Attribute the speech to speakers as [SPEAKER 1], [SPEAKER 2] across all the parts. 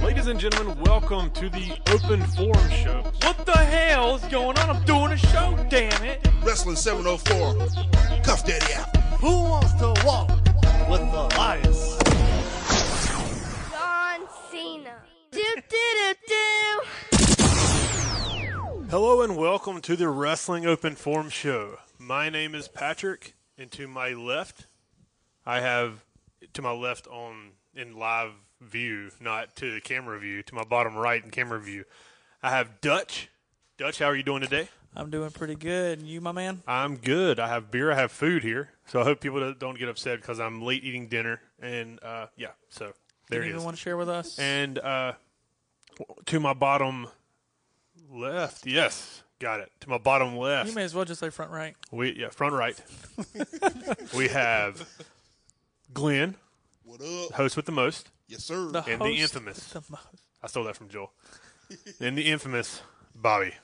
[SPEAKER 1] Ladies and gentlemen, welcome to the Open Forum Show. What the hell is going on? I'm doing a show, damn it!
[SPEAKER 2] Wrestling 704. Cuff Daddy out.
[SPEAKER 3] Who wants to walk with Elias?
[SPEAKER 4] John Cena. do do do do.
[SPEAKER 1] Hello and welcome to the Wrestling Open Forum Show. My name is Patrick, and to my left, I have to my left on in live view, not to the camera view, to my bottom right in camera view. I have Dutch. Dutch, how are you doing today?
[SPEAKER 5] I'm doing pretty good. And you, my man?
[SPEAKER 1] I'm good. I have beer. I have food here, so I hope people don't- don't get upset because I'm late eating dinner. And uh, yeah, so there it
[SPEAKER 5] you
[SPEAKER 1] is.
[SPEAKER 5] even want to share with us?
[SPEAKER 1] and uh, to my bottom left, yes, got it. To my bottom left,
[SPEAKER 5] you may as well just say front right.
[SPEAKER 1] we yeah, front right. we have Glenn,
[SPEAKER 2] What up?
[SPEAKER 1] host with the most,
[SPEAKER 2] Yes, sir.
[SPEAKER 5] The
[SPEAKER 1] and the
[SPEAKER 5] host
[SPEAKER 1] infamous.
[SPEAKER 5] with the most.
[SPEAKER 1] I stole that from Joel. and the infamous Bobby.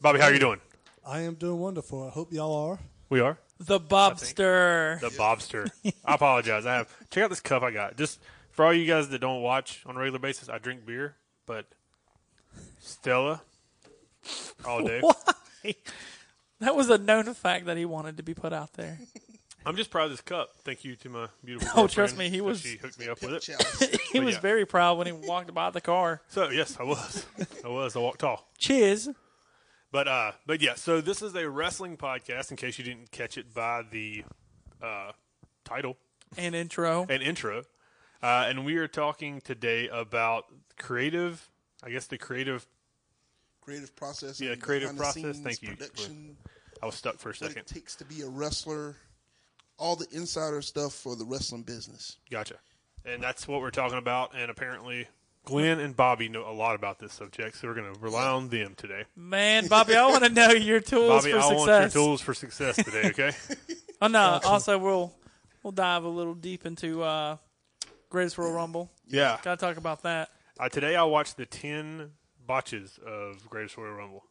[SPEAKER 1] Bobby, how are you doing?
[SPEAKER 6] I am doing wonderful. I hope y'all are.
[SPEAKER 1] We are.
[SPEAKER 5] The Bobster.
[SPEAKER 1] the Bobster. I apologize. I have check out this cup I got. Just for all you guys that don't watch on a regular basis, I drink beer, but Stella all day.
[SPEAKER 5] that was a known fact that he wanted to be put out there.
[SPEAKER 1] I'm just proud of this cup. Thank you to my beautiful.
[SPEAKER 5] Oh, trust
[SPEAKER 1] girlfriend
[SPEAKER 5] me, he
[SPEAKER 1] that
[SPEAKER 5] was-
[SPEAKER 1] She hooked me up with it.
[SPEAKER 2] Chalice.
[SPEAKER 5] he was
[SPEAKER 1] yeah.
[SPEAKER 5] very proud when he walked by the car.
[SPEAKER 1] So yes, I was. I was. I walked tall.
[SPEAKER 5] Cheers.
[SPEAKER 1] But uh, but yeah. So this is a wrestling podcast. In case you didn't catch it by the uh, title
[SPEAKER 5] And intro.
[SPEAKER 1] and intro, uh, and we are talking today about creative. I guess the creative
[SPEAKER 2] creative process.
[SPEAKER 1] Yeah,
[SPEAKER 2] and
[SPEAKER 1] creative
[SPEAKER 2] behind the
[SPEAKER 1] process.
[SPEAKER 2] scenes
[SPEAKER 1] Thank you.
[SPEAKER 2] Production.
[SPEAKER 1] I was stuck for a
[SPEAKER 2] What
[SPEAKER 1] second.
[SPEAKER 2] it takes to be a wrestler. All the insider stuff for the wrestling business.
[SPEAKER 1] Gotcha. And that's what we're talking about. And apparently, Glenn and Bobby know a lot about this subject, so we're going to rely on them today.
[SPEAKER 5] Man, Bobby, I want to know your tools
[SPEAKER 1] Bobby,
[SPEAKER 5] for
[SPEAKER 1] I
[SPEAKER 5] success.
[SPEAKER 1] want your tools for success today. Okay.
[SPEAKER 5] Oh no. Also, we'll we'll dive a little deep into uh, Greatest Royal Rumble.
[SPEAKER 1] yeah.
[SPEAKER 5] Got to talk about that.
[SPEAKER 1] Uh, today I watched the ten botches of Greatest Royal Rumble.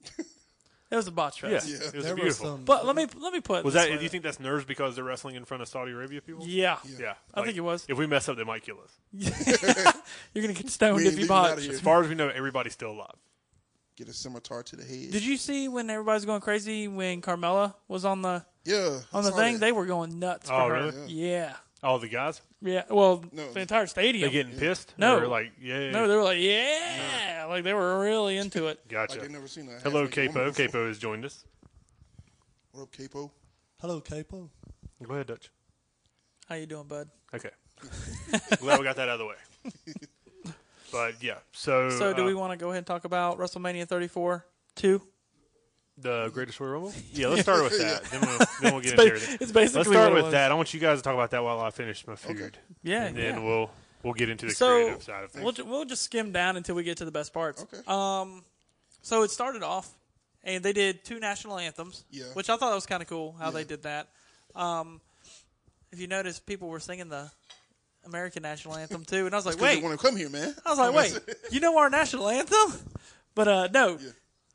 [SPEAKER 5] It was a botch
[SPEAKER 1] Yeah,
[SPEAKER 5] fest.
[SPEAKER 1] it was
[SPEAKER 6] There were
[SPEAKER 1] beautiful.
[SPEAKER 6] some.
[SPEAKER 5] But let me let me put it
[SPEAKER 1] was
[SPEAKER 5] this
[SPEAKER 1] that?
[SPEAKER 5] way.
[SPEAKER 1] Do you think that's nerves because they're wrestling in front of Saudi Arabia people?
[SPEAKER 5] Yeah.
[SPEAKER 1] Yeah.
[SPEAKER 5] I think it was.
[SPEAKER 1] If we mess up, they might kill us.
[SPEAKER 5] You're gonna get stoned
[SPEAKER 2] We
[SPEAKER 5] if
[SPEAKER 2] ain't
[SPEAKER 5] you
[SPEAKER 2] leaving out
[SPEAKER 5] botch.
[SPEAKER 2] of here.
[SPEAKER 1] As far as we know, everybody's still alive.
[SPEAKER 2] Get a scimitar to the head.
[SPEAKER 5] Did you see when everybody's going crazy when Carmella was on the
[SPEAKER 2] yeah.
[SPEAKER 5] on the
[SPEAKER 2] saw
[SPEAKER 5] thing?
[SPEAKER 2] that.
[SPEAKER 5] They were going nuts. For
[SPEAKER 1] Oh,
[SPEAKER 5] her.
[SPEAKER 1] really?
[SPEAKER 5] Yeah.
[SPEAKER 1] All the guys
[SPEAKER 5] yeah, Well,
[SPEAKER 2] No.
[SPEAKER 5] the entire stadium.
[SPEAKER 1] they getting pissed.
[SPEAKER 5] No.
[SPEAKER 1] They're like yeah.
[SPEAKER 5] no, they were like, yeah, like they were really into it.
[SPEAKER 1] gotcha.
[SPEAKER 2] Like they never seen a
[SPEAKER 1] Hello,
[SPEAKER 2] half-naked
[SPEAKER 1] Capo.
[SPEAKER 2] woman before.
[SPEAKER 1] Capo has joined us.
[SPEAKER 2] What up, Capo?
[SPEAKER 6] Hello, Capo.
[SPEAKER 1] Go ahead, Dutch.
[SPEAKER 5] How you doing, bud?
[SPEAKER 1] Okay. Glad we got that out of the way. But yeah, so
[SPEAKER 5] So, do
[SPEAKER 1] uh,
[SPEAKER 5] we want to go ahead and talk about WrestleMania 34 two?
[SPEAKER 1] the Greatest Royal Rumble? Yeah, let's start with that. Then we'll, then we'll get into
[SPEAKER 5] ba-
[SPEAKER 1] everything.
[SPEAKER 5] it's basically
[SPEAKER 1] let's start
[SPEAKER 5] what it
[SPEAKER 1] with
[SPEAKER 5] was.
[SPEAKER 1] that. I want you guys to talk about that while I finish my food,
[SPEAKER 5] Yeah.
[SPEAKER 1] and then
[SPEAKER 5] yeah.
[SPEAKER 1] we'll we'll get into the
[SPEAKER 5] so
[SPEAKER 1] creative side of things.
[SPEAKER 5] we'll ju- we'll just skim down until we get to the best parts.
[SPEAKER 2] Okay.
[SPEAKER 5] Um, so it started off, and they did two national anthems.
[SPEAKER 2] Yeah.
[SPEAKER 5] Which I thought that was kind of cool how they
[SPEAKER 2] Yeah.
[SPEAKER 5] did that. Um, if you notice, people were singing the American national anthem too, and I was like,
[SPEAKER 2] 'Cause they
[SPEAKER 5] wait.
[SPEAKER 2] want to come here, man.
[SPEAKER 6] Oh.
[SPEAKER 5] I was like, wait, you know our national anthem? But uh, no.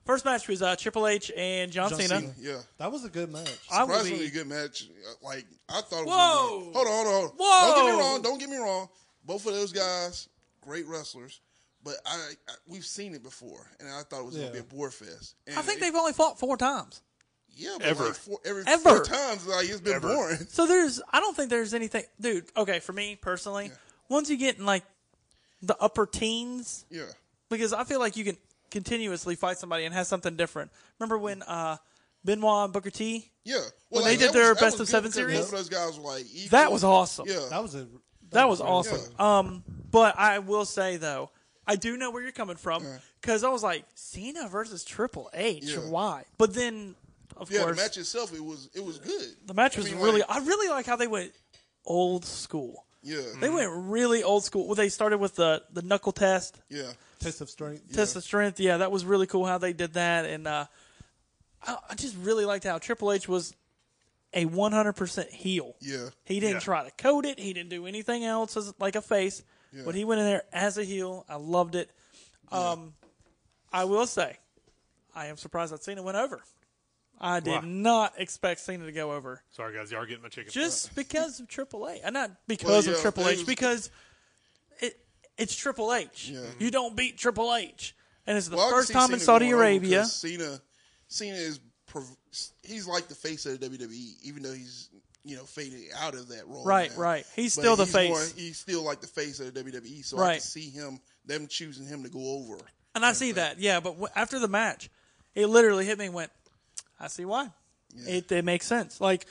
[SPEAKER 5] First match was uh, Triple H and John,
[SPEAKER 6] John
[SPEAKER 5] Cena.
[SPEAKER 6] Cena.
[SPEAKER 2] Yeah.
[SPEAKER 6] That was a good match.
[SPEAKER 5] I will
[SPEAKER 2] surprisingly
[SPEAKER 5] be,
[SPEAKER 2] good match. Uh, Like I thought. It was
[SPEAKER 5] Whoa.
[SPEAKER 2] gonna be- Hold on, hold on.
[SPEAKER 5] Whoa.
[SPEAKER 2] Don't get me wrong. Don't get me wrong. Both of those guys, great wrestlers, but I, I we've seen it before, and I thought it was
[SPEAKER 6] Yeah.
[SPEAKER 2] gonna be a boar fest. And
[SPEAKER 5] I think
[SPEAKER 2] it-
[SPEAKER 5] they've only fought four times.
[SPEAKER 2] yeah, but
[SPEAKER 1] Ever.
[SPEAKER 2] like four, every
[SPEAKER 5] Ever.
[SPEAKER 2] four times like it's been boring.
[SPEAKER 5] So there's, I don't think there's anything, dude. Okay, for me personally, once you get in like the upper teens,
[SPEAKER 2] Yeah,
[SPEAKER 5] because I feel like you can continuously fight somebody and have something different. Remember when uh, Benoit and Booker T?
[SPEAKER 2] yeah. Well,
[SPEAKER 5] they did
[SPEAKER 2] that
[SPEAKER 5] their
[SPEAKER 2] was- that
[SPEAKER 5] best of
[SPEAKER 2] was
[SPEAKER 5] seven
[SPEAKER 2] good because
[SPEAKER 5] series?
[SPEAKER 2] both of those guys were like equal.
[SPEAKER 5] That was awesome.
[SPEAKER 2] Yeah,
[SPEAKER 6] That was a. That,
[SPEAKER 5] That was
[SPEAKER 6] really
[SPEAKER 5] awesome.
[SPEAKER 6] good.
[SPEAKER 5] Um, but I will say though, I do know where you're coming from because I was like Cena versus Triple H.
[SPEAKER 2] Yeah.
[SPEAKER 5] Why? But then, of
[SPEAKER 2] yeah. The
[SPEAKER 5] course,
[SPEAKER 2] match itself, it was it was good.
[SPEAKER 5] the match was
[SPEAKER 2] mean,
[SPEAKER 5] really.
[SPEAKER 2] like-
[SPEAKER 5] I really like how they went old school.
[SPEAKER 2] Yeah,
[SPEAKER 5] They went really old school. Well, they started with the the knuckle test.
[SPEAKER 2] yeah.
[SPEAKER 6] Test of strength.
[SPEAKER 5] test of strength. Yeah, that was really cool how they did that, and uh, I, I just really liked how Triple H was a 100% heel.
[SPEAKER 2] Yeah.
[SPEAKER 5] he didn't
[SPEAKER 1] Yeah.
[SPEAKER 5] try to code it. He didn't do anything else as like a face. But he went in there as a heel. I loved it. Um, I will say, I am surprised that Cena went over. I did
[SPEAKER 7] Why?
[SPEAKER 5] not expect Cena to go over
[SPEAKER 7] Sorry, guys, y'all are getting my chicken.
[SPEAKER 5] just because of Triple H, and not because
[SPEAKER 2] Well, yeah,
[SPEAKER 5] of Triple
[SPEAKER 2] it
[SPEAKER 5] H,
[SPEAKER 2] was-
[SPEAKER 5] because it it's Triple H. You don't beat Triple H, and it's the
[SPEAKER 2] Well, I can
[SPEAKER 5] first
[SPEAKER 2] see
[SPEAKER 5] time in
[SPEAKER 2] Cena
[SPEAKER 5] Saudi
[SPEAKER 2] going over
[SPEAKER 5] Arabia.
[SPEAKER 2] 'cause Cena, Cena is prov- he's like the face of the WWE, even though he's you know faded out of that role.
[SPEAKER 5] Right,
[SPEAKER 2] now.
[SPEAKER 5] right. He's
[SPEAKER 2] But
[SPEAKER 5] still the face.
[SPEAKER 2] he's still like the face of the WWE. So I can
[SPEAKER 5] Right.
[SPEAKER 2] see him them choosing him to go over.
[SPEAKER 5] And I see that, yeah. But w- after the match, it literally hit me. and Went, I see why. It it makes sense. Like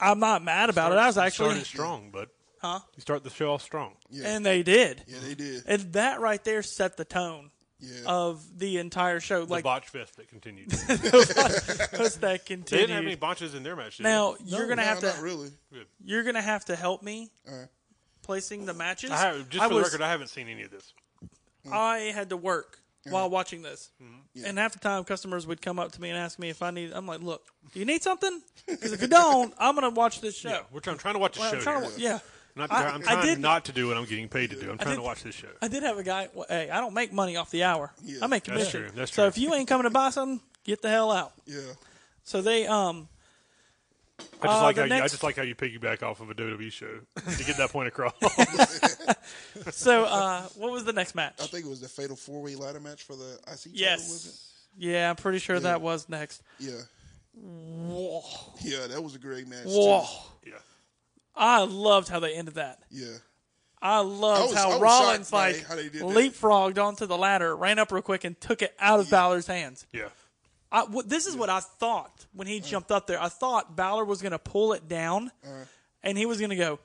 [SPEAKER 5] I'm not mad about it. I was actually,
[SPEAKER 7] started strong, bud. Huh? You start the show off strong.
[SPEAKER 5] and they did,
[SPEAKER 2] Yeah, they did.
[SPEAKER 5] and that right there set the tone
[SPEAKER 2] Yeah.
[SPEAKER 5] of the entire show.
[SPEAKER 7] The
[SPEAKER 5] Like
[SPEAKER 7] botch fest that continued.
[SPEAKER 5] post that
[SPEAKER 7] they
[SPEAKER 5] continued.
[SPEAKER 7] didn't have any botches in their match. Did they?
[SPEAKER 5] now you're gonna
[SPEAKER 2] No,
[SPEAKER 5] have
[SPEAKER 2] not
[SPEAKER 5] to
[SPEAKER 2] really.
[SPEAKER 5] you're gonna have to help me
[SPEAKER 2] right.
[SPEAKER 5] placing the matches.
[SPEAKER 7] I have, just
[SPEAKER 5] I
[SPEAKER 7] for
[SPEAKER 5] was-
[SPEAKER 7] the record, I haven't seen any of this.
[SPEAKER 5] I had to work while watching this.
[SPEAKER 2] Mm-hmm.
[SPEAKER 5] And half the time, customers would come up to me and ask me if I need. I'm like, look, do you need something? Because if you don't, I'm gonna watch this show.
[SPEAKER 7] We're trying, I'm trying to watch a
[SPEAKER 5] Well,
[SPEAKER 7] show.
[SPEAKER 5] I'm trying
[SPEAKER 7] here.
[SPEAKER 5] to, yeah.
[SPEAKER 7] Not,
[SPEAKER 5] I-
[SPEAKER 7] am
[SPEAKER 5] I
[SPEAKER 7] trying
[SPEAKER 5] did-
[SPEAKER 7] not to do what I'm getting paid to do. I'm trying to
[SPEAKER 5] did-
[SPEAKER 7] watch this show.
[SPEAKER 5] I did have a guy. Well, hey, I don't make money off the hour. I make
[SPEAKER 7] That's
[SPEAKER 5] commission.
[SPEAKER 7] true, that's
[SPEAKER 5] so
[SPEAKER 7] true.
[SPEAKER 5] if you ain't coming to buy something, get the hell out.
[SPEAKER 2] Yeah.
[SPEAKER 5] So they um
[SPEAKER 7] I just
[SPEAKER 5] Uh,
[SPEAKER 7] like
[SPEAKER 5] the
[SPEAKER 7] how you, I
[SPEAKER 5] next-
[SPEAKER 7] just like how you piggyback off of a WWE show to get that point across.
[SPEAKER 5] so uh what was the next match?
[SPEAKER 2] I think it was the fatal four way ladder match for the IC. title, Was
[SPEAKER 5] yes. Yeah, I'm pretty sure that was next.
[SPEAKER 2] it? Yeah.
[SPEAKER 5] Whoa.
[SPEAKER 2] Yeah, that was a great match. too.
[SPEAKER 5] Whoa.
[SPEAKER 7] yeah.
[SPEAKER 5] I loved how they ended that.
[SPEAKER 2] Yeah.
[SPEAKER 5] I
[SPEAKER 2] I
[SPEAKER 5] loved
[SPEAKER 2] was- I
[SPEAKER 5] how
[SPEAKER 2] was
[SPEAKER 5] Rollins
[SPEAKER 2] shocked by
[SPEAKER 5] like
[SPEAKER 2] how they did that.
[SPEAKER 5] leapfrogged onto the ladder, ran up real quick, and took it out of Balor's hands.
[SPEAKER 7] Yeah.
[SPEAKER 5] I, wh- this is what I thought when he jumped up there. I thought Balor was going to pull it down,
[SPEAKER 2] Uh-huh.
[SPEAKER 5] and he was going to go,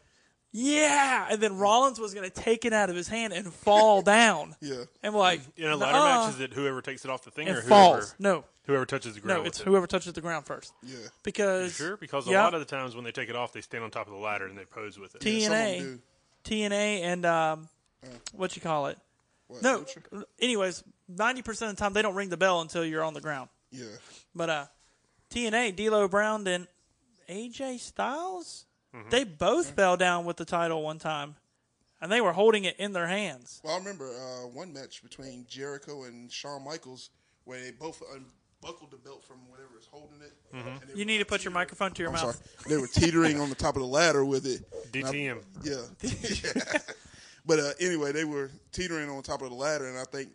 [SPEAKER 5] yeah, and then Rollins was going to take it out of his hand and fall down.
[SPEAKER 2] Yeah.
[SPEAKER 5] and like
[SPEAKER 7] In a ladder
[SPEAKER 5] "Nuh-uh,"
[SPEAKER 7] match, is it whoever takes it off the thing
[SPEAKER 5] and
[SPEAKER 7] or whoever
[SPEAKER 5] falls. No,
[SPEAKER 7] whoever touches the ground?
[SPEAKER 5] no,
[SPEAKER 7] with
[SPEAKER 5] it's
[SPEAKER 7] it?
[SPEAKER 5] whoever touches the ground first.
[SPEAKER 2] Yeah.
[SPEAKER 5] Because
[SPEAKER 7] Sure, because
[SPEAKER 5] yeah,
[SPEAKER 7] a lot of the times when they take it off, they stand on top of the ladder and they pose with it.
[SPEAKER 2] Some of them
[SPEAKER 5] TNA,
[SPEAKER 2] do.
[SPEAKER 5] TNA, and um,
[SPEAKER 2] Uh.
[SPEAKER 5] what you call it?
[SPEAKER 2] What,
[SPEAKER 5] No.
[SPEAKER 2] Lucha?
[SPEAKER 5] Anyways, ninety percent of the time they don't ring the bell until you're on the ground.
[SPEAKER 2] Yeah.
[SPEAKER 5] But uh, TNA, D'Lo Brown, and AJ Styles, they both fell down with the title one time, and they were holding it in their hands.
[SPEAKER 2] Well, I remember uh, one match between Jericho and Shawn Michaels where they both unbuckled the belt from whatever is holding it. and they
[SPEAKER 5] You
[SPEAKER 2] were
[SPEAKER 5] need to put your microphone to your
[SPEAKER 2] I'm sorry.
[SPEAKER 5] mouth.
[SPEAKER 2] They were teetering on the top of the ladder with it.
[SPEAKER 7] DTM.
[SPEAKER 2] Yeah. but uh, anyway, they were teetering on top of the ladder, and I think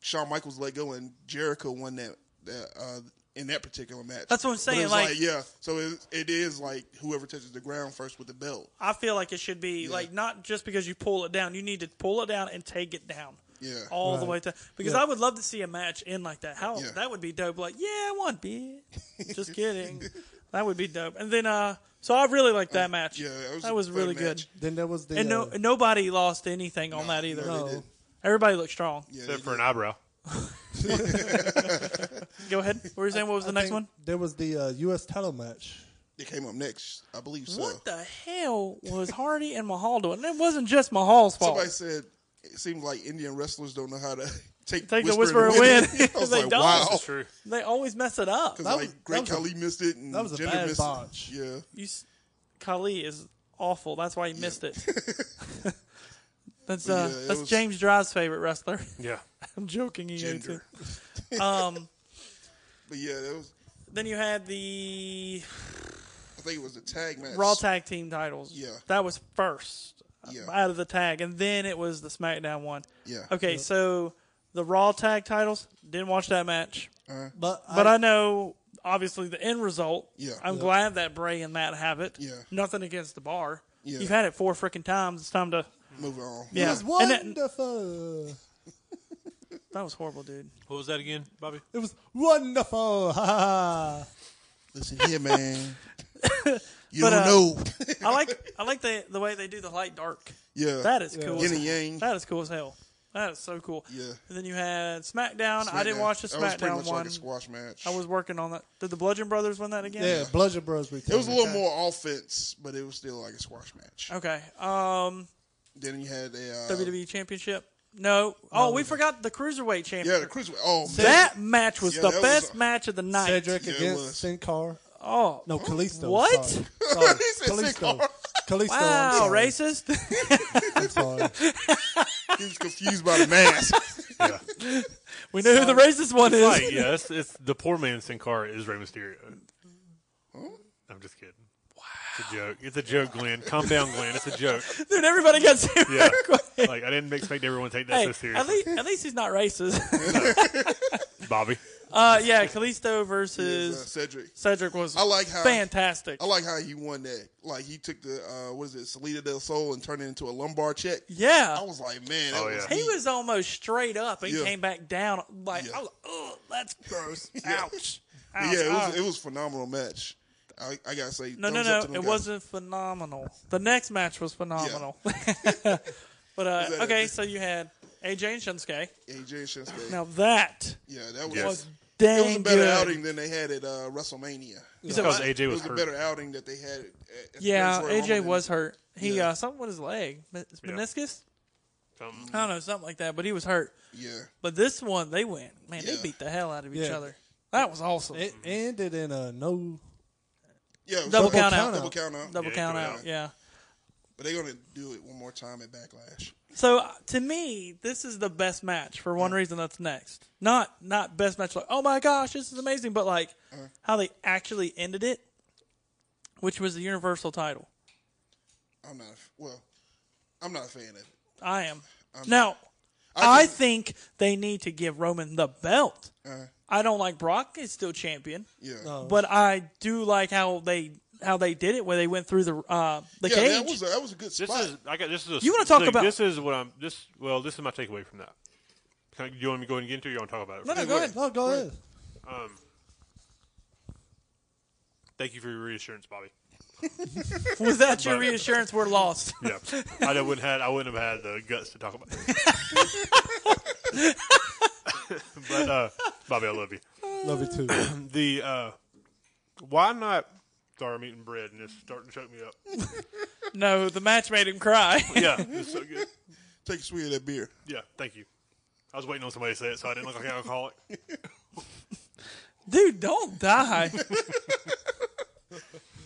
[SPEAKER 2] Shawn Michaels let go, and Jericho won that, that uh, in that particular match.
[SPEAKER 5] That's what I'm
[SPEAKER 2] But it
[SPEAKER 5] saying,
[SPEAKER 2] was
[SPEAKER 5] like-
[SPEAKER 2] yeah. So it, it is like whoever touches the ground first with the belt.
[SPEAKER 5] I feel like it should be like not just because you pull it down. You need to pull it down and take it down.
[SPEAKER 2] Yeah.
[SPEAKER 5] All the
[SPEAKER 6] Right.
[SPEAKER 5] way to because
[SPEAKER 6] Yeah.
[SPEAKER 5] I would love to see a match end like that. How
[SPEAKER 2] Yeah.
[SPEAKER 5] that would be dope. Like, yeah, I won, bitch. Just kidding. That would be dope. And then uh so I really liked that match.
[SPEAKER 2] Uh, yeah, it was
[SPEAKER 5] that
[SPEAKER 2] a
[SPEAKER 5] was
[SPEAKER 2] fun
[SPEAKER 5] really good.
[SPEAKER 2] match.
[SPEAKER 6] Then there was the
[SPEAKER 5] And no
[SPEAKER 6] uh,
[SPEAKER 5] nobody lost anything on that either.
[SPEAKER 2] no, they didn't.
[SPEAKER 5] Everybody looked strong.
[SPEAKER 2] Yeah,
[SPEAKER 7] Except
[SPEAKER 2] they
[SPEAKER 7] for an eyebrow.
[SPEAKER 5] Go ahead. What were you saying? What was the
[SPEAKER 6] I
[SPEAKER 5] next
[SPEAKER 6] think
[SPEAKER 5] one?
[SPEAKER 6] There was the uh, U.S. title match.
[SPEAKER 2] It came up next, I believe so.
[SPEAKER 5] What the hell was Hardy and Mahal doing? And it wasn't just Mahal's fault.
[SPEAKER 2] Somebody said it seems like Indian wrestlers don't know how to take,
[SPEAKER 5] Take the
[SPEAKER 2] whisper
[SPEAKER 5] whisper and win.
[SPEAKER 2] I was
[SPEAKER 5] They
[SPEAKER 2] like,
[SPEAKER 5] don't.
[SPEAKER 2] wow.
[SPEAKER 7] That's true.
[SPEAKER 5] they always mess it up.
[SPEAKER 2] Because
[SPEAKER 6] was-
[SPEAKER 2] like Great
[SPEAKER 6] that was
[SPEAKER 2] Khali missed it, and
[SPEAKER 6] that was a
[SPEAKER 2] Jinder
[SPEAKER 6] bad
[SPEAKER 2] missed
[SPEAKER 6] botch.
[SPEAKER 2] it. Yeah,
[SPEAKER 5] You, s- Kali is awful. That's why he missed it. that's uh,
[SPEAKER 2] Yeah, it
[SPEAKER 5] that's
[SPEAKER 2] was-
[SPEAKER 5] James Dry's favorite wrestler.
[SPEAKER 7] Yeah.
[SPEAKER 5] I'm joking, E he hates
[SPEAKER 2] Jinder.
[SPEAKER 5] it. Um,
[SPEAKER 2] But yeah, that was.
[SPEAKER 5] then you had the
[SPEAKER 2] I think it was the tag match.
[SPEAKER 5] Raw tag team titles.
[SPEAKER 2] Yeah.
[SPEAKER 5] that was first
[SPEAKER 2] Yeah.
[SPEAKER 5] out of the tag, and then it was the SmackDown one.
[SPEAKER 2] Yeah.
[SPEAKER 5] Okay, so the Raw tag titles didn't watch that match,
[SPEAKER 6] But
[SPEAKER 5] but I, know obviously the end result.
[SPEAKER 2] Yeah.
[SPEAKER 5] I'm
[SPEAKER 2] Yeah.
[SPEAKER 5] glad that Bray and Matt have it.
[SPEAKER 2] Yeah.
[SPEAKER 5] nothing against the bar.
[SPEAKER 2] Yeah.
[SPEAKER 5] You've had it four freaking times. It's time to
[SPEAKER 2] Moving on.
[SPEAKER 5] Yeah.
[SPEAKER 6] it was
[SPEAKER 5] And it-
[SPEAKER 6] wonderful.
[SPEAKER 5] That was horrible, dude.
[SPEAKER 7] What was that again, Bobby?
[SPEAKER 6] It was wonderful. Ha, ha, ha.
[SPEAKER 2] Listen here, man. you
[SPEAKER 5] But,
[SPEAKER 2] don't
[SPEAKER 5] uh,
[SPEAKER 2] know.
[SPEAKER 5] I like I like the the way they do the light dark.
[SPEAKER 2] yeah.
[SPEAKER 5] That is cool.
[SPEAKER 2] yin
[SPEAKER 5] as-
[SPEAKER 2] and yang.
[SPEAKER 5] That is cool as hell. That is so cool.
[SPEAKER 2] Yeah.
[SPEAKER 5] And then you had SmackDown. I didn't
[SPEAKER 2] SmackDown.
[SPEAKER 5] watch the
[SPEAKER 2] That was pretty
[SPEAKER 5] SmackDown
[SPEAKER 2] much
[SPEAKER 5] one.
[SPEAKER 2] Like a squash match.
[SPEAKER 5] I was working on that. Did the Bludgeon Brothers win that again?
[SPEAKER 6] Yeah, Bludgeon
[SPEAKER 2] It
[SPEAKER 6] Bros.
[SPEAKER 2] was a
[SPEAKER 6] returned.
[SPEAKER 2] little more offense, but it was still like a squash match.
[SPEAKER 5] Okay. Um,
[SPEAKER 2] Then you had a uh,
[SPEAKER 5] WWE E Championship. No. Oh, we forgot the Cruiserweight
[SPEAKER 2] Yeah,
[SPEAKER 5] Championship.
[SPEAKER 2] the cruiserweight. Oh,
[SPEAKER 5] that match was
[SPEAKER 2] Yeah,
[SPEAKER 5] the
[SPEAKER 2] that was
[SPEAKER 5] best
[SPEAKER 2] a-
[SPEAKER 5] match of the night.
[SPEAKER 6] Cedric
[SPEAKER 2] Yeah, it was.
[SPEAKER 6] against Sin Cara.
[SPEAKER 5] Oh.
[SPEAKER 6] No, Kalisto.
[SPEAKER 5] What?
[SPEAKER 6] Sorry. Sorry.
[SPEAKER 2] He said Sin
[SPEAKER 6] Kalisto.
[SPEAKER 2] Cara.
[SPEAKER 6] Kalisto. I'm
[SPEAKER 5] Wow,
[SPEAKER 6] sorry.
[SPEAKER 5] racist.
[SPEAKER 6] I'm sorry.
[SPEAKER 2] He was confused by the mask.
[SPEAKER 5] We know who the racist one is.
[SPEAKER 1] Right, yeah, it's, it's the poor man Sin Cara is Rey Mysterio. I'm just kidding. Wow. It's a joke. It's a joke, Glenn. Calm down, Glenn. It's a joke.
[SPEAKER 5] Dude, everybody got zero.
[SPEAKER 1] Yeah. like I didn't expect everyone to take that
[SPEAKER 5] Hey,
[SPEAKER 1] so
[SPEAKER 5] at
[SPEAKER 1] seriously.
[SPEAKER 5] least, at least he's not racist.
[SPEAKER 1] Bobby.
[SPEAKER 5] uh, yeah, Kalisto versus
[SPEAKER 2] Is, uh, Cedric.
[SPEAKER 5] Cedric was
[SPEAKER 2] I like how
[SPEAKER 5] fantastic.
[SPEAKER 2] I like how he won that. Like he took the uh, what is it, Salida del Sol, and turned it into a lumbar check.
[SPEAKER 5] yeah,
[SPEAKER 2] I was like, man, that
[SPEAKER 1] Oh,
[SPEAKER 2] was
[SPEAKER 1] yeah.
[SPEAKER 5] he
[SPEAKER 2] neat.
[SPEAKER 5] was almost straight up and
[SPEAKER 2] Yeah.
[SPEAKER 5] came back down. Like
[SPEAKER 2] Yeah.
[SPEAKER 5] I was, oh, that's gross.
[SPEAKER 2] Yeah.
[SPEAKER 5] Ouch.
[SPEAKER 2] But
[SPEAKER 5] Ouch.
[SPEAKER 2] yeah, it
[SPEAKER 5] ouch.
[SPEAKER 2] was, it was a phenomenal match. I, I gotta say,
[SPEAKER 5] no, no,
[SPEAKER 2] thumbs
[SPEAKER 5] no.
[SPEAKER 2] up to
[SPEAKER 5] It
[SPEAKER 2] them guys.
[SPEAKER 5] wasn't phenomenal. The next match was phenomenal. but uh,
[SPEAKER 2] that
[SPEAKER 5] okay,
[SPEAKER 2] it?
[SPEAKER 5] so you had AJ and Shinsuke.
[SPEAKER 2] AJ and Shinsuke.
[SPEAKER 5] Now that
[SPEAKER 2] yeah, that was.
[SPEAKER 1] Yes.
[SPEAKER 5] was
[SPEAKER 2] It
[SPEAKER 5] dang
[SPEAKER 2] was a better
[SPEAKER 5] good.
[SPEAKER 2] outing than they had at uh, WrestleMania.
[SPEAKER 1] It's because
[SPEAKER 2] It
[SPEAKER 1] AJ was,
[SPEAKER 2] was a
[SPEAKER 1] hurt.
[SPEAKER 2] better outing that they had. At, at
[SPEAKER 5] Yeah,
[SPEAKER 2] Royal Rumble
[SPEAKER 5] AJ
[SPEAKER 2] than-
[SPEAKER 5] was hurt. He
[SPEAKER 2] Yeah.
[SPEAKER 5] uh, something with his leg, Men- meniscus.
[SPEAKER 1] Um,
[SPEAKER 5] I don't know, something like that. But he was hurt.
[SPEAKER 2] Yeah,
[SPEAKER 5] But this one, they went. Man,
[SPEAKER 2] Yeah.
[SPEAKER 5] they beat the hell out of each
[SPEAKER 6] Yeah.
[SPEAKER 5] other. That was awesome.
[SPEAKER 6] It ended in a no.
[SPEAKER 2] yeah. it was
[SPEAKER 5] Double
[SPEAKER 2] double
[SPEAKER 5] count out.
[SPEAKER 2] Double count out.
[SPEAKER 5] Double
[SPEAKER 1] Yeah,
[SPEAKER 5] count
[SPEAKER 1] go
[SPEAKER 5] out.
[SPEAKER 2] out.
[SPEAKER 5] Yeah.
[SPEAKER 2] But they're gonna do it one more time at Backlash.
[SPEAKER 5] So uh, to me, this is the best match for one reason. That's next. Not not best match. Like, oh my gosh, this is amazing. But like
[SPEAKER 2] Uh-huh.
[SPEAKER 5] how they actually ended it, which was the universal title.
[SPEAKER 2] I'm not. Well, I'm not a fan of it.
[SPEAKER 5] I am now.
[SPEAKER 2] I
[SPEAKER 5] I think they need to give Roman the belt.
[SPEAKER 2] Uh,
[SPEAKER 5] I don't like Brock is still champion.
[SPEAKER 2] yeah.
[SPEAKER 5] But I do like how they how they did it, where they went through the uh, the
[SPEAKER 2] yeah,
[SPEAKER 5] cage.
[SPEAKER 2] that was a, that was a good
[SPEAKER 1] This
[SPEAKER 2] spot.
[SPEAKER 1] is I got this is a,
[SPEAKER 5] You wanna talk
[SPEAKER 1] look,
[SPEAKER 5] about-
[SPEAKER 1] this is what I'm this well this is my takeaway from that. Can I, do you want me to go ahead and get into? It or you want to talk about it?
[SPEAKER 5] no, no, go ahead.
[SPEAKER 6] No, go ahead.
[SPEAKER 1] Thank you for your reassurance, Bobby.
[SPEAKER 5] Without your reassurance, we're lost.
[SPEAKER 1] Yeah, I wouldn't had I wouldn't have had the guts to talk about. it. but uh, Bobby, I love you.
[SPEAKER 6] Love you too.
[SPEAKER 1] The uh, why not? Sorry, I'm eating bread and it's starting to choke me up.
[SPEAKER 5] no, the match made him cry.
[SPEAKER 1] Yeah, it's so good.
[SPEAKER 2] Take a swig of that beer.
[SPEAKER 1] Yeah, thank you. I was waiting on somebody to say it, so I didn't look like an alcoholic.
[SPEAKER 5] Dude, don't die.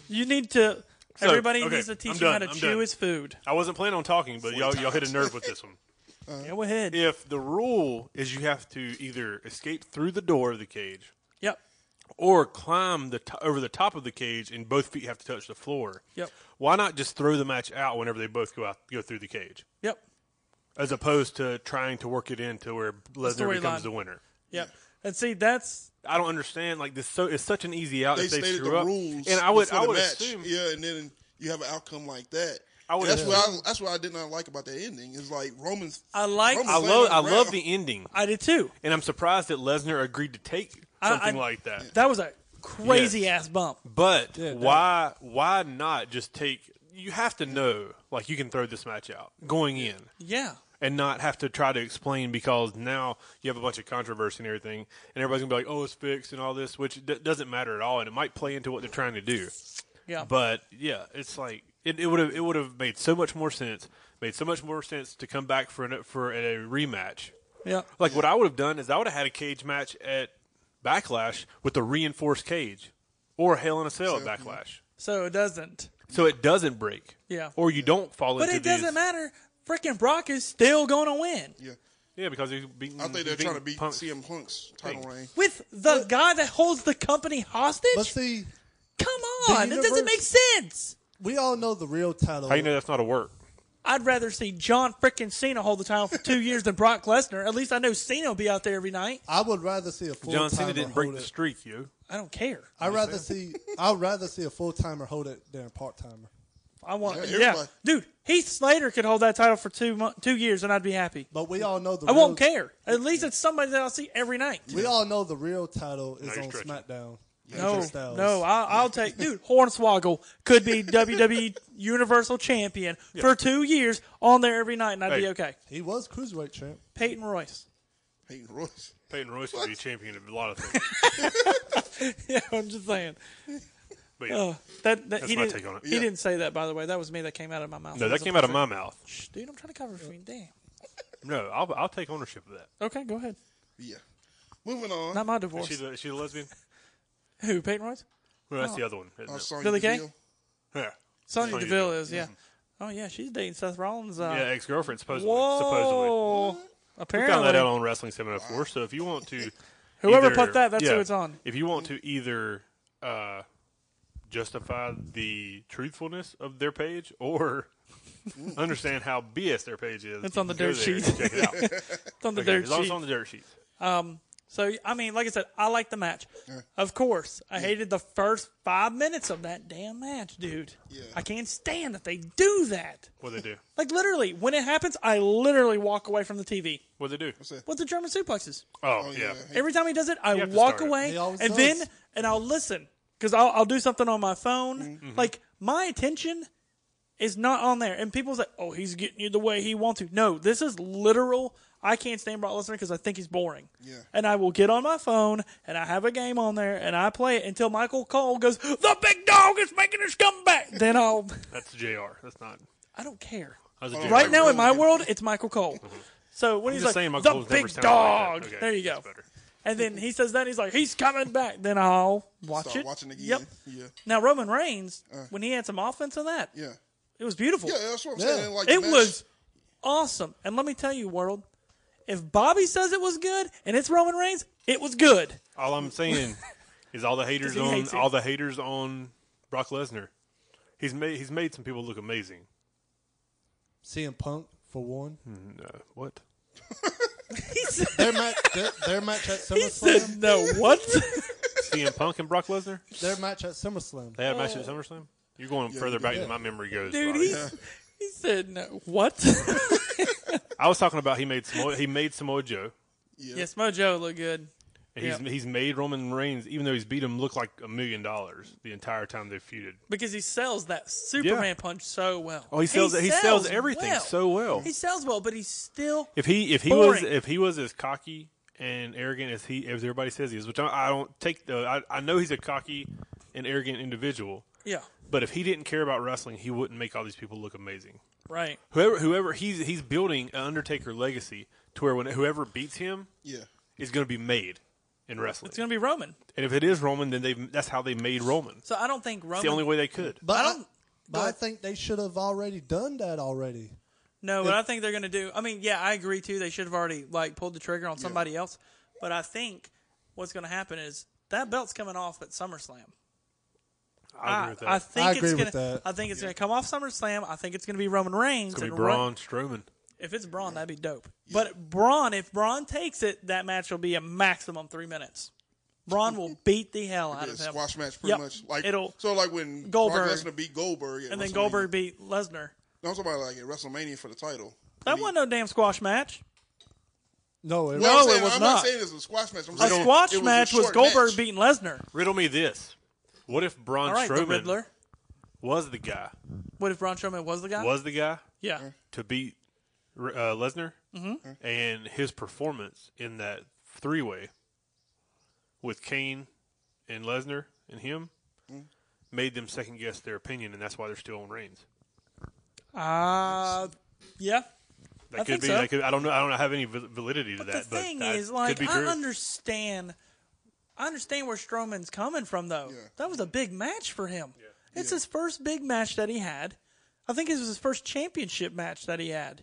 [SPEAKER 5] you need to. everybody
[SPEAKER 1] okay,
[SPEAKER 5] needs to teach
[SPEAKER 1] I'm
[SPEAKER 5] him
[SPEAKER 1] done,
[SPEAKER 5] how to
[SPEAKER 1] I'm
[SPEAKER 5] chew
[SPEAKER 1] done.
[SPEAKER 5] his food.
[SPEAKER 1] I wasn't planning on talking, but y'all, y'all hit a nerve with this one.
[SPEAKER 5] Go ahead.
[SPEAKER 1] If the rule is you have to either escape through the door of the cage
[SPEAKER 5] Yep.
[SPEAKER 1] or climb the to over the top of the cage and both feet have to touch the floor,
[SPEAKER 5] Yep.
[SPEAKER 1] why not just throw the match out whenever they both go out go through the cage,
[SPEAKER 5] Yep.
[SPEAKER 1] as opposed to trying to work it into where Lesnar
[SPEAKER 5] storyline.
[SPEAKER 1] becomes the winner?
[SPEAKER 5] Yep. And see, that's
[SPEAKER 1] I don't understand. Like this, so it's such an easy out
[SPEAKER 2] They
[SPEAKER 1] if they
[SPEAKER 2] stated
[SPEAKER 1] screw
[SPEAKER 2] the
[SPEAKER 1] up.
[SPEAKER 2] rules.
[SPEAKER 1] and I would,
[SPEAKER 2] before
[SPEAKER 1] I
[SPEAKER 2] the
[SPEAKER 1] would
[SPEAKER 2] match.
[SPEAKER 1] assume.
[SPEAKER 2] Yeah, and then you have an outcome like that.
[SPEAKER 1] I would
[SPEAKER 2] that's what I,
[SPEAKER 1] assume-
[SPEAKER 2] that's what I did not like about that ending. Is like Romans.
[SPEAKER 5] I like.
[SPEAKER 2] Roman's
[SPEAKER 1] I
[SPEAKER 2] laying
[SPEAKER 1] love,
[SPEAKER 2] on
[SPEAKER 1] I
[SPEAKER 2] the
[SPEAKER 1] love
[SPEAKER 2] ground.
[SPEAKER 1] the ending.
[SPEAKER 5] I did too.
[SPEAKER 1] and I'm surprised that Lesnar agreed to take
[SPEAKER 5] I-
[SPEAKER 1] something
[SPEAKER 5] I-
[SPEAKER 1] like that.
[SPEAKER 5] That was a crazy ass bump.
[SPEAKER 1] But
[SPEAKER 6] Yeah, that-
[SPEAKER 1] why why not just take you have to know like you can throw this match out going in
[SPEAKER 5] Yeah.
[SPEAKER 1] and not have to try to explain because now you have a bunch of controversy and everything and everybody's going to be like oh it's fixed and all this which d- doesn't matter at all and it might play into what they're trying to do.
[SPEAKER 5] Yeah.
[SPEAKER 1] But yeah, it's like it would have it would have made so much more sense, made so much more sense to come back for an, for a rematch
[SPEAKER 5] yeah.
[SPEAKER 1] like what I would have done is I would have had a cage match at Backlash with the reinforced cage, or Hell in a Cell at Backlash.
[SPEAKER 5] So it doesn't.
[SPEAKER 1] So it doesn't break.
[SPEAKER 5] Yeah.
[SPEAKER 1] Or you don't fall
[SPEAKER 5] But
[SPEAKER 1] into
[SPEAKER 5] it doesn't
[SPEAKER 1] these-
[SPEAKER 5] matter. Freaking Brock is still going to win
[SPEAKER 2] Yeah,
[SPEAKER 1] Yeah, because he's beating.
[SPEAKER 2] I think they're
[SPEAKER 1] he's
[SPEAKER 2] trying to
[SPEAKER 1] beating
[SPEAKER 2] beat
[SPEAKER 1] Mm, punks.
[SPEAKER 2] CM Punk's title
[SPEAKER 1] Thanks.
[SPEAKER 2] reign.
[SPEAKER 5] with the guy that holds the company hostage.
[SPEAKER 6] But see,
[SPEAKER 5] Come
[SPEAKER 6] The
[SPEAKER 5] on, it doesn't
[SPEAKER 6] universe-
[SPEAKER 5] make sense.
[SPEAKER 6] we all know the real title.
[SPEAKER 1] How you know that's not a work?
[SPEAKER 5] I'd rather see John freaking Cena hold the title for two years than Brock Lesnar. At least I know Cena will be out there every night.
[SPEAKER 6] I would rather see a full
[SPEAKER 1] John Cena
[SPEAKER 6] timer
[SPEAKER 1] didn't break
[SPEAKER 6] hold
[SPEAKER 1] the
[SPEAKER 6] it.
[SPEAKER 1] streak, you.
[SPEAKER 5] I don't care.
[SPEAKER 6] I'd rather see I'd rather see a full timer hold it than a part timer.
[SPEAKER 5] I want,
[SPEAKER 2] Yeah,
[SPEAKER 5] yeah,
[SPEAKER 2] everybody-
[SPEAKER 5] dude. Heath Slater could hold that title for two mo- two years, and I'd be happy.
[SPEAKER 6] But we all know the
[SPEAKER 5] I
[SPEAKER 6] real,
[SPEAKER 5] won't care. At least it's somebody that I'll see every night.
[SPEAKER 6] We all know the real title is
[SPEAKER 1] you're
[SPEAKER 6] on
[SPEAKER 1] stretching.
[SPEAKER 6] SmackDown.
[SPEAKER 5] No,
[SPEAKER 6] AJ Styles.
[SPEAKER 5] no, I'll, I'll take dude. Hornswoggle could be WWE Universal Champion for two years on there every night, and I'd be
[SPEAKER 1] Hey.
[SPEAKER 5] okay.
[SPEAKER 6] He was cruiserweight champ.
[SPEAKER 5] Peyton Royce.
[SPEAKER 2] Peyton Royce.
[SPEAKER 1] Peyton Royce would be champion of a lot of things.
[SPEAKER 5] Yeah, I'm just saying.
[SPEAKER 1] But yeah.
[SPEAKER 5] Oh, that, that
[SPEAKER 1] That's
[SPEAKER 5] he
[SPEAKER 1] my
[SPEAKER 5] didn't.
[SPEAKER 1] take on it.
[SPEAKER 5] He
[SPEAKER 1] Yeah.
[SPEAKER 5] didn't say that, by the way. That was me that came out of my mouth.
[SPEAKER 1] no, that
[SPEAKER 5] Wasn't
[SPEAKER 1] came out of
[SPEAKER 5] perfect.
[SPEAKER 1] my mouth.
[SPEAKER 5] Shh, dude, I'm trying to cover for you. Damn.
[SPEAKER 1] No, I'll, I'll take ownership of that.
[SPEAKER 5] Okay, go ahead.
[SPEAKER 2] Yeah. Moving on.
[SPEAKER 5] Not my
[SPEAKER 1] Is
[SPEAKER 5] divorce.
[SPEAKER 1] she, the, is she a lesbian?
[SPEAKER 5] Who? Peyton Royce? Oh.
[SPEAKER 1] Well, that's the other one. isn't
[SPEAKER 2] Uh,
[SPEAKER 1] it?
[SPEAKER 2] Sonya
[SPEAKER 5] Billy Kay?
[SPEAKER 2] Deville.
[SPEAKER 1] Yeah.
[SPEAKER 5] Sonya
[SPEAKER 1] Sonya
[SPEAKER 5] Deville
[SPEAKER 1] Deville.
[SPEAKER 5] is, yeah. Oh yeah, she's dating Seth Rollins. Uh,
[SPEAKER 1] yeah, ex girlfriend supposedly. Supposedly,
[SPEAKER 5] whoa.
[SPEAKER 1] we
[SPEAKER 5] Apparently,
[SPEAKER 1] found that out on Wrestling Seminar Four. So if you want to,
[SPEAKER 5] whoever
[SPEAKER 1] either-
[SPEAKER 5] put that, that's
[SPEAKER 1] yeah,
[SPEAKER 5] who it's on.
[SPEAKER 1] If you want to either uh, justify the truthfulness of their page or understand how BS their page is,
[SPEAKER 5] It's
[SPEAKER 1] you
[SPEAKER 5] on the
[SPEAKER 1] can go
[SPEAKER 5] dirt
[SPEAKER 1] there and
[SPEAKER 5] sheet.
[SPEAKER 1] Check it out. Okay,
[SPEAKER 5] It's on the dirt
[SPEAKER 1] as long as
[SPEAKER 5] sheet.
[SPEAKER 1] it's on the dirt sheet.
[SPEAKER 5] So I mean, like I said, I like the match. Of course, I hated the first five minutes of that damn match, dude.
[SPEAKER 2] Yeah.
[SPEAKER 5] I can't stand that they do that.
[SPEAKER 1] What they do?
[SPEAKER 5] Like literally, when it happens, I literally walk away from the TV.
[SPEAKER 1] What they do?
[SPEAKER 5] What's the German suplexes?
[SPEAKER 1] Oh,
[SPEAKER 2] yeah.
[SPEAKER 1] yeah.
[SPEAKER 5] Every time he does it, I
[SPEAKER 1] have to
[SPEAKER 5] walk
[SPEAKER 1] start it.
[SPEAKER 5] away
[SPEAKER 6] He always
[SPEAKER 5] and
[SPEAKER 6] does.
[SPEAKER 5] then and I'll listen because I'll, I'll do something on my phone.
[SPEAKER 6] Mm-hmm.
[SPEAKER 1] Mm-hmm.
[SPEAKER 5] Like my attention is not on there, and people say, "Oh, he's getting you the way he wants to." No, this is literal. I can't stand Brock Lesnar because I think he's boring.
[SPEAKER 2] Yeah.
[SPEAKER 5] And I will get on my phone and I have a game on there and I play it until Michael Cole goes, "The big dog is making his comeback." then I'll.
[SPEAKER 1] That's Jr. That's not.
[SPEAKER 5] I don't care.
[SPEAKER 1] That's a
[SPEAKER 2] Hold
[SPEAKER 1] JR.
[SPEAKER 2] on,
[SPEAKER 5] Right now in
[SPEAKER 2] really
[SPEAKER 5] my
[SPEAKER 2] good.
[SPEAKER 5] world, it's Michael Cole. So
[SPEAKER 1] Mm-hmm. I'm
[SPEAKER 5] when he's
[SPEAKER 1] just
[SPEAKER 5] like
[SPEAKER 1] saying, my
[SPEAKER 5] the
[SPEAKER 1] goals never
[SPEAKER 5] big
[SPEAKER 1] sounded like
[SPEAKER 5] dog,
[SPEAKER 1] that. Okay,
[SPEAKER 5] there you go.
[SPEAKER 1] that's better.
[SPEAKER 5] And then he says that he's like, he's coming back. Then I'll watch
[SPEAKER 2] Start
[SPEAKER 5] it.
[SPEAKER 2] watching again.
[SPEAKER 5] Yep.
[SPEAKER 2] Yeah.
[SPEAKER 5] Now Roman Reigns, when he had some offense in that,
[SPEAKER 2] Yeah.
[SPEAKER 5] it was beautiful.
[SPEAKER 2] Yeah, that's what I'm
[SPEAKER 6] Yeah.
[SPEAKER 2] saying. Like
[SPEAKER 5] it
[SPEAKER 2] the match-
[SPEAKER 5] was awesome. And let me tell you, world, if Bobby says it was good and it's Roman Reigns, it was good.
[SPEAKER 1] All I'm saying is all the haters
[SPEAKER 5] he
[SPEAKER 1] on
[SPEAKER 5] hates it.
[SPEAKER 1] all the haters on Brock Lesnar. He's made he's made some people look amazing.
[SPEAKER 6] CM Punk for one.
[SPEAKER 1] No, what?
[SPEAKER 5] He said,
[SPEAKER 6] Their match, their, their match at
[SPEAKER 5] he said
[SPEAKER 6] SummerSlam.
[SPEAKER 5] no. What?
[SPEAKER 1] CM Punk and Brock Lesnar?
[SPEAKER 6] Their match at SummerSlam.
[SPEAKER 1] They had a match
[SPEAKER 5] Oh.
[SPEAKER 1] at SummerSlam? You're going further back than my memory goes.
[SPEAKER 5] Dude,
[SPEAKER 1] Bobby.
[SPEAKER 5] he, he said no. What?
[SPEAKER 1] I was talking about he made Samoa, he made Samoa Joe.
[SPEAKER 2] Yeah.
[SPEAKER 5] yes, Mojo looked good.
[SPEAKER 1] And He's
[SPEAKER 5] Yeah.
[SPEAKER 1] he's made Roman Reigns, even though he's beat him, look like a million dollars the entire time they feuded.
[SPEAKER 5] because he sells that Superman punch so well.
[SPEAKER 1] Oh, he sells he, sells, everything
[SPEAKER 5] well.
[SPEAKER 1] so well.
[SPEAKER 5] He sells well, but he's still
[SPEAKER 1] If he if he was
[SPEAKER 5] Boring.
[SPEAKER 1] if he was as cocky and arrogant as he as everybody says he is, which I, I don't take the I, I know he's a cocky and arrogant individual,
[SPEAKER 5] yeah
[SPEAKER 1] but if he didn't care about wrestling, he wouldn't make all these people look amazing.
[SPEAKER 5] right.
[SPEAKER 1] Whoever whoever he's he's building an Undertaker legacy to where when whoever beats him
[SPEAKER 2] Yeah.
[SPEAKER 1] is going to be made in wrestling.
[SPEAKER 5] It's gonna be Roman.
[SPEAKER 1] and if it is Roman, then they that's how they made Roman. It's
[SPEAKER 5] So I don't think Roman.
[SPEAKER 1] the only way they could.
[SPEAKER 6] But I,
[SPEAKER 5] don't-
[SPEAKER 6] but I think they should have already done that already.
[SPEAKER 5] no, but I think they're gonna do. I mean, yeah, I agree too. They should have already like pulled the trigger on somebody else. But I think what's gonna happen is that belt's coming off at SummerSlam.
[SPEAKER 1] I agree with that.
[SPEAKER 5] I think
[SPEAKER 6] I agree
[SPEAKER 5] it's
[SPEAKER 6] with
[SPEAKER 5] gonna.
[SPEAKER 6] that.
[SPEAKER 5] I think it's gonna come off SummerSlam. I think it's gonna be Roman Reigns.
[SPEAKER 1] it's going to
[SPEAKER 5] and
[SPEAKER 1] be
[SPEAKER 5] Ro-
[SPEAKER 1] Braun Strowman.
[SPEAKER 5] if it's Braun, that'd be dope. But Braun, if Braun takes it, that match will be a maximum three minutes. Braun will beat the hell out
[SPEAKER 2] Yeah,
[SPEAKER 5] of him.
[SPEAKER 2] squash match pretty
[SPEAKER 5] Yep.
[SPEAKER 2] much. Like
[SPEAKER 5] It'll-
[SPEAKER 2] so like when
[SPEAKER 5] Goldberg.
[SPEAKER 2] Brock Lesnar beat Goldberg at
[SPEAKER 5] and then
[SPEAKER 2] WrestleMania.
[SPEAKER 5] Goldberg beat Lesnar.
[SPEAKER 2] No, somebody like at WrestleMania for the title.
[SPEAKER 5] That wasn't no damn squash match.
[SPEAKER 6] No, it
[SPEAKER 2] Well, I'm
[SPEAKER 5] No, it
[SPEAKER 2] saying-
[SPEAKER 5] was
[SPEAKER 2] I'm
[SPEAKER 5] not.
[SPEAKER 2] saying it was a squash match. I'm
[SPEAKER 5] A
[SPEAKER 2] saying
[SPEAKER 5] squash
[SPEAKER 2] it was a
[SPEAKER 5] match was
[SPEAKER 2] short
[SPEAKER 5] Goldberg
[SPEAKER 2] match.
[SPEAKER 5] beating Lesnar.
[SPEAKER 1] Riddle me this: What if Braun
[SPEAKER 5] All right, the
[SPEAKER 1] Strowman
[SPEAKER 5] Riddler.
[SPEAKER 1] was the guy?
[SPEAKER 5] What if Braun Strowman was the guy?
[SPEAKER 1] Was the guy?
[SPEAKER 5] yeah.
[SPEAKER 1] to beat uh, Lesnar
[SPEAKER 5] Mm-hmm.
[SPEAKER 1] and his performance in that three way with Kane and Lesnar and him
[SPEAKER 5] Mm.
[SPEAKER 1] made them second guess their opinion, and that's why they're still on Reigns.
[SPEAKER 5] Uh, yeah.
[SPEAKER 1] That
[SPEAKER 5] I
[SPEAKER 1] could
[SPEAKER 5] think
[SPEAKER 1] be.
[SPEAKER 5] so.
[SPEAKER 1] That could, I don't know. I don't have any val- validity to
[SPEAKER 5] But the
[SPEAKER 1] that. but
[SPEAKER 5] thing
[SPEAKER 1] that
[SPEAKER 5] is, like,
[SPEAKER 1] could be
[SPEAKER 5] I
[SPEAKER 1] true.
[SPEAKER 5] understand. I understand where Strowman's coming from, though.
[SPEAKER 2] Yeah.
[SPEAKER 5] That was a big match for him. It's his first big match that he had. I think it was his first championship match that he had.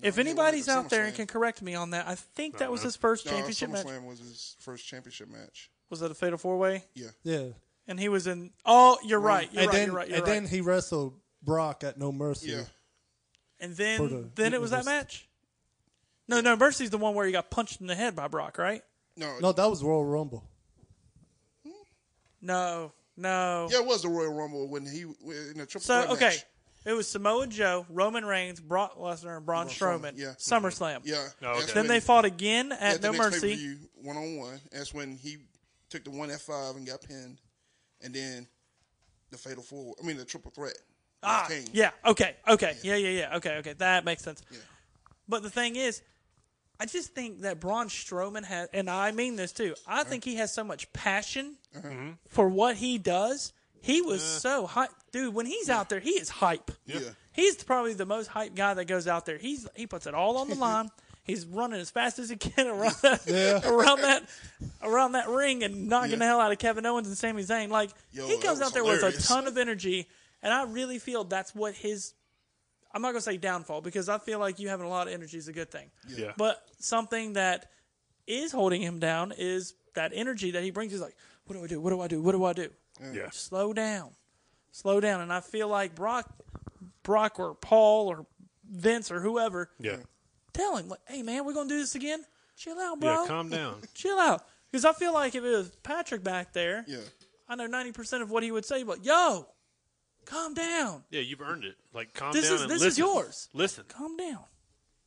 [SPEAKER 5] if
[SPEAKER 2] it was
[SPEAKER 5] anybody's
[SPEAKER 2] at
[SPEAKER 5] out there and
[SPEAKER 2] SummerSlam.
[SPEAKER 5] can correct me on that, I think that was his first
[SPEAKER 2] No,
[SPEAKER 5] championship match.
[SPEAKER 2] SummerSlam was his first championship match.
[SPEAKER 5] Was that a fatal four way?
[SPEAKER 2] Yeah.
[SPEAKER 6] Yeah.
[SPEAKER 5] And he was in. Oh, you're right. You're
[SPEAKER 6] and
[SPEAKER 5] right.
[SPEAKER 6] then
[SPEAKER 5] you're right. You're
[SPEAKER 6] and
[SPEAKER 5] right.
[SPEAKER 6] then he wrestled Brock at No Mercy.
[SPEAKER 2] Yeah.
[SPEAKER 5] And
[SPEAKER 6] For
[SPEAKER 5] then
[SPEAKER 6] the-
[SPEAKER 5] then it was that
[SPEAKER 6] it was-
[SPEAKER 5] match. No, no, Mercy's the one where he got punched in the head by Brock, right?
[SPEAKER 2] No.
[SPEAKER 6] No, that was Royal Rumble.
[SPEAKER 5] No, no.
[SPEAKER 2] Yeah, it was the Royal Rumble when he in the triple
[SPEAKER 5] so
[SPEAKER 2] threat
[SPEAKER 5] okay,
[SPEAKER 2] match.
[SPEAKER 5] it was Samoa Joe, Roman Reigns, Brock Lesnar, and Braun Strowman.
[SPEAKER 2] yeah.
[SPEAKER 5] SummerSlam.
[SPEAKER 2] Yeah.
[SPEAKER 1] Oh, okay.
[SPEAKER 2] That's
[SPEAKER 5] Then
[SPEAKER 2] when-
[SPEAKER 5] they fought again at,
[SPEAKER 2] at
[SPEAKER 5] No
[SPEAKER 2] the next
[SPEAKER 5] Mercy.
[SPEAKER 2] pay-per-view, one on one. That's when he took the one F five and got pinned, and then the fatal four. I mean the triple threat. with
[SPEAKER 5] Ah,
[SPEAKER 2] Kane.
[SPEAKER 5] yeah. Okay. Okay. Yeah. Yeah. Yeah. Okay. Okay. That makes sense.
[SPEAKER 2] Yeah.
[SPEAKER 5] But the thing is, I just think that Braun Strowman has, and I mean this too. I think he has so much passion
[SPEAKER 2] Uh-huh.
[SPEAKER 5] for what he does. He was so hype, dude. When he's out there, he is hype.
[SPEAKER 2] Yeah.
[SPEAKER 5] He's probably the most hype guy that goes out there. He's he puts it all on the line. He's running as fast as he can around that, around that around that ring and knocking the hell out of Kevin Owens and Sami Zayn. Like
[SPEAKER 2] Yo,
[SPEAKER 5] he
[SPEAKER 2] that
[SPEAKER 5] goes
[SPEAKER 2] was
[SPEAKER 5] out there with
[SPEAKER 2] hilarious.
[SPEAKER 5] a ton of energy, And I really feel that's what his. I'm not gonna say downfall because I feel like you having a lot of energy is a good thing.
[SPEAKER 1] Yeah.
[SPEAKER 5] But something that is holding him down is that energy that he brings. He's like, what do I do? What do I do? What do I do?
[SPEAKER 1] yeah.
[SPEAKER 5] Slow down, slow down. And I feel like Brock, Brock or Paul or Vince or whoever,
[SPEAKER 1] Yeah.
[SPEAKER 5] tell him like, hey man, we're gonna do this again. Chill out, bro.
[SPEAKER 1] Yeah, calm down.
[SPEAKER 5] Chill out. Because I feel like if it was Patrick back there,
[SPEAKER 2] Yeah.
[SPEAKER 5] I know ninety percent of what he would say, but yo, calm down.
[SPEAKER 1] Yeah, you've earned it. Like calm
[SPEAKER 5] This
[SPEAKER 1] down
[SPEAKER 5] is-
[SPEAKER 1] and
[SPEAKER 5] this is
[SPEAKER 1] listen.
[SPEAKER 5] yours.
[SPEAKER 1] Listen.
[SPEAKER 5] Calm down.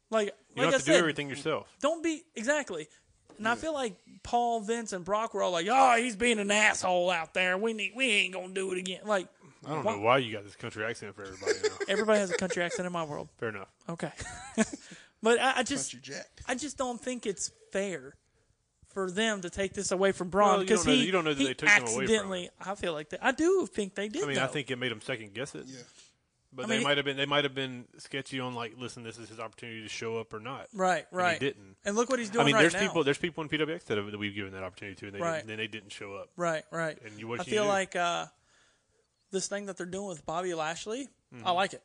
[SPEAKER 5] Like,
[SPEAKER 1] You
[SPEAKER 5] like
[SPEAKER 1] don't
[SPEAKER 5] I
[SPEAKER 1] have to
[SPEAKER 5] said, mm.
[SPEAKER 1] do everything yourself.
[SPEAKER 5] don't be exactly. And I feel like Paul, Vince, and Brock were all like, "Oh, he's being an asshole out there. We need, we ain't gonna do it again." Like,
[SPEAKER 1] I don't know why you got this country accent for everybody now.
[SPEAKER 5] everybody has a country accent in my world.
[SPEAKER 1] Fair enough.
[SPEAKER 5] Okay, but I, I just,
[SPEAKER 2] Country Jack.
[SPEAKER 5] I just don't think it's fair for them to take this away from Braun
[SPEAKER 1] Well, you don't
[SPEAKER 5] because
[SPEAKER 1] know-
[SPEAKER 5] he,
[SPEAKER 1] you don't know that
[SPEAKER 5] he
[SPEAKER 1] they took him away from
[SPEAKER 5] accidentally. I feel like that. I do think they did.
[SPEAKER 1] I mean, I
[SPEAKER 5] though.
[SPEAKER 1] think it made them second guess it.
[SPEAKER 2] Yeah.
[SPEAKER 1] But
[SPEAKER 5] I
[SPEAKER 1] they
[SPEAKER 5] mean, it-
[SPEAKER 1] might have been they might have been sketchy on like, listen, this is his opportunity to show up or not.
[SPEAKER 5] right,
[SPEAKER 1] he
[SPEAKER 5] right.
[SPEAKER 1] didn't.
[SPEAKER 5] And look what he's doing
[SPEAKER 1] I mean,
[SPEAKER 5] right
[SPEAKER 1] there's
[SPEAKER 5] now.
[SPEAKER 1] people there's people in PWX that, have, that we've given that opportunity to, and they
[SPEAKER 5] Right.
[SPEAKER 1] didn't, then they didn't show up.
[SPEAKER 5] Right, right.
[SPEAKER 1] And you- what
[SPEAKER 5] I
[SPEAKER 1] you
[SPEAKER 5] feel
[SPEAKER 1] do.
[SPEAKER 5] like uh, this thing that they're doing with Bobby Lashley, I like it.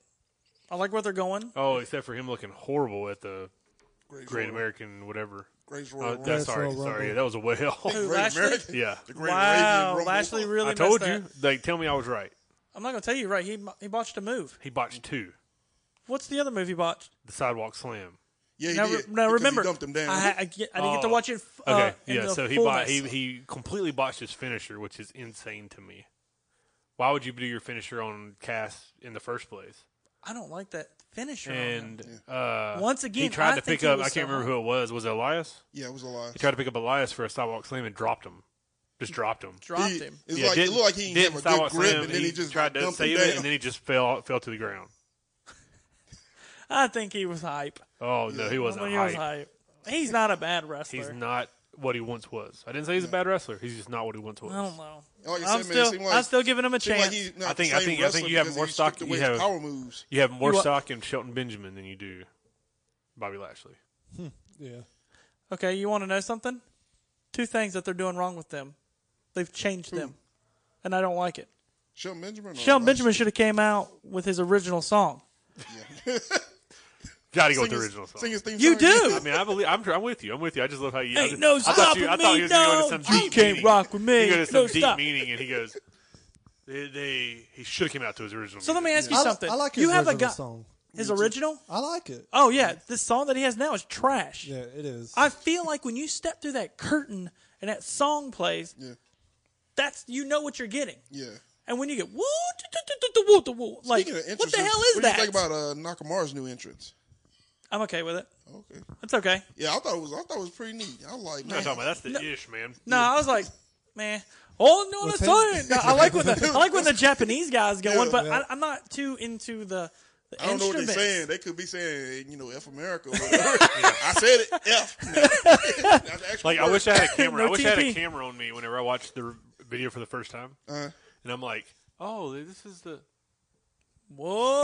[SPEAKER 5] I like where they're going.
[SPEAKER 1] Mm-hmm. Oh, except for him looking horrible at the
[SPEAKER 2] Great,
[SPEAKER 1] Great
[SPEAKER 2] Royal-
[SPEAKER 1] American whatever.
[SPEAKER 2] Great
[SPEAKER 1] Oh,
[SPEAKER 2] Royal Rumble.
[SPEAKER 1] that's
[SPEAKER 6] Royal
[SPEAKER 1] sorry,
[SPEAKER 6] Rumble.
[SPEAKER 1] sorry. Yeah, that was a whale.
[SPEAKER 5] Who,
[SPEAKER 2] Great
[SPEAKER 5] Lashley?
[SPEAKER 2] American.
[SPEAKER 1] yeah,
[SPEAKER 2] The Great Arabian
[SPEAKER 5] wow,
[SPEAKER 2] Rumble.
[SPEAKER 5] Lashley really
[SPEAKER 1] I told
[SPEAKER 5] messed
[SPEAKER 1] you.
[SPEAKER 5] that.
[SPEAKER 1] Like, tell me I was right.
[SPEAKER 5] I'm not going to tell you, right? He he botched a move.
[SPEAKER 1] He botched two.
[SPEAKER 5] What's the other move he botched?
[SPEAKER 1] The sidewalk slam.
[SPEAKER 2] Yeah, he
[SPEAKER 5] now,
[SPEAKER 2] did.
[SPEAKER 5] re- now
[SPEAKER 2] because
[SPEAKER 5] remember,
[SPEAKER 2] he dumped him down.
[SPEAKER 5] I, ha- I, get- I didn't get to
[SPEAKER 1] Oh.
[SPEAKER 5] watch it. in f-
[SPEAKER 1] Okay,
[SPEAKER 5] uh, in
[SPEAKER 1] yeah.
[SPEAKER 5] the
[SPEAKER 1] So he bought,
[SPEAKER 5] fullness.
[SPEAKER 1] he he completely botched his finisher, which is insane to me. Why would you do your finisher on Cass in the first place?
[SPEAKER 5] I don't like that finisher. on him.
[SPEAKER 1] And uh,
[SPEAKER 5] Once again,
[SPEAKER 1] he tried
[SPEAKER 5] I
[SPEAKER 1] to pick
[SPEAKER 5] think he
[SPEAKER 1] up.
[SPEAKER 5] was
[SPEAKER 1] I can't
[SPEAKER 5] so
[SPEAKER 1] remember who it was. Was it Elias?
[SPEAKER 2] yeah, it was a lie.
[SPEAKER 1] He tried to pick up Elias for a sidewalk slam and dropped him. Just dropped him.
[SPEAKER 5] dropped
[SPEAKER 2] He-
[SPEAKER 5] him.
[SPEAKER 2] It's
[SPEAKER 1] Yeah,
[SPEAKER 2] like it
[SPEAKER 1] didn't-
[SPEAKER 2] looked like he didn't
[SPEAKER 1] didn't
[SPEAKER 2] have a
[SPEAKER 1] sidewalk
[SPEAKER 2] good grip,
[SPEAKER 1] slam,
[SPEAKER 2] and then he just
[SPEAKER 1] tried to
[SPEAKER 2] dumped him
[SPEAKER 1] save
[SPEAKER 2] down.
[SPEAKER 1] it, and then he just fell fell to the ground.
[SPEAKER 5] I think he was hype.
[SPEAKER 1] Oh no, he
[SPEAKER 5] I
[SPEAKER 1] wasn't.
[SPEAKER 5] think he
[SPEAKER 1] hyped.
[SPEAKER 5] was hype. He's not a bad wrestler.
[SPEAKER 1] He's not what he once was. I didn't say he's a bad wrestler. He's just not what he once was.
[SPEAKER 5] I don't know.
[SPEAKER 2] Like I said,
[SPEAKER 5] I'm
[SPEAKER 2] man, it
[SPEAKER 5] still,
[SPEAKER 2] seemed like-
[SPEAKER 5] I'm still giving him a
[SPEAKER 2] Seemed
[SPEAKER 5] chance.
[SPEAKER 2] like he's not
[SPEAKER 1] I think-
[SPEAKER 2] the
[SPEAKER 1] I
[SPEAKER 2] same
[SPEAKER 1] think- I think
[SPEAKER 2] wrestler
[SPEAKER 1] you have
[SPEAKER 2] because
[SPEAKER 1] more
[SPEAKER 2] he
[SPEAKER 1] stock-
[SPEAKER 2] stripped
[SPEAKER 1] you
[SPEAKER 2] away
[SPEAKER 1] have-
[SPEAKER 2] his power moves.
[SPEAKER 1] You have more
[SPEAKER 5] You are-
[SPEAKER 1] stock in Shelton Benjamin than you do Bobby Lashley.
[SPEAKER 6] Yeah.
[SPEAKER 5] Okay, you want to know something? Two things that they're doing wrong with them. They've changed them, and I don't like it.
[SPEAKER 2] Shelton Benjamin. or
[SPEAKER 6] Oh,
[SPEAKER 5] Shelton
[SPEAKER 2] Lashley?
[SPEAKER 5] Benjamin should have came out with his original song.
[SPEAKER 1] Gotta go with
[SPEAKER 2] Sing
[SPEAKER 1] the
[SPEAKER 2] his-
[SPEAKER 1] original song.
[SPEAKER 2] Sing his theme
[SPEAKER 5] You
[SPEAKER 2] song again.
[SPEAKER 5] do.
[SPEAKER 1] I mean, I believe I'm, I'm with you. I'm with you. I just love how you. I
[SPEAKER 5] Ain't
[SPEAKER 1] just-
[SPEAKER 5] no
[SPEAKER 1] I thought
[SPEAKER 5] stopping
[SPEAKER 1] you, I thought
[SPEAKER 5] me,
[SPEAKER 1] he was going to
[SPEAKER 5] dog.
[SPEAKER 1] some
[SPEAKER 5] You
[SPEAKER 1] deep
[SPEAKER 5] can't
[SPEAKER 1] meaning.
[SPEAKER 5] rock with me.
[SPEAKER 1] You go to
[SPEAKER 5] No
[SPEAKER 1] some deep
[SPEAKER 5] stop.
[SPEAKER 1] meaning, and he goes. They, they he should have came out to his original.
[SPEAKER 5] So let me
[SPEAKER 1] meaning.
[SPEAKER 5] ask you
[SPEAKER 6] I, li-
[SPEAKER 5] something.
[SPEAKER 6] I like his
[SPEAKER 5] you have a
[SPEAKER 6] original
[SPEAKER 5] guy.
[SPEAKER 6] song.
[SPEAKER 5] His original?
[SPEAKER 6] I like it.
[SPEAKER 5] Oh yeah, this song that he has now is trash.
[SPEAKER 6] Yeah, it is.
[SPEAKER 5] I feel like when you step through that curtain and that song plays,
[SPEAKER 2] Yeah.
[SPEAKER 5] that's you know what you're getting.
[SPEAKER 2] Yeah.
[SPEAKER 5] And when you get woo, tu- tu- tu- tu- tu- woo, tu- woo, like
[SPEAKER 2] Speaking of
[SPEAKER 5] what the
[SPEAKER 2] entrances,
[SPEAKER 5] hell is
[SPEAKER 2] what do you
[SPEAKER 5] that?
[SPEAKER 2] think about uh, Nakamura's new entrance?
[SPEAKER 5] I'm okay with it.
[SPEAKER 2] Okay.
[SPEAKER 5] It's okay.
[SPEAKER 2] Yeah, I thought it was. I thought it was pretty neat. I was like,
[SPEAKER 1] I'm not
[SPEAKER 2] man,
[SPEAKER 1] talking about that's the ish man.
[SPEAKER 5] No, I was like, man. Oh no, that's
[SPEAKER 6] him-
[SPEAKER 5] fine. No, I like when the I like when the Japanese guys going, but
[SPEAKER 6] yeah.
[SPEAKER 5] I, I'm not too into the. the
[SPEAKER 2] I don't know what
[SPEAKER 5] instruments.
[SPEAKER 2] they're saying. They could be saying, you know, F America. Or whatever. I said it. F. That's the actual
[SPEAKER 1] Like I
[SPEAKER 2] word.
[SPEAKER 1] wish I had a camera.
[SPEAKER 5] No
[SPEAKER 1] I wish I had
[SPEAKER 5] TP.
[SPEAKER 1] a camera on me whenever I watched the r- video for the first time, and I'm like, oh, this is the
[SPEAKER 5] Whoa,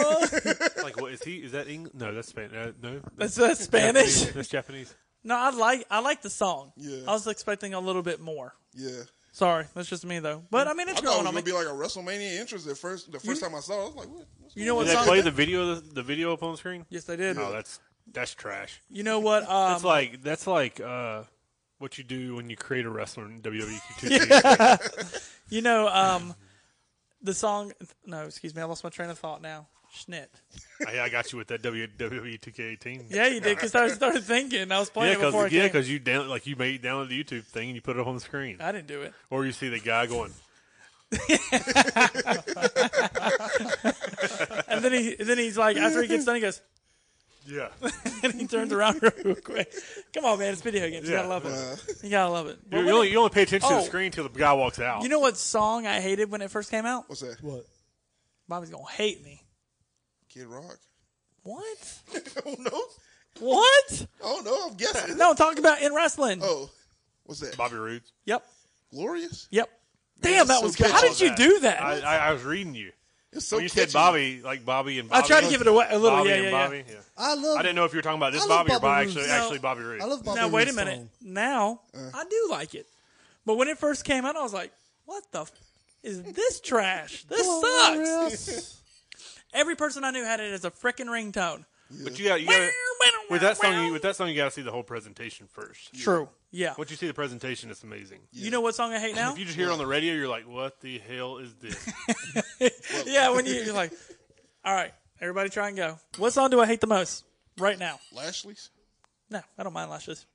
[SPEAKER 1] like what is he? Is that England? No, that's Spanish. Uh, no,
[SPEAKER 5] that's, that's Spanish.
[SPEAKER 1] Japanese. That's Japanese.
[SPEAKER 5] No, I like I like the song.
[SPEAKER 2] Yeah.
[SPEAKER 5] I was expecting a little bit more.
[SPEAKER 2] Yeah.
[SPEAKER 5] Sorry, that's just me though. But I mean,
[SPEAKER 2] I
[SPEAKER 5] it's
[SPEAKER 2] thought it was
[SPEAKER 5] growing on
[SPEAKER 2] gonna
[SPEAKER 5] me.
[SPEAKER 2] be like a WrestleMania entrance at first. The first time I saw, it, I was like, what? What's
[SPEAKER 5] You know what
[SPEAKER 1] Did they
[SPEAKER 5] song?
[SPEAKER 1] play the video? The video up on the screen?
[SPEAKER 5] yes, they did.
[SPEAKER 1] No, that's that's trash.
[SPEAKER 5] You know what? Um,
[SPEAKER 1] That's like that's like uh, what you do when you create a wrestler in E WWE.
[SPEAKER 5] You know, um, the song. No, excuse me, I lost my train of thought now. Schnit.
[SPEAKER 1] I, I got you with that E WWE 2K18.
[SPEAKER 5] Yeah, you did because I started thinking. I was
[SPEAKER 1] yeah,
[SPEAKER 5] playing it before. I
[SPEAKER 1] because yeah,
[SPEAKER 5] came.
[SPEAKER 1] 'cause you down like you made download the YouTube thing and you put it up on the screen,
[SPEAKER 5] I didn't do it.
[SPEAKER 1] or you see the guy going.
[SPEAKER 5] And then he, then he's like, after he gets done, he goes,
[SPEAKER 1] Yeah,
[SPEAKER 5] and he turns around real quick. Come on, man, it's video games. You
[SPEAKER 1] Yeah.
[SPEAKER 5] gotta love it. You gotta love it. But
[SPEAKER 1] you,
[SPEAKER 5] when
[SPEAKER 1] you only
[SPEAKER 5] it-
[SPEAKER 1] you only pay attention to
[SPEAKER 5] Oh.
[SPEAKER 1] the screen until the guy walks out.
[SPEAKER 5] you know what song I hated when it first came out?
[SPEAKER 2] What's that?
[SPEAKER 6] what?
[SPEAKER 5] Bobby's gonna hate me.
[SPEAKER 2] Kid Rock.
[SPEAKER 5] What?
[SPEAKER 2] I don't know.
[SPEAKER 5] What?
[SPEAKER 2] I don't know. I'm guessing.
[SPEAKER 5] No, talk about in wrestling.
[SPEAKER 2] Oh, what's that?
[SPEAKER 1] Bobby Roode.
[SPEAKER 5] Yep.
[SPEAKER 2] Glorious.
[SPEAKER 5] Yep. Damn, that
[SPEAKER 2] so
[SPEAKER 5] was good. How did
[SPEAKER 1] catchy.
[SPEAKER 5] you do that?
[SPEAKER 1] I, I, I was reading you
[SPEAKER 2] It's so
[SPEAKER 1] when Oh, you said
[SPEAKER 2] catchy.
[SPEAKER 1] Bobby, like Bobby and
[SPEAKER 5] I
[SPEAKER 1] Bobby.
[SPEAKER 5] tried to give it away a little.
[SPEAKER 1] Bobby
[SPEAKER 5] yeah,
[SPEAKER 1] and
[SPEAKER 5] yeah, yeah.
[SPEAKER 1] Bobby. Yeah.
[SPEAKER 6] I love.
[SPEAKER 1] I didn't know if you were talking about this
[SPEAKER 6] I love
[SPEAKER 1] Bobby, or by
[SPEAKER 6] Bobby
[SPEAKER 1] actually
[SPEAKER 6] Roode.
[SPEAKER 1] actually Bobby Roode.
[SPEAKER 6] I love Bobby
[SPEAKER 5] now wait a
[SPEAKER 6] Roode's
[SPEAKER 5] minute.
[SPEAKER 6] song. Uh.
[SPEAKER 5] Now I do like it, but when it first came out, I was like, "What the?" F-? is this trash? This sucks.
[SPEAKER 6] Glorious.
[SPEAKER 5] Every person I knew had it as a freaking ringtone.
[SPEAKER 1] But you got you got with that song. You, with that song, you got to see the whole presentation first.
[SPEAKER 5] True. Yeah.
[SPEAKER 1] Once you see the presentation, it's amazing.
[SPEAKER 5] You know what song I hate now?
[SPEAKER 1] If you just hear it on the radio, you're like, "What the hell is this?"
[SPEAKER 5] yeah, when you, you're like, all right, everybody try and go. What song do I hate the most right now?
[SPEAKER 2] Lashley's.
[SPEAKER 5] No, I don't mind Lashes.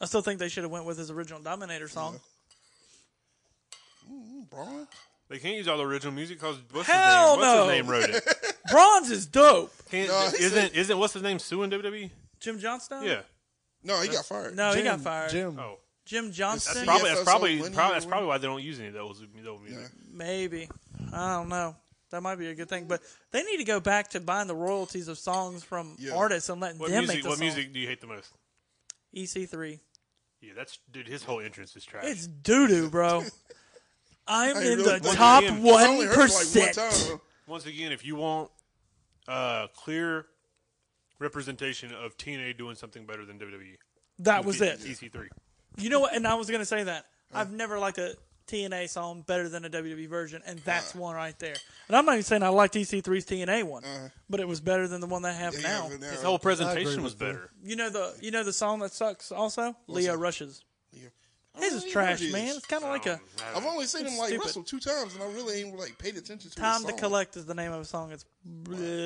[SPEAKER 5] I still think they should have went with his original Dominator song.
[SPEAKER 2] Braun.
[SPEAKER 1] they can't use all the original music because what's his
[SPEAKER 5] Hell
[SPEAKER 1] name? What's
[SPEAKER 5] no.
[SPEAKER 1] his name wrote it?
[SPEAKER 5] Bronze is dope.
[SPEAKER 1] Can't,
[SPEAKER 2] No, he
[SPEAKER 1] isn't
[SPEAKER 2] said-
[SPEAKER 1] isn't what's his name suing WWE?
[SPEAKER 5] Jim Johnstone?
[SPEAKER 1] Yeah.
[SPEAKER 2] No, he got fired.
[SPEAKER 5] No, he got
[SPEAKER 6] Jim-
[SPEAKER 5] fired.
[SPEAKER 6] Jim.
[SPEAKER 1] Oh,
[SPEAKER 5] Jim Johnston?
[SPEAKER 2] That's
[SPEAKER 1] probably
[SPEAKER 2] CFSO
[SPEAKER 1] that's probably,
[SPEAKER 2] Lenny
[SPEAKER 1] probably that's
[SPEAKER 2] Lewin.
[SPEAKER 1] probably why they don't use any of those those music.
[SPEAKER 5] Maybe. I don't know. That might be a good thing. But they need to go back to buying the royalties of songs from
[SPEAKER 2] Yeah.
[SPEAKER 5] artists and letting
[SPEAKER 1] What
[SPEAKER 5] them
[SPEAKER 1] music?
[SPEAKER 5] make the
[SPEAKER 1] What
[SPEAKER 5] song. E
[SPEAKER 1] music do you hate the most?
[SPEAKER 5] EC3.
[SPEAKER 1] Yeah, that's dude. His whole entrance is trash.
[SPEAKER 5] It's doo doo, bro. I'm
[SPEAKER 2] Hey,
[SPEAKER 5] in
[SPEAKER 2] really,
[SPEAKER 5] the
[SPEAKER 2] once
[SPEAKER 5] top
[SPEAKER 1] again,
[SPEAKER 2] I
[SPEAKER 5] one
[SPEAKER 2] only heard it like one
[SPEAKER 5] percent.
[SPEAKER 2] time.
[SPEAKER 1] Once again, if you want uh, clear representation of TNA doing something better than E, WWE,
[SPEAKER 5] That was it.
[SPEAKER 1] EC3.
[SPEAKER 5] You know what? And I was gonna say that I've never liked a TNA song better than a WWE version, and that's one right there. And I'm not even saying I liked E EC3's TNA one, but it was better than the one they have now.
[SPEAKER 2] Uh-huh. Yeah,
[SPEAKER 1] His
[SPEAKER 2] now.
[SPEAKER 1] whole
[SPEAKER 6] I agree
[SPEAKER 1] presentation was
[SPEAKER 6] with you.
[SPEAKER 1] better.
[SPEAKER 5] You know the you know the song that sucks also Leo Rushes.
[SPEAKER 2] Yeah. I
[SPEAKER 5] His
[SPEAKER 2] don't
[SPEAKER 5] is
[SPEAKER 2] really
[SPEAKER 5] trash,
[SPEAKER 2] know this.
[SPEAKER 5] man. It's kind of like a
[SPEAKER 2] I've only seen him like
[SPEAKER 5] stupid.
[SPEAKER 2] wrestle two times, and I really ain't like paid attention to.
[SPEAKER 5] Time
[SPEAKER 2] his
[SPEAKER 5] to
[SPEAKER 2] song.
[SPEAKER 5] Collect is the name of a song. It's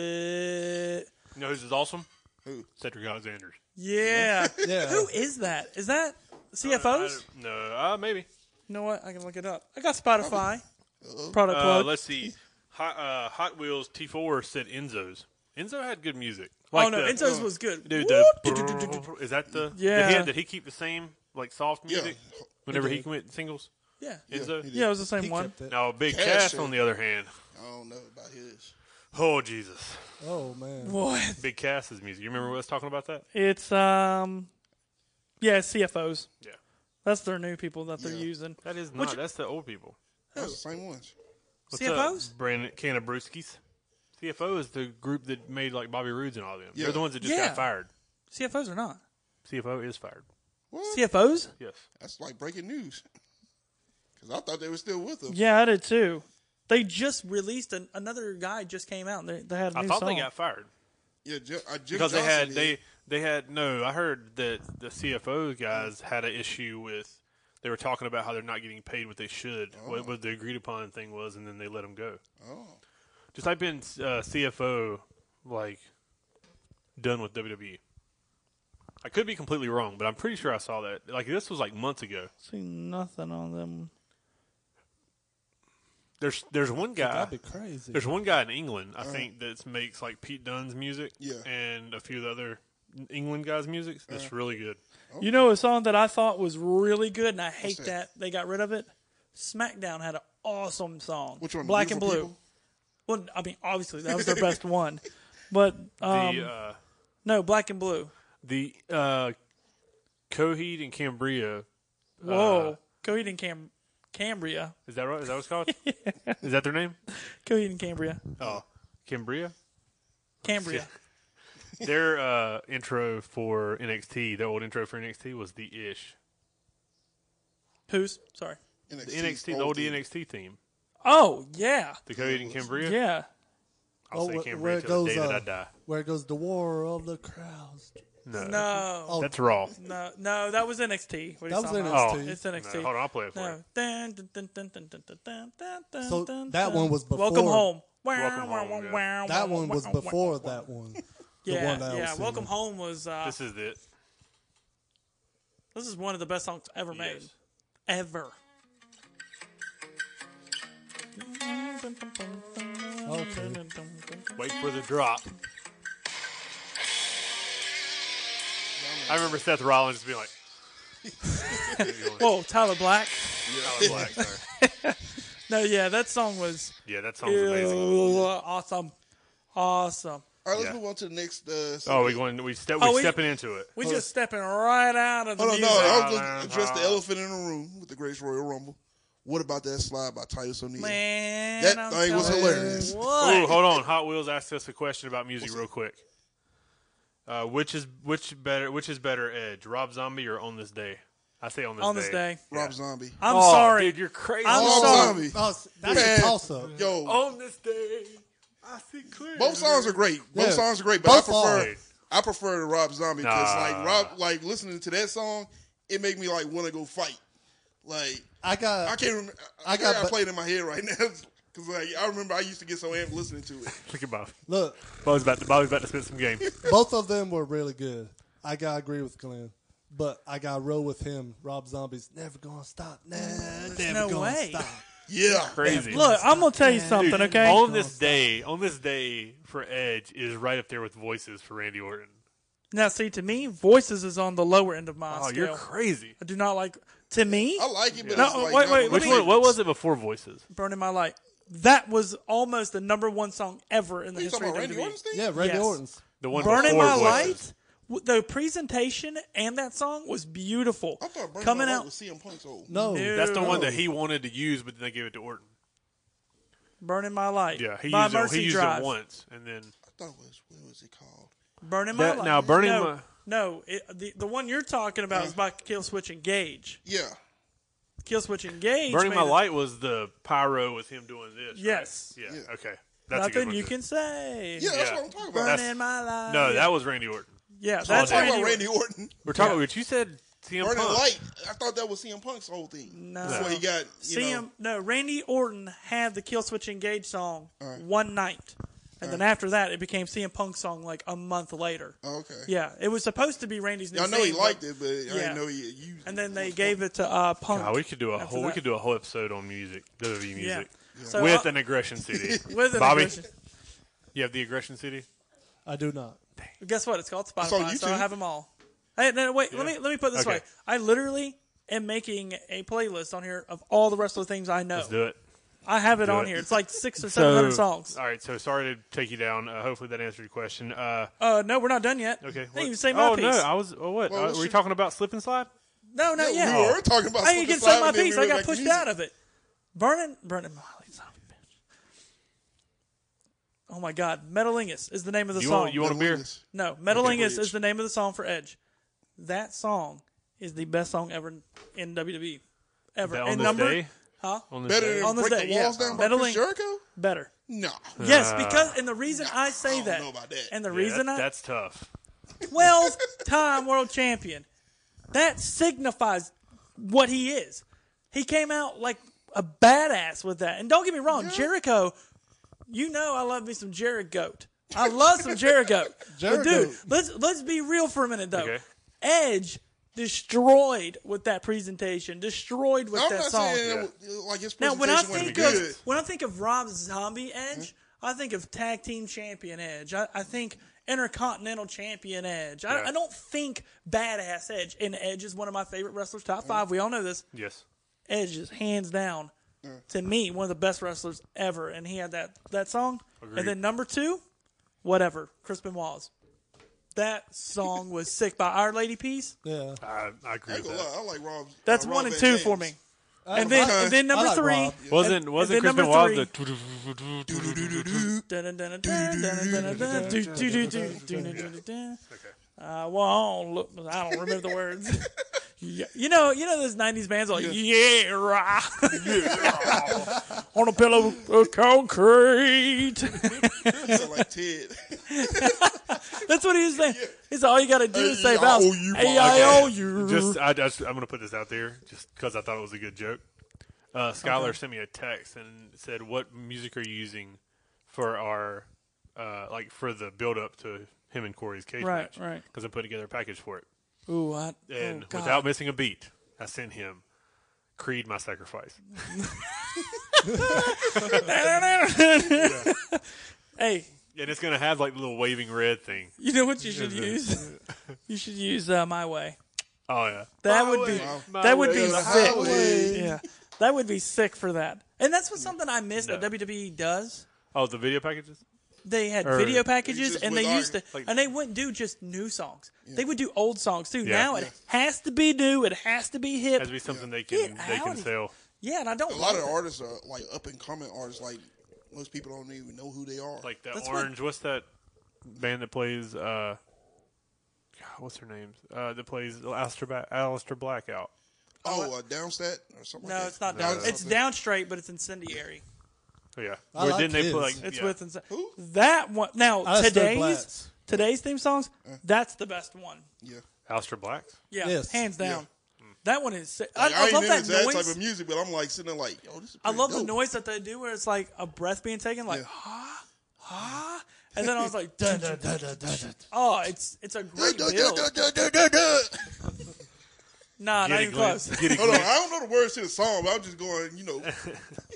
[SPEAKER 5] bleh.
[SPEAKER 1] You know who's is awesome?
[SPEAKER 2] Who?
[SPEAKER 1] Cedric Alexander.
[SPEAKER 5] yeah.
[SPEAKER 6] Yeah.
[SPEAKER 5] Who is that? Is that CFOs?
[SPEAKER 1] I- No, uh, maybe.
[SPEAKER 5] You know what? I can look it up. I got Spotify.
[SPEAKER 2] Uh-oh.
[SPEAKER 5] Product
[SPEAKER 1] Uh,
[SPEAKER 5] plug.
[SPEAKER 1] let's see. Hot, uh, Hot Wheels T4 said Enzo's. Enzo had good music. Like
[SPEAKER 5] oh no,
[SPEAKER 1] the-
[SPEAKER 5] Enzo's was good.
[SPEAKER 1] Dude,
[SPEAKER 5] Whoop.
[SPEAKER 1] the, is that the
[SPEAKER 5] Yeah.
[SPEAKER 1] Did he, did he keep the same like soft
[SPEAKER 2] Yeah.
[SPEAKER 1] music whenever he
[SPEAKER 6] did.
[SPEAKER 1] went singles?
[SPEAKER 5] yeah,
[SPEAKER 1] Enzo.
[SPEAKER 2] he did.
[SPEAKER 5] yeah, it was the
[SPEAKER 6] He
[SPEAKER 5] same one.
[SPEAKER 6] kept it.
[SPEAKER 1] Now Big
[SPEAKER 2] Cash
[SPEAKER 1] Cass
[SPEAKER 2] said-
[SPEAKER 1] on the other hand.
[SPEAKER 2] I don't know about his.
[SPEAKER 1] Oh Jesus,
[SPEAKER 6] Oh man.
[SPEAKER 5] Boy,
[SPEAKER 1] Big Cass's music. You remember us talking about that?
[SPEAKER 5] it's um, yeah, it's CFOs.
[SPEAKER 1] Yeah,
[SPEAKER 5] That's their new people that they're
[SPEAKER 2] Yeah.
[SPEAKER 5] using.
[SPEAKER 1] that is not. That's the old people.
[SPEAKER 2] That's the same ones.
[SPEAKER 1] What's
[SPEAKER 5] CFOs?
[SPEAKER 1] Up? Brandon Canabruskis. CFO is the group that made like Bobby Roode's and all them.
[SPEAKER 2] Yeah.
[SPEAKER 1] They're the ones that just
[SPEAKER 5] Yeah.
[SPEAKER 1] got fired.
[SPEAKER 5] CFOs are not
[SPEAKER 1] CFO is fired.
[SPEAKER 2] What?
[SPEAKER 5] CFOs.
[SPEAKER 1] Yes.
[SPEAKER 2] That's like breaking news. Because I thought they were still with him.
[SPEAKER 5] Yeah, I did too. They just released an, another guy just came out. And they, they had a
[SPEAKER 1] I
[SPEAKER 5] new
[SPEAKER 1] thought
[SPEAKER 5] song.
[SPEAKER 1] they got fired
[SPEAKER 2] Yeah, Jim, uh, Jim
[SPEAKER 1] because they
[SPEAKER 2] Johnson
[SPEAKER 1] had
[SPEAKER 2] did.
[SPEAKER 1] they they had no. I heard that the CFO guys had an issue with. They were talking about how they're not getting paid what they should, what, what the agreed upon thing was, and then they let them go.
[SPEAKER 2] Oh,
[SPEAKER 1] Just type in uh, CFO, like done with WWE. I could be completely wrong, but I'm pretty sure I saw that. Like this was like months ago.
[SPEAKER 5] See nothing on them.
[SPEAKER 1] There's there's one guy.
[SPEAKER 6] That'd be crazy.
[SPEAKER 1] There's one guy in England I think that makes like Pete Dunn's music
[SPEAKER 2] Yeah.
[SPEAKER 1] and a few of the other England guys' music. That's really good.
[SPEAKER 5] You know a song that I thought was really good, and I hate
[SPEAKER 2] Oh. that?
[SPEAKER 5] that they got rid of it. SmackDown had an awesome song.
[SPEAKER 2] which one?
[SPEAKER 5] Black and Blue.
[SPEAKER 2] Beautiful
[SPEAKER 5] Well, I mean, obviously that was their best one, but um,
[SPEAKER 1] the uh,
[SPEAKER 5] no, Black and Blue.
[SPEAKER 1] the uh, Coheed and Cambria
[SPEAKER 5] Whoa, Coheed and Cam- Cambria,
[SPEAKER 1] is that right? Is that what it's called? Is that their name?
[SPEAKER 5] Coheed and Cambria,
[SPEAKER 1] Oh, Cambria.
[SPEAKER 5] Cambria.
[SPEAKER 1] their uh, intro for NXT, their old intro for NXT was the ish.
[SPEAKER 5] Who's sorry?
[SPEAKER 2] people?
[SPEAKER 1] The NXT, the old NXT theme.
[SPEAKER 5] Oh yeah,
[SPEAKER 1] The Cody and Cambria?
[SPEAKER 5] yeah.
[SPEAKER 1] I'll
[SPEAKER 6] Oh,
[SPEAKER 1] say
[SPEAKER 6] where-
[SPEAKER 1] Cambria
[SPEAKER 6] where it
[SPEAKER 1] till the
[SPEAKER 6] goes,
[SPEAKER 1] day that
[SPEAKER 6] uh,
[SPEAKER 1] I die.
[SPEAKER 6] Where it goes the war of the crowds.
[SPEAKER 1] No.
[SPEAKER 5] No,
[SPEAKER 1] That's raw.
[SPEAKER 5] no, no. That was NXT. What are you
[SPEAKER 6] That was
[SPEAKER 5] talking about?
[SPEAKER 1] Oh.
[SPEAKER 6] NXT.
[SPEAKER 5] It's NXT.
[SPEAKER 1] No, hold on, I'll play it for
[SPEAKER 5] No.
[SPEAKER 1] you.
[SPEAKER 5] Dun, dun, dun, dun, dun, dun, dun, dun, dun, dun,
[SPEAKER 6] So
[SPEAKER 5] dun,
[SPEAKER 6] that
[SPEAKER 5] dun.
[SPEAKER 6] one was before-
[SPEAKER 5] Welcome home. Wow,
[SPEAKER 1] Welcome
[SPEAKER 5] wow,
[SPEAKER 1] Home,
[SPEAKER 5] wow,
[SPEAKER 1] yeah.
[SPEAKER 5] wow,
[SPEAKER 6] That
[SPEAKER 5] wow,
[SPEAKER 6] one was
[SPEAKER 5] wow,
[SPEAKER 6] before
[SPEAKER 5] wow.
[SPEAKER 6] that one. The
[SPEAKER 5] Yeah,
[SPEAKER 6] one that I was
[SPEAKER 5] yeah.
[SPEAKER 6] singing.
[SPEAKER 5] Welcome home was. Uh,
[SPEAKER 1] This is it.
[SPEAKER 5] this is one of the best songs ever made.
[SPEAKER 1] Yes.
[SPEAKER 5] Ever.
[SPEAKER 6] Okay.
[SPEAKER 1] Wait for the drop. I remember Seth Rollins just being like,
[SPEAKER 5] Whoa, Tyler Black.
[SPEAKER 1] "Tyler Black, sorry."
[SPEAKER 5] No, yeah, that song was uh,
[SPEAKER 1] Yeah, that song's amazing.
[SPEAKER 5] awesome, awesome.
[SPEAKER 2] All right, let's
[SPEAKER 1] Yeah.
[SPEAKER 2] move on to the next. Uh,
[SPEAKER 1] Oh, we going? We step.
[SPEAKER 5] Oh,
[SPEAKER 1] we
[SPEAKER 5] we-
[SPEAKER 1] stepping into it.
[SPEAKER 5] We just stepping right out of the
[SPEAKER 2] Hold on,
[SPEAKER 5] music.
[SPEAKER 2] no, I was
[SPEAKER 1] Nah,
[SPEAKER 2] going to address the
[SPEAKER 1] nah.
[SPEAKER 2] elephant in the room with the Greatest Royal Rumble. What about that slide by Titus O'Neil?
[SPEAKER 5] Man,
[SPEAKER 2] That
[SPEAKER 5] I'm
[SPEAKER 2] thing was
[SPEAKER 5] telling you
[SPEAKER 2] hilarious.
[SPEAKER 5] What?
[SPEAKER 1] Oh, hold on. Hot Wheels asked us a question about music real quick. Uh, which is which better? Which is better, Edge, Rob Zombie or On This Day? I say on this
[SPEAKER 5] on
[SPEAKER 1] day.
[SPEAKER 5] this day.
[SPEAKER 2] Rob Zombie.
[SPEAKER 5] I'm
[SPEAKER 1] Oh,
[SPEAKER 5] sorry.
[SPEAKER 1] dude, you're crazy.
[SPEAKER 5] I'm
[SPEAKER 2] Rob
[SPEAKER 5] sorry.
[SPEAKER 2] Zombie.
[SPEAKER 6] Oh, s- that's
[SPEAKER 2] Man.
[SPEAKER 6] a toss up.
[SPEAKER 2] Yo,
[SPEAKER 1] on this day, I see clear.
[SPEAKER 2] both songs are great. Both
[SPEAKER 6] Yeah.
[SPEAKER 2] songs are great, but I
[SPEAKER 6] Both
[SPEAKER 2] prefer
[SPEAKER 1] are.
[SPEAKER 2] I prefer the Rob Zombie because
[SPEAKER 1] Nah.
[SPEAKER 2] like Rob, like listening to that song, it make me like want to go fight. Like
[SPEAKER 6] I got.
[SPEAKER 2] I can't remember. I,
[SPEAKER 6] I
[SPEAKER 2] I,
[SPEAKER 6] got
[SPEAKER 2] got I
[SPEAKER 6] bu-
[SPEAKER 2] played in my head right now because like I remember I used to get so amped listening to it.
[SPEAKER 1] Look at Bob.
[SPEAKER 6] Look,
[SPEAKER 1] Bob's about to, Bobby's about to spit some game.
[SPEAKER 6] both of them were really good. I got to agree with Glenn, but I got real with him. Rob Zombie's never gonna stop. Nah, never
[SPEAKER 5] no
[SPEAKER 6] gonna
[SPEAKER 5] way.
[SPEAKER 6] stop.
[SPEAKER 2] Yeah,
[SPEAKER 1] Crazy.
[SPEAKER 5] Look, I'm gonna tell you something,
[SPEAKER 1] Dude,
[SPEAKER 5] okay?
[SPEAKER 1] On this day, on this day for Edge is right up there with voices for Randy Orton.
[SPEAKER 5] Now, see, to me, voices is on the lower end of my
[SPEAKER 1] Oh,
[SPEAKER 5] scale.
[SPEAKER 1] you're Oh. crazy.
[SPEAKER 5] I do not like. To me,
[SPEAKER 2] I like it, but
[SPEAKER 5] No,
[SPEAKER 2] it's like,
[SPEAKER 5] wait,
[SPEAKER 2] not
[SPEAKER 5] wait,
[SPEAKER 2] my
[SPEAKER 5] let
[SPEAKER 1] Which
[SPEAKER 5] me-
[SPEAKER 2] favorite.
[SPEAKER 1] one? What was it before voices?
[SPEAKER 5] burning my light. That was almost the number one song ever in the
[SPEAKER 2] Are you talking
[SPEAKER 5] history of
[SPEAKER 2] about Randy
[SPEAKER 5] WWE.
[SPEAKER 2] Orton's thing?
[SPEAKER 6] Yeah, Randy
[SPEAKER 5] Yes.
[SPEAKER 6] Orton's.
[SPEAKER 1] The one
[SPEAKER 5] Burning
[SPEAKER 1] before
[SPEAKER 5] my
[SPEAKER 1] voices.
[SPEAKER 5] light. w- The presentation and that song was beautiful.
[SPEAKER 2] I thought Burning
[SPEAKER 5] Coming
[SPEAKER 2] My Light
[SPEAKER 5] out,
[SPEAKER 2] was CM Punk's old.
[SPEAKER 6] No,
[SPEAKER 5] No.
[SPEAKER 1] That's the one
[SPEAKER 6] No.
[SPEAKER 1] that he wanted to use, but then they gave it to Orton.
[SPEAKER 5] burning my light.
[SPEAKER 1] Yeah, he
[SPEAKER 5] by
[SPEAKER 1] used
[SPEAKER 5] Mercy
[SPEAKER 1] it. He used
[SPEAKER 5] Drive.
[SPEAKER 1] it once, and then
[SPEAKER 2] I thought it was what was it called?
[SPEAKER 5] Burning
[SPEAKER 1] That-
[SPEAKER 5] my light.
[SPEAKER 1] now, Burning
[SPEAKER 5] no,
[SPEAKER 1] My- Mm.
[SPEAKER 5] No, it, the the one you're talking about is by Kill Switch Engage.
[SPEAKER 2] Yeah,
[SPEAKER 5] Kill Switch Engage.
[SPEAKER 1] Burning My
[SPEAKER 5] made it-
[SPEAKER 1] Light was the pyro with him doing this. right?
[SPEAKER 5] Yes.
[SPEAKER 1] Yeah.
[SPEAKER 2] Yeah.
[SPEAKER 1] Okay. That's a good
[SPEAKER 5] Nothing
[SPEAKER 1] one
[SPEAKER 5] you
[SPEAKER 1] too.
[SPEAKER 5] can say.
[SPEAKER 2] yeah, that's
[SPEAKER 1] Yeah.
[SPEAKER 2] what I'm talking about.
[SPEAKER 5] Burning
[SPEAKER 1] That's-
[SPEAKER 5] my light.
[SPEAKER 1] No, that was Randy Orton.
[SPEAKER 5] yeah.
[SPEAKER 1] all
[SPEAKER 5] That's
[SPEAKER 1] day.
[SPEAKER 2] I'm talking
[SPEAKER 5] Randy. Orton.
[SPEAKER 2] about Randy Orton.
[SPEAKER 1] We're talking. about You said CM
[SPEAKER 2] Burning
[SPEAKER 1] Punk.
[SPEAKER 2] Light. I thought that was CM Punk's whole thing.
[SPEAKER 5] No.
[SPEAKER 2] That's what he got. You
[SPEAKER 5] CM,
[SPEAKER 2] know,
[SPEAKER 5] no, Randy Orton had the Kill Switch Engage song one night. And then after that, it became CM Punk's song like a month later.
[SPEAKER 2] Oh, okay.
[SPEAKER 5] Yeah, it was supposed to be Randy's new
[SPEAKER 2] I know he
[SPEAKER 5] thing, but-
[SPEAKER 2] liked it, but I
[SPEAKER 5] Yeah.
[SPEAKER 2] didn't know he used it.
[SPEAKER 5] And then they gave it to uh, Punk.
[SPEAKER 1] God, we could do a
[SPEAKER 5] After
[SPEAKER 1] whole. We
[SPEAKER 5] that.
[SPEAKER 1] could do a whole episode on music, WWE music,
[SPEAKER 5] Yeah. So,
[SPEAKER 1] with
[SPEAKER 5] uh,
[SPEAKER 1] an aggression CD.
[SPEAKER 5] with an
[SPEAKER 1] Bobby,
[SPEAKER 5] aggression.
[SPEAKER 1] you have the aggression CD.
[SPEAKER 6] I do not.
[SPEAKER 5] Guess what? It's called Spotify,
[SPEAKER 2] on
[SPEAKER 5] so I
[SPEAKER 2] YouTube.
[SPEAKER 5] have them all. Hey, no, wait, let me let me put it this
[SPEAKER 1] Okay.
[SPEAKER 5] way. I literally am making a playlist on here of all the wrestler things I know.
[SPEAKER 1] Let's do it.
[SPEAKER 5] I have it
[SPEAKER 1] do
[SPEAKER 5] on
[SPEAKER 1] it.
[SPEAKER 5] here. It's like six or seven hundred songs.
[SPEAKER 1] All right. So sorry to take you down. Uh, hopefully that answered your question. Uh,
[SPEAKER 5] Uh, no, we're not done yet.
[SPEAKER 1] okay.
[SPEAKER 5] They
[SPEAKER 1] what-
[SPEAKER 5] even say my
[SPEAKER 1] oh
[SPEAKER 5] piece.
[SPEAKER 1] no, I was. Oh what?
[SPEAKER 2] Well,
[SPEAKER 1] Uh,
[SPEAKER 2] let's
[SPEAKER 1] were you
[SPEAKER 2] just-
[SPEAKER 1] talking about slip and slide?
[SPEAKER 5] no, not yet.
[SPEAKER 2] We were talking about.
[SPEAKER 5] I didn't get
[SPEAKER 2] Slip and
[SPEAKER 5] to say
[SPEAKER 2] Slide,
[SPEAKER 5] my
[SPEAKER 2] and then we
[SPEAKER 5] piece.
[SPEAKER 2] went
[SPEAKER 5] I got
[SPEAKER 2] back to
[SPEAKER 5] pushed
[SPEAKER 2] music.
[SPEAKER 5] out of it. Burning, burning my lights off, bitch. Oh my God, Metalingus is the name of the
[SPEAKER 1] You
[SPEAKER 5] song.
[SPEAKER 1] want? You want a beer?
[SPEAKER 2] Metalingus.
[SPEAKER 5] no, Metalingus
[SPEAKER 2] Breach.
[SPEAKER 5] is the name of the song for Edge. That song is the best song ever in WWE, ever.
[SPEAKER 1] That on
[SPEAKER 5] and
[SPEAKER 1] this
[SPEAKER 5] number
[SPEAKER 1] day? Oh.
[SPEAKER 5] huh?
[SPEAKER 1] On this
[SPEAKER 2] Better
[SPEAKER 1] day?
[SPEAKER 2] than
[SPEAKER 5] On this
[SPEAKER 2] break
[SPEAKER 5] day,
[SPEAKER 2] the
[SPEAKER 5] yeah.
[SPEAKER 2] walls down by
[SPEAKER 5] Metaling-
[SPEAKER 2] Chris Jericho?
[SPEAKER 5] better.
[SPEAKER 2] No.
[SPEAKER 5] Yes,
[SPEAKER 1] Uh.
[SPEAKER 5] because and the reason I say
[SPEAKER 2] I
[SPEAKER 5] that,
[SPEAKER 2] don't know about that.
[SPEAKER 5] and the
[SPEAKER 1] Yeah,
[SPEAKER 5] reason
[SPEAKER 1] that-
[SPEAKER 5] I
[SPEAKER 1] that's tough.
[SPEAKER 5] 12 time world champion. That signifies what he is. He came out like a badass with that. And don't get me wrong, Jericho, you know I love me some Jericho. I love some Jericho. But
[SPEAKER 6] Jericho.
[SPEAKER 5] dude, let's let's be real for a minute though.
[SPEAKER 1] Okay.
[SPEAKER 5] Edge destroyed with that presentation, destroyed with
[SPEAKER 2] I'm
[SPEAKER 5] that
[SPEAKER 2] not
[SPEAKER 5] song.
[SPEAKER 2] saying it was- like his
[SPEAKER 5] Now, when I
[SPEAKER 2] presentation wasn't
[SPEAKER 5] think
[SPEAKER 2] good.
[SPEAKER 5] of when I think of Rob Zombie Edge, I think of Tag Team Champion Edge. I, I think Intercontinental Champion Edge. I,
[SPEAKER 1] Yeah.
[SPEAKER 5] I don't think Badass Edge. And Edge is one of my favorite wrestlers. Top five. We all know this.
[SPEAKER 1] Yes.
[SPEAKER 5] Edge is hands down
[SPEAKER 2] Mm.
[SPEAKER 5] to me one of the best wrestlers ever. And he had that that song.
[SPEAKER 1] Agreed.
[SPEAKER 5] And then number two, whatever Crispin Walls. That song was sick by Our Lady Peace.
[SPEAKER 6] Yeah,
[SPEAKER 1] I, I agree
[SPEAKER 2] I
[SPEAKER 1] with
[SPEAKER 2] ain't gonna
[SPEAKER 1] that.
[SPEAKER 2] lie, I like Rob.
[SPEAKER 5] That's
[SPEAKER 2] uh,
[SPEAKER 5] one and
[SPEAKER 2] Rob Van
[SPEAKER 5] two
[SPEAKER 2] Dam's.
[SPEAKER 5] for me. And then, and then number
[SPEAKER 6] I like
[SPEAKER 5] three
[SPEAKER 6] Rob.
[SPEAKER 1] Wasn't wasn't
[SPEAKER 5] then
[SPEAKER 1] Chris
[SPEAKER 5] number
[SPEAKER 1] Benoit
[SPEAKER 5] three-
[SPEAKER 1] the
[SPEAKER 2] Do-do-do-do-do.
[SPEAKER 5] Uh, I won't look. I don't remember the words. Yeah, You know, you know those '90s bands like yeah, rah. on a pillow of concrete.
[SPEAKER 2] I like Ted.
[SPEAKER 5] That's what he was saying. He's all you got to do is say
[SPEAKER 2] Hey, I
[SPEAKER 5] vows.
[SPEAKER 2] owe you
[SPEAKER 5] Hey,
[SPEAKER 2] my-
[SPEAKER 5] I
[SPEAKER 2] Okay.
[SPEAKER 5] owe you.
[SPEAKER 1] just I just I'm gonna put this out there just because I thought it was a good joke. Uh, Skylar sent me a text and said, "What music are you using for our uh, like for the build up to him and Corey's cage
[SPEAKER 5] Right,
[SPEAKER 1] match?
[SPEAKER 5] right.
[SPEAKER 1] Because I'm putting together a package for it,
[SPEAKER 5] Ooh, I,
[SPEAKER 1] and
[SPEAKER 5] oh, God.
[SPEAKER 1] without missing a beat, I sent him." Creed, my sacrifice.
[SPEAKER 5] hey,
[SPEAKER 1] And it's gonna have like the little waving red thing.
[SPEAKER 5] you know what you should use? you should use uh, my way.
[SPEAKER 1] Oh yeah,
[SPEAKER 5] That
[SPEAKER 1] My
[SPEAKER 5] would be
[SPEAKER 1] way, my
[SPEAKER 5] that would
[SPEAKER 1] way
[SPEAKER 5] be
[SPEAKER 1] or the
[SPEAKER 5] sick.
[SPEAKER 2] highway.
[SPEAKER 5] Yeah, that would be sick for that. And that's what something I miss
[SPEAKER 1] No.
[SPEAKER 5] that WWE does.
[SPEAKER 1] Oh, the video packages.
[SPEAKER 5] They had
[SPEAKER 1] Or-
[SPEAKER 5] video
[SPEAKER 2] It's
[SPEAKER 5] packages,
[SPEAKER 2] just
[SPEAKER 5] and
[SPEAKER 2] with
[SPEAKER 5] they
[SPEAKER 2] our-
[SPEAKER 5] used to,
[SPEAKER 1] like-
[SPEAKER 5] and they wouldn't do just new songs. They would do old songs too.
[SPEAKER 1] Yeah.
[SPEAKER 5] Now it has to be new. It has to be hip.
[SPEAKER 1] Has to be something they can
[SPEAKER 5] Get
[SPEAKER 1] they can
[SPEAKER 5] out.
[SPEAKER 1] sell.
[SPEAKER 5] yeah, and I don't.
[SPEAKER 2] A lot of artists are like up and coming artists. Like most people don't even know who they are.
[SPEAKER 1] like that
[SPEAKER 5] That's what-
[SPEAKER 1] orange. What's that band that plays? uh God, What's her name? Uh, that plays Alistair, ba- Alistair Blackout.
[SPEAKER 2] Oh, uh, downstat or something.
[SPEAKER 5] No,
[SPEAKER 2] like
[SPEAKER 5] it's
[SPEAKER 2] that.
[SPEAKER 5] not
[SPEAKER 2] Uh,
[SPEAKER 5] down. It's down straight, but it's incendiary.
[SPEAKER 1] Oh, Yeah.
[SPEAKER 6] I
[SPEAKER 1] Or
[SPEAKER 6] like
[SPEAKER 1] didn't they
[SPEAKER 6] his.
[SPEAKER 1] put like
[SPEAKER 5] It's
[SPEAKER 1] yeah.
[SPEAKER 5] with ince-
[SPEAKER 2] Who?
[SPEAKER 5] that one. Now
[SPEAKER 6] Alistair
[SPEAKER 5] today's
[SPEAKER 6] Black's.
[SPEAKER 5] today's theme songs. That's the best one.
[SPEAKER 2] Yeah,
[SPEAKER 1] Alistair Black?
[SPEAKER 5] Yeah,
[SPEAKER 6] Yes.
[SPEAKER 5] hands
[SPEAKER 2] Yeah.
[SPEAKER 5] down. That one is. si- I,
[SPEAKER 2] Like, I,
[SPEAKER 5] I,
[SPEAKER 2] ain't
[SPEAKER 5] love
[SPEAKER 2] into
[SPEAKER 5] that
[SPEAKER 2] that
[SPEAKER 5] noise.
[SPEAKER 2] type of music, but I'm like sitting there like, yo, this is
[SPEAKER 5] I
[SPEAKER 2] pretty
[SPEAKER 5] love the
[SPEAKER 2] dope.
[SPEAKER 5] noise that they do, where it's like a breath being taken, like
[SPEAKER 2] Yeah.
[SPEAKER 5] ha ha, and then I was like, dun, dun, dun, dun, dun, dun. oh, it's it's a great build. Nah, not
[SPEAKER 1] Get a
[SPEAKER 5] even
[SPEAKER 1] glimpse.
[SPEAKER 5] close.
[SPEAKER 1] Get a
[SPEAKER 2] Hold on,
[SPEAKER 1] glimpse.
[SPEAKER 2] I don't know the words to the song, but I'm just going, you know,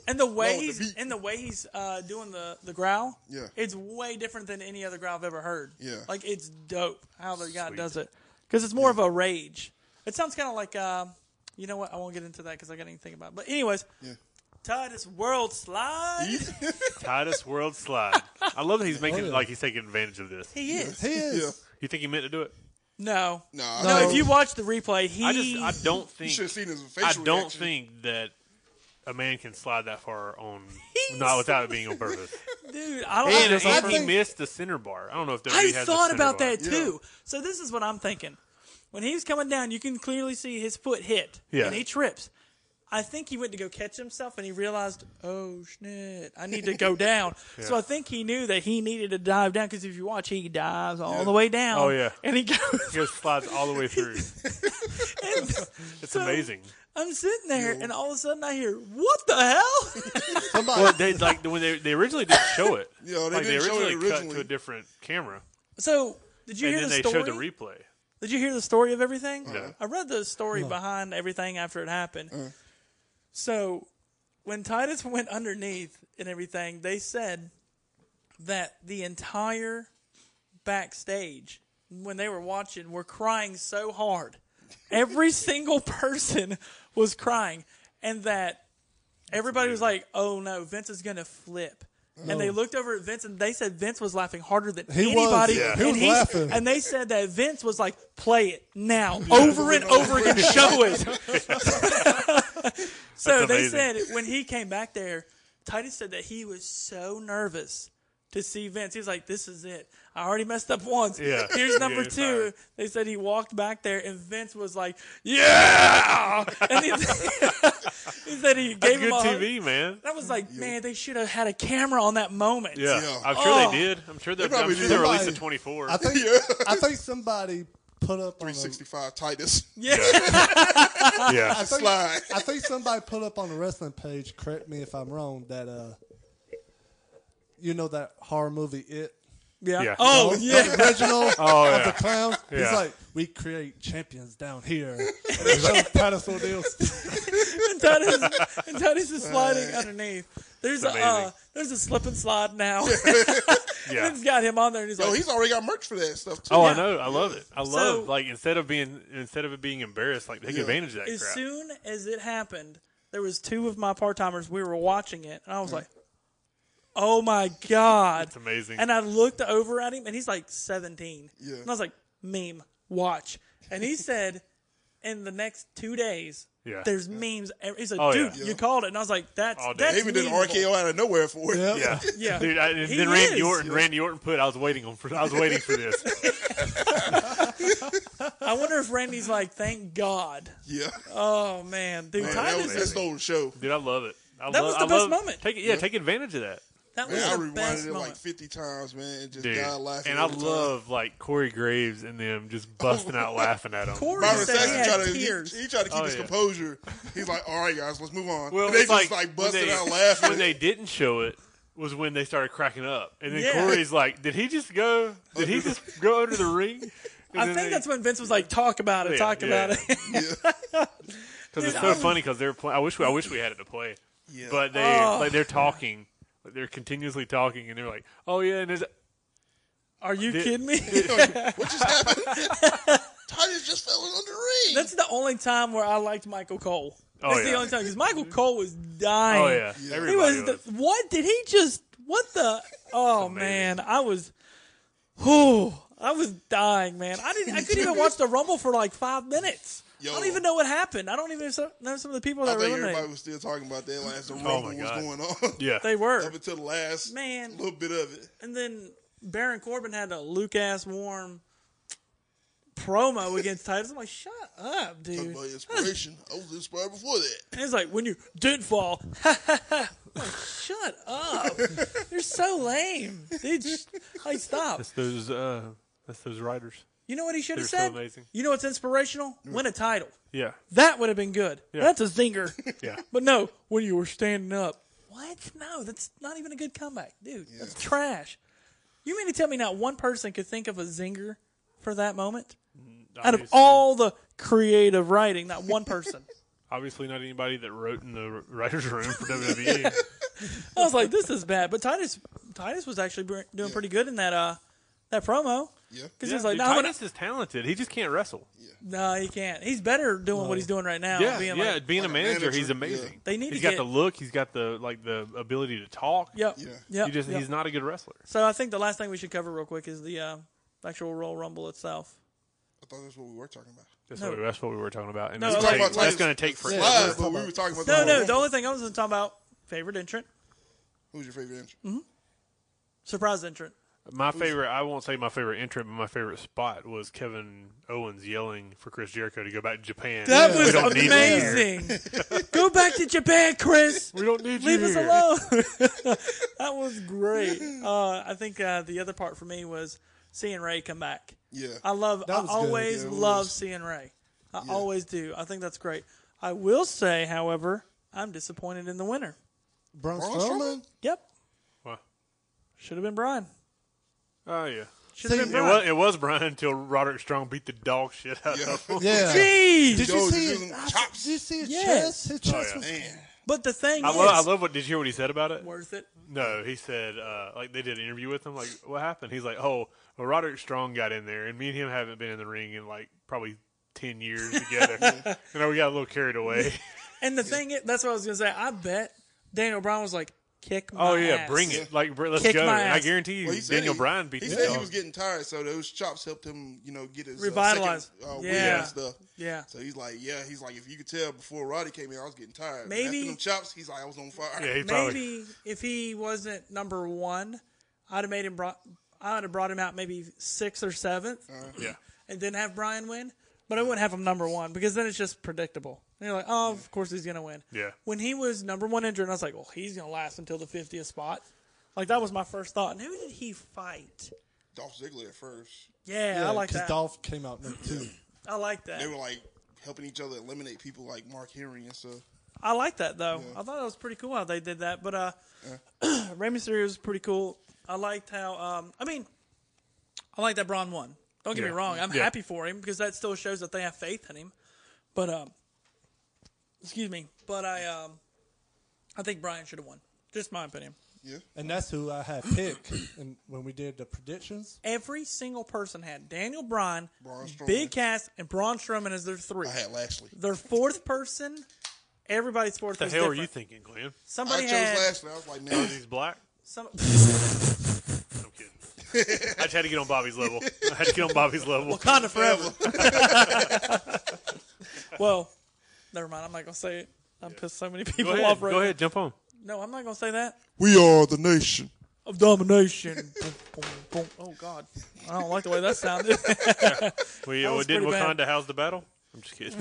[SPEAKER 5] And the way
[SPEAKER 2] No, the
[SPEAKER 5] he's
[SPEAKER 2] beat.
[SPEAKER 5] and the way he's uh, doing the the growl,
[SPEAKER 2] Yeah.
[SPEAKER 5] it's way different than any other growl I've ever heard.
[SPEAKER 2] Yeah.
[SPEAKER 5] like it's dope how the guy
[SPEAKER 1] Sweet.
[SPEAKER 5] does it because it's more of a rage. It sounds kind of like um, you know what? I won't get into that because I got anything about. It. But anyways,
[SPEAKER 2] Yeah.
[SPEAKER 5] Titus World Slide. He,
[SPEAKER 1] Titus World Slide. I love that he's making
[SPEAKER 6] yeah.
[SPEAKER 1] like he's taking advantage of this.
[SPEAKER 5] is
[SPEAKER 6] He is.
[SPEAKER 2] Yeah.
[SPEAKER 1] You think he meant to do it?
[SPEAKER 5] no.
[SPEAKER 2] nah.
[SPEAKER 5] No,
[SPEAKER 2] I-
[SPEAKER 5] if you watch the replay, he
[SPEAKER 1] I just I don't
[SPEAKER 2] you
[SPEAKER 1] think
[SPEAKER 2] should have seen his
[SPEAKER 1] I
[SPEAKER 2] facial
[SPEAKER 1] don't
[SPEAKER 2] reaction.
[SPEAKER 1] think that a man can slide that far on not without it being on purpose.
[SPEAKER 5] dude. I don't.
[SPEAKER 1] And,
[SPEAKER 5] think
[SPEAKER 1] and
[SPEAKER 5] I
[SPEAKER 1] he
[SPEAKER 5] think-
[SPEAKER 1] missed the center bar. I don't know if there
[SPEAKER 5] I
[SPEAKER 1] really has a
[SPEAKER 5] thought
[SPEAKER 1] center
[SPEAKER 5] about
[SPEAKER 1] bar.
[SPEAKER 5] that too. So this is what I'm thinking. When he was coming down, you can clearly see his foot hit,
[SPEAKER 1] Yeah.
[SPEAKER 5] and he trips. I think he went to go catch himself, and he realized, "Oh shit, I need to go down." So I think he knew that he needed to dive down because if you watch, he dives all the way down.
[SPEAKER 1] Oh, yeah.
[SPEAKER 5] and he goes.
[SPEAKER 1] He just slides all the way through.
[SPEAKER 5] and
[SPEAKER 1] It's
[SPEAKER 5] So-
[SPEAKER 1] amazing.
[SPEAKER 5] I'm sitting there, and all of a sudden I hear, "What the hell?"
[SPEAKER 6] Somebody,
[SPEAKER 1] Well, they like when they they originally didn't show it.
[SPEAKER 2] Yeah, they
[SPEAKER 1] like,
[SPEAKER 2] didn't
[SPEAKER 1] they
[SPEAKER 2] show it
[SPEAKER 1] originally cut to
[SPEAKER 2] originally.
[SPEAKER 1] a different camera,
[SPEAKER 5] so did you
[SPEAKER 1] and
[SPEAKER 5] hear
[SPEAKER 1] then
[SPEAKER 5] the
[SPEAKER 1] they
[SPEAKER 5] story?
[SPEAKER 1] showed the replay.
[SPEAKER 5] Did you hear the story of everything?
[SPEAKER 1] No.
[SPEAKER 5] I read the story behind everything after it happened. So when Titus went underneath and everything, they said that the entire backstage when they were watching were crying so hard. Every single person was crying and that everybody was like, "Oh no, Vince is going to flip." And they looked over at Vince and they said Vince was laughing harter than
[SPEAKER 6] Oh. He was.
[SPEAKER 5] anybody.
[SPEAKER 6] Yeah. He
[SPEAKER 5] And
[SPEAKER 6] was laughing.
[SPEAKER 5] And they said that Vince was like, play it now, over and over again, show it. so
[SPEAKER 1] That's
[SPEAKER 5] they
[SPEAKER 1] amazing.
[SPEAKER 5] said when he came back there, Titus said that he was so nervous to see Vince. He was like, this is it. I already messed up once.
[SPEAKER 1] Yeah.
[SPEAKER 5] Here's number
[SPEAKER 1] Yeah, you're
[SPEAKER 5] two.
[SPEAKER 1] fired.
[SPEAKER 5] They said he walked back there and Vince was like, yeah. And he, he said he gave
[SPEAKER 1] That's
[SPEAKER 5] him
[SPEAKER 1] good
[SPEAKER 5] a hug.
[SPEAKER 1] TV, man.
[SPEAKER 5] That was like, man, they should have had a camera on that moment.
[SPEAKER 1] Yeah,
[SPEAKER 2] Yeah.
[SPEAKER 1] I'm sure
[SPEAKER 5] Oh.
[SPEAKER 1] they did. I'm sure they,
[SPEAKER 2] They
[SPEAKER 1] I'm
[SPEAKER 2] probably
[SPEAKER 1] sure
[SPEAKER 2] did.
[SPEAKER 1] they released a
[SPEAKER 6] Somebody-
[SPEAKER 1] 24.
[SPEAKER 6] I think.
[SPEAKER 2] Yeah.
[SPEAKER 6] I think somebody put up on a
[SPEAKER 2] 365 Titus
[SPEAKER 5] Yeah.
[SPEAKER 1] yeah,
[SPEAKER 6] think-
[SPEAKER 2] slide.
[SPEAKER 6] I think somebody put up on the wrestling page. Correct me if I'm wrong. That uh, you know that horror movie It.
[SPEAKER 5] Yeah.
[SPEAKER 1] Yeah.
[SPEAKER 5] Oh, yeah.
[SPEAKER 6] The original
[SPEAKER 1] Oh,
[SPEAKER 6] of
[SPEAKER 1] yeah.
[SPEAKER 6] the clowns. He's
[SPEAKER 1] Yeah.
[SPEAKER 6] like, we create champions down here. He's like, Titus O'Neil.
[SPEAKER 5] and Titus, and Titus is sliding underneath. There's a uh,
[SPEAKER 1] Uh, amazing.
[SPEAKER 5] there's a slip and slide now.
[SPEAKER 1] yeah.
[SPEAKER 5] Vince got him on there, and he's
[SPEAKER 2] Yo,
[SPEAKER 5] like,
[SPEAKER 2] he's already got merch for that stuff too.
[SPEAKER 1] Oh,
[SPEAKER 5] Yeah.
[SPEAKER 1] I know. I love it. I
[SPEAKER 5] So-
[SPEAKER 1] love like instead of being instead of it being embarrassed, like take
[SPEAKER 2] Yeah.
[SPEAKER 1] advantage of that
[SPEAKER 5] as
[SPEAKER 1] crap.
[SPEAKER 5] soon as it happened, there was two of my part timers. We were watching it, and I was like, oh my god,
[SPEAKER 1] Hmm. It's amazing.
[SPEAKER 5] And I looked over at him, and he's like 17.
[SPEAKER 2] Yeah.
[SPEAKER 5] And I was like, meme, watch. And he said, in the next two days.
[SPEAKER 1] Yeah.
[SPEAKER 5] There's memes. ev- He's like,
[SPEAKER 1] Oh,
[SPEAKER 5] dude,
[SPEAKER 1] yeah.
[SPEAKER 5] you called it, and I was like, that's
[SPEAKER 1] All day.
[SPEAKER 5] that's
[SPEAKER 2] They even did an
[SPEAKER 5] memeable.
[SPEAKER 2] RKO out of nowhere for it.
[SPEAKER 6] Yeah.
[SPEAKER 1] yeah,
[SPEAKER 5] Yeah.
[SPEAKER 1] dude. I, and
[SPEAKER 5] He
[SPEAKER 1] then Randy
[SPEAKER 5] is.
[SPEAKER 1] Orton, Randy Orton put. I was waiting on for. I was waiting for this.
[SPEAKER 5] I wonder if Randy's like, thank God.
[SPEAKER 2] Yeah.
[SPEAKER 5] Oh man, dude,
[SPEAKER 2] Man, that
[SPEAKER 5] Titus is-
[SPEAKER 2] was this whole show.
[SPEAKER 1] Dude, I love it. I
[SPEAKER 5] That
[SPEAKER 1] love,
[SPEAKER 5] was the
[SPEAKER 1] I
[SPEAKER 5] best
[SPEAKER 1] love-
[SPEAKER 5] moment.
[SPEAKER 1] Take it, yeah, take advantage of that,
[SPEAKER 5] that was
[SPEAKER 2] Man, I
[SPEAKER 5] the best
[SPEAKER 2] rewinded it
[SPEAKER 5] moment.
[SPEAKER 2] like 50 times, man, and just
[SPEAKER 1] dude.
[SPEAKER 2] died laughing.
[SPEAKER 1] And I
[SPEAKER 2] every time.
[SPEAKER 1] love like Corey Graves and them just busting out laughing at him.
[SPEAKER 5] Corey
[SPEAKER 2] Byron
[SPEAKER 5] said he
[SPEAKER 2] Saxon
[SPEAKER 5] had
[SPEAKER 2] tried to he,
[SPEAKER 5] tears.
[SPEAKER 2] he tried to keep
[SPEAKER 1] Oh,
[SPEAKER 2] his
[SPEAKER 1] yeah.
[SPEAKER 2] composure. He's like, "All right, guys, let's move on."
[SPEAKER 1] Well,
[SPEAKER 2] and they
[SPEAKER 1] it's like,
[SPEAKER 2] just like,
[SPEAKER 1] when
[SPEAKER 2] busted
[SPEAKER 1] they,
[SPEAKER 2] out laughing.
[SPEAKER 1] when they didn't show it. Was when they started cracking up, and then
[SPEAKER 5] Yeah.
[SPEAKER 1] Corey's like, "Did he just go? Did he just go under the ring?"
[SPEAKER 5] I think that's when Vince was like, talk about it,
[SPEAKER 1] Yeah,
[SPEAKER 5] talk about
[SPEAKER 1] yeah.
[SPEAKER 5] it.
[SPEAKER 1] because it's so funny because they're playing. I wish we, I wish we had it to play.
[SPEAKER 2] Yeah.
[SPEAKER 1] But they
[SPEAKER 5] Oh.
[SPEAKER 1] like they're talking, like, they're continuously talking, and they're like, "Oh yeah," and there's
[SPEAKER 5] Are you
[SPEAKER 1] Did-
[SPEAKER 5] kidding me?
[SPEAKER 2] what just happened? Titus just fell in the ring.
[SPEAKER 5] That's the only time where I liked Michael Cole.
[SPEAKER 1] Oh,
[SPEAKER 5] That's the
[SPEAKER 1] yeah.
[SPEAKER 5] only time because Michael Cole was dying.
[SPEAKER 1] oh yeah,
[SPEAKER 5] he
[SPEAKER 1] everybody
[SPEAKER 5] was. The,
[SPEAKER 1] was.
[SPEAKER 5] what did he just? What the? Oh man, I was. Whew, I was dying, man. I didn't. I couldn't even watch the Rumble for like five minutes. I don't
[SPEAKER 2] Yo.
[SPEAKER 5] even know what happened. I don't even so- know some of the people that
[SPEAKER 2] I
[SPEAKER 5] were
[SPEAKER 2] think
[SPEAKER 5] eliminated.
[SPEAKER 2] everybody was still talking about that last the
[SPEAKER 1] Oh, my
[SPEAKER 2] rumble was
[SPEAKER 1] God.
[SPEAKER 2] going on.
[SPEAKER 1] yeah.
[SPEAKER 5] They were.
[SPEAKER 2] up until the last
[SPEAKER 5] Man.
[SPEAKER 2] little bit of it.
[SPEAKER 5] And then Baron Corbin had a Luke ass warm promo against Titus. I'm like, shut up, dude.
[SPEAKER 2] Talk about inspiration. I was inspired before that.
[SPEAKER 5] And it's like when you did fall. like, shut up! You're so lame, dude. sh- Like, stop.
[SPEAKER 1] That's those. Uh, that's those writers.
[SPEAKER 5] You know what he should
[SPEAKER 1] They're
[SPEAKER 5] have
[SPEAKER 1] so
[SPEAKER 5] said?
[SPEAKER 1] amazing.
[SPEAKER 5] You know what's inspirational? Win a title.
[SPEAKER 1] Yeah,
[SPEAKER 5] That would have been good.
[SPEAKER 1] Yeah.
[SPEAKER 5] That's a zinger.
[SPEAKER 1] yeah.
[SPEAKER 5] But no, when you were standing up. What? No, that's not even a good comeback, dude. That's trash. You mean to tell me not one person could think of a zinger for that moment? Out of
[SPEAKER 1] Obviously-
[SPEAKER 5] all the creative writing, not one person.
[SPEAKER 1] obviously not anybody that wrote in the writers' room for E. WWE.
[SPEAKER 5] I was like, this is bad. But Titus, Titus was actually br- doing pretty good in that uh that promo.
[SPEAKER 2] Yeah.
[SPEAKER 5] Because
[SPEAKER 1] yeah,
[SPEAKER 5] he's like,
[SPEAKER 1] dude,
[SPEAKER 5] no, I'm gonna-
[SPEAKER 1] Titus is talented. He just can't wrestle.
[SPEAKER 5] no, he can't. He's better doing what he's doing right now.
[SPEAKER 1] Yeah,
[SPEAKER 5] being
[SPEAKER 1] yeah.
[SPEAKER 5] Like,
[SPEAKER 1] being a
[SPEAKER 2] Like a
[SPEAKER 1] manager,
[SPEAKER 2] manager,
[SPEAKER 1] he's
[SPEAKER 2] yeah.
[SPEAKER 1] amazing.
[SPEAKER 5] They need
[SPEAKER 1] He's
[SPEAKER 5] to
[SPEAKER 1] got
[SPEAKER 5] get-
[SPEAKER 1] the look. He's got the like the ability to talk.
[SPEAKER 5] yep,
[SPEAKER 2] Yeah.
[SPEAKER 5] yep,
[SPEAKER 1] He just
[SPEAKER 5] yep.
[SPEAKER 1] he's not a good wrestler.
[SPEAKER 5] So I think the last thing we should cover real quick is the uh, actual Royal Rumble itself.
[SPEAKER 2] I thought that's what we were talking about.
[SPEAKER 1] That's,
[SPEAKER 5] No.
[SPEAKER 1] what, that's what we were talking about. And
[SPEAKER 5] No,
[SPEAKER 1] that's,
[SPEAKER 5] like-
[SPEAKER 1] take-
[SPEAKER 5] like-
[SPEAKER 1] that's going to take forever.
[SPEAKER 2] Live, but we were talking about
[SPEAKER 1] Oh,
[SPEAKER 5] No,
[SPEAKER 2] the
[SPEAKER 5] no. The only thing I was going to talk about favorite entrant,
[SPEAKER 2] Who's your favorite entrant?
[SPEAKER 5] surprise entrant.
[SPEAKER 1] My favorite, I won't say my favorite entrant, but my favorite spot was Kevin Owens yelling for Chris Jericho to go back to Japan.
[SPEAKER 5] That
[SPEAKER 1] We
[SPEAKER 5] was
[SPEAKER 1] don't need you here.
[SPEAKER 5] amazing. Go back to Japan, Chris.
[SPEAKER 1] We don't need you
[SPEAKER 5] Leave us
[SPEAKER 1] here.
[SPEAKER 5] alone. that was great. Uh, I think uh, the other part for me was seeing Ray come back.
[SPEAKER 2] Yeah.
[SPEAKER 5] I love. I
[SPEAKER 6] was good.
[SPEAKER 5] always
[SPEAKER 2] Yeah, it
[SPEAKER 5] love
[SPEAKER 2] was.
[SPEAKER 5] seeing Ray. I always do. I think that's great. I will say, however, I'm disappointed in the winner.
[SPEAKER 6] Braun
[SPEAKER 2] Braun
[SPEAKER 6] Strowman?
[SPEAKER 2] Strowman?
[SPEAKER 5] Yep,
[SPEAKER 1] Wow.
[SPEAKER 5] should have been Brian.
[SPEAKER 1] Oh yeah,
[SPEAKER 5] Should have
[SPEAKER 6] See,
[SPEAKER 5] been
[SPEAKER 1] it
[SPEAKER 5] Brian.
[SPEAKER 1] was it was Brian until Roderick Strong beat the dog shit out
[SPEAKER 2] Yeah.
[SPEAKER 1] of him.
[SPEAKER 6] Yeah.
[SPEAKER 5] Jeez.
[SPEAKER 6] Did you
[SPEAKER 2] Yo,
[SPEAKER 6] see
[SPEAKER 2] you
[SPEAKER 6] his
[SPEAKER 2] doing
[SPEAKER 6] I-
[SPEAKER 2] chops?
[SPEAKER 6] Did you see his
[SPEAKER 5] Yes.
[SPEAKER 6] chest? His
[SPEAKER 1] Oh,
[SPEAKER 6] chest
[SPEAKER 1] yeah.
[SPEAKER 6] was
[SPEAKER 2] Man.
[SPEAKER 5] But the thing
[SPEAKER 1] I
[SPEAKER 5] is,
[SPEAKER 1] love, I love what. Did you hear what he said about it?
[SPEAKER 5] worth it.
[SPEAKER 1] No, he said uh, like they did an interview with him. Like, what happened? He's like, oh, well, Roderick Strong got in there, and me and him haven't been in the ring in like probably ten years together. you know, we got a little carried away.
[SPEAKER 5] And the thing is, that's what I was gonna say. I bet Daniel Bryan was like, "Kick my
[SPEAKER 1] oh yeah,
[SPEAKER 5] ass.
[SPEAKER 1] bring it! Like, br- let's
[SPEAKER 5] Kick
[SPEAKER 1] go.
[SPEAKER 5] my
[SPEAKER 1] And I
[SPEAKER 5] ass.
[SPEAKER 1] guarantee you,
[SPEAKER 2] Well, he said
[SPEAKER 1] Daniel
[SPEAKER 2] he-
[SPEAKER 1] Bryan beat
[SPEAKER 2] He
[SPEAKER 1] the
[SPEAKER 2] said he
[SPEAKER 1] dog.
[SPEAKER 2] was getting tired, so those chops helped him, you know, get his
[SPEAKER 5] Revitalize.
[SPEAKER 2] Uh, second, uh, win
[SPEAKER 5] Yeah.
[SPEAKER 2] and stuff.
[SPEAKER 5] Yeah,
[SPEAKER 2] So he's like, yeah, he's like, if you could tell before Roddy came in, I was getting tired. But
[SPEAKER 5] Maybe-
[SPEAKER 2] after them chops, he's like, I was on fire.
[SPEAKER 1] yeah, he probably,
[SPEAKER 5] maybe if he wasn't number one, I'd have made him brought. I would have brought him out maybe sixth or seventh,
[SPEAKER 1] yeah.
[SPEAKER 5] and then have Bryan win. But I wouldn't have him number one because then it's just predictable. And you're like, oh, of course he's gonna win.
[SPEAKER 1] Yeah.
[SPEAKER 5] When he was number one injured, I was like, well, he's gonna last until the fiftieth spot. Like that was my first thought. And who did he fight?
[SPEAKER 2] Dolph Ziggler at first.
[SPEAKER 5] Yeah, I like that.
[SPEAKER 6] Dolph came out number two.
[SPEAKER 5] I like that.
[SPEAKER 2] They were like helping each other eliminate people like Mark Henry and stuff.
[SPEAKER 5] I like that though. I thought that was pretty cool how they did that. But uh, Rey Mysterio was pretty cool. I liked how. Um, I mean, I like that Braun won. Don't get me
[SPEAKER 1] Yeah.
[SPEAKER 5] wrong. I'm
[SPEAKER 1] Yeah.
[SPEAKER 5] happy for him because that still shows that they have faith in him. But um, excuse me. But I um, I think Brian should have won. Just my opinion.
[SPEAKER 2] Yeah.
[SPEAKER 6] And that's who I had picked and when we did the predictions.
[SPEAKER 5] Every single person had Daniel Bryan,
[SPEAKER 2] Braun Strowman.
[SPEAKER 5] Big Cass, and Braun Strowman as their three.
[SPEAKER 2] I had Lashley.
[SPEAKER 5] Their fourth person. Everybody's fourth.
[SPEAKER 1] The
[SPEAKER 5] was
[SPEAKER 1] hell are you
[SPEAKER 5] different.
[SPEAKER 1] thinking, Glenn?
[SPEAKER 5] Somebody
[SPEAKER 2] I chose
[SPEAKER 5] had
[SPEAKER 2] Lashley. I was like, no.
[SPEAKER 1] He's black.
[SPEAKER 5] some.
[SPEAKER 1] I'm kidding. I just had to get on Bobby's level. I had to get on Bobby's level.
[SPEAKER 5] Wakanda forever. well, never mind. I'm not gonna say it. I pissed so many
[SPEAKER 1] Go
[SPEAKER 5] people
[SPEAKER 1] ahead,
[SPEAKER 5] off right.
[SPEAKER 1] go ahead, jump on.
[SPEAKER 5] now. No, I'm not gonna say that.
[SPEAKER 2] we are the nation.
[SPEAKER 5] Of domination. Boom, boom, boom. Oh God, I don't like the way that sounded.
[SPEAKER 1] We,
[SPEAKER 5] That
[SPEAKER 1] we
[SPEAKER 5] was
[SPEAKER 1] did
[SPEAKER 5] pretty bad.
[SPEAKER 1] Wakanda house the battle? I'm just kidding.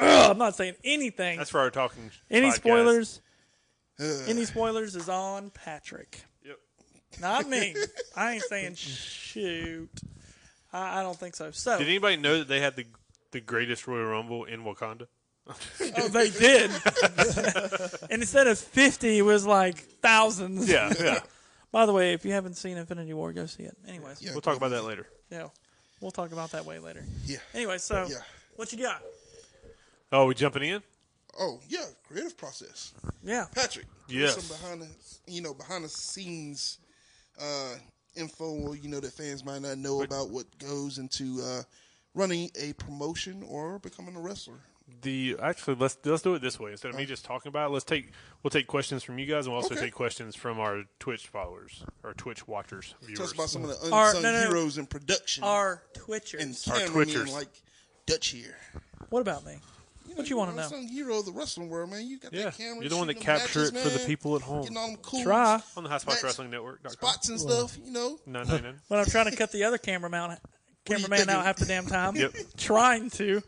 [SPEAKER 5] I'm not saying anything.
[SPEAKER 1] That's for our talking.
[SPEAKER 5] Any
[SPEAKER 1] podcast.
[SPEAKER 5] spoilers?
[SPEAKER 2] Ugh.
[SPEAKER 5] Any spoilers is on Patrick.
[SPEAKER 1] Yep.
[SPEAKER 5] Not me. I ain't saying shoot. I, I don't think so. So
[SPEAKER 1] Did anybody know that they had the the greatest Royal Rumble in Wakanda?
[SPEAKER 5] oh, they did. and instead of fifty, it was like thousands.
[SPEAKER 1] Yeah, yeah.
[SPEAKER 5] By the way, if you haven't seen Infinity War, go see it. Anyways, yeah,
[SPEAKER 2] Yeah.
[SPEAKER 1] We'll talk about that later.
[SPEAKER 5] we'll talk about that way later.
[SPEAKER 2] Yeah.
[SPEAKER 5] Anyway, so
[SPEAKER 2] Yeah.
[SPEAKER 5] what you got?
[SPEAKER 1] Oh, we jumping in?
[SPEAKER 2] Oh, yeah. Creative process.
[SPEAKER 5] Yeah,
[SPEAKER 2] Patrick. give
[SPEAKER 1] Yes.
[SPEAKER 2] Some behind the, you know, behind the scenes uh, info, you know, that fans might not know about what goes into uh, running a promotion or becoming a wrestler.
[SPEAKER 1] The actually let's let's do it this way instead of me just talking about it. Let's take we'll take questions from you guys and we'll also
[SPEAKER 2] Okay.
[SPEAKER 1] take questions from our Twitch followers or Twitch watchers
[SPEAKER 2] Tell us
[SPEAKER 1] viewers.
[SPEAKER 2] about some of the unsung
[SPEAKER 5] Our- no, no, no.
[SPEAKER 2] heroes in production
[SPEAKER 5] our Twitchers.
[SPEAKER 2] and
[SPEAKER 1] our
[SPEAKER 2] cameramen
[SPEAKER 1] Twitchers.
[SPEAKER 2] like Dutch here.
[SPEAKER 5] what about me? what you want to know?
[SPEAKER 2] Unsung hero of the wrestling world, man. You got
[SPEAKER 1] Yeah.
[SPEAKER 2] that camera.
[SPEAKER 1] You're the one that
[SPEAKER 2] shooting them
[SPEAKER 1] capture it
[SPEAKER 2] matches,
[SPEAKER 1] for the
[SPEAKER 2] man,
[SPEAKER 1] people at home.
[SPEAKER 2] Getting all them cool
[SPEAKER 5] Try.
[SPEAKER 1] on the High Spots
[SPEAKER 2] Match-
[SPEAKER 1] Wrestling Network.
[SPEAKER 2] spots and stuff, you know.
[SPEAKER 1] Nine nine nine.
[SPEAKER 5] When I'm trying to cut the other cameraman cameraman
[SPEAKER 2] thinking?
[SPEAKER 5] out half the damn time.
[SPEAKER 7] Yep.
[SPEAKER 5] Trying to.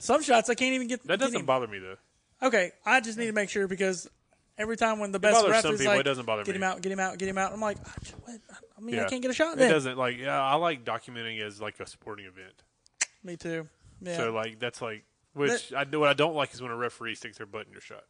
[SPEAKER 5] Some shots I can't even get.
[SPEAKER 1] That
[SPEAKER 5] get
[SPEAKER 1] doesn't
[SPEAKER 5] in.
[SPEAKER 1] bother me though.
[SPEAKER 5] Okay, I just need to make sure because every time when the best
[SPEAKER 1] bothers
[SPEAKER 5] ref
[SPEAKER 1] some
[SPEAKER 5] is
[SPEAKER 1] people,
[SPEAKER 5] like,
[SPEAKER 1] it doesn't bother
[SPEAKER 5] get him
[SPEAKER 1] me.
[SPEAKER 5] out, get him out, get him out. I'm like, I, just- what? I mean, I
[SPEAKER 1] Yeah.
[SPEAKER 5] can't get a shot.
[SPEAKER 1] It
[SPEAKER 5] Then.
[SPEAKER 1] doesn't like yeah, I like documenting as like a sporting event.
[SPEAKER 5] Me too. Yeah.
[SPEAKER 1] So like that's like which I do what I don't like is when a referee sticks their butt in your shot.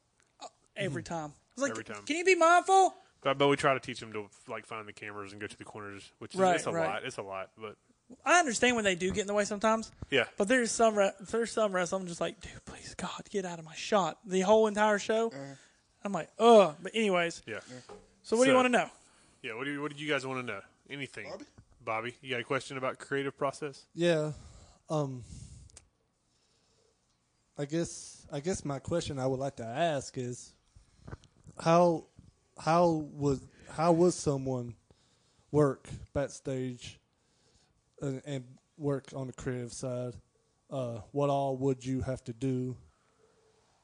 [SPEAKER 5] every time. It's like,
[SPEAKER 1] Every time.
[SPEAKER 5] can you be mindful?
[SPEAKER 1] But, but we try to teach them to like find the cameras and go to the corners, which is
[SPEAKER 5] Right,
[SPEAKER 1] it's a
[SPEAKER 5] right.
[SPEAKER 1] lot. It's a lot, but
[SPEAKER 5] I understand when they do get in the way sometimes,
[SPEAKER 1] yeah,
[SPEAKER 5] but there's some re- there's some refs I'm just like, dude, please God, get out of my shot. The whole entire show, I'm like, ugh. But anyways,
[SPEAKER 1] yeah,
[SPEAKER 5] so what do you
[SPEAKER 1] So-
[SPEAKER 5] want to know?
[SPEAKER 1] yeah. What do you, what did you guys want to know? Anything,
[SPEAKER 2] Bobby?
[SPEAKER 1] Bobby, you got a question about creative process?
[SPEAKER 6] Yeah. Um I guess I guess my question I would like to ask is how how was how was someone work backstage and, and work on the creative side? Uh, what all would you have to do?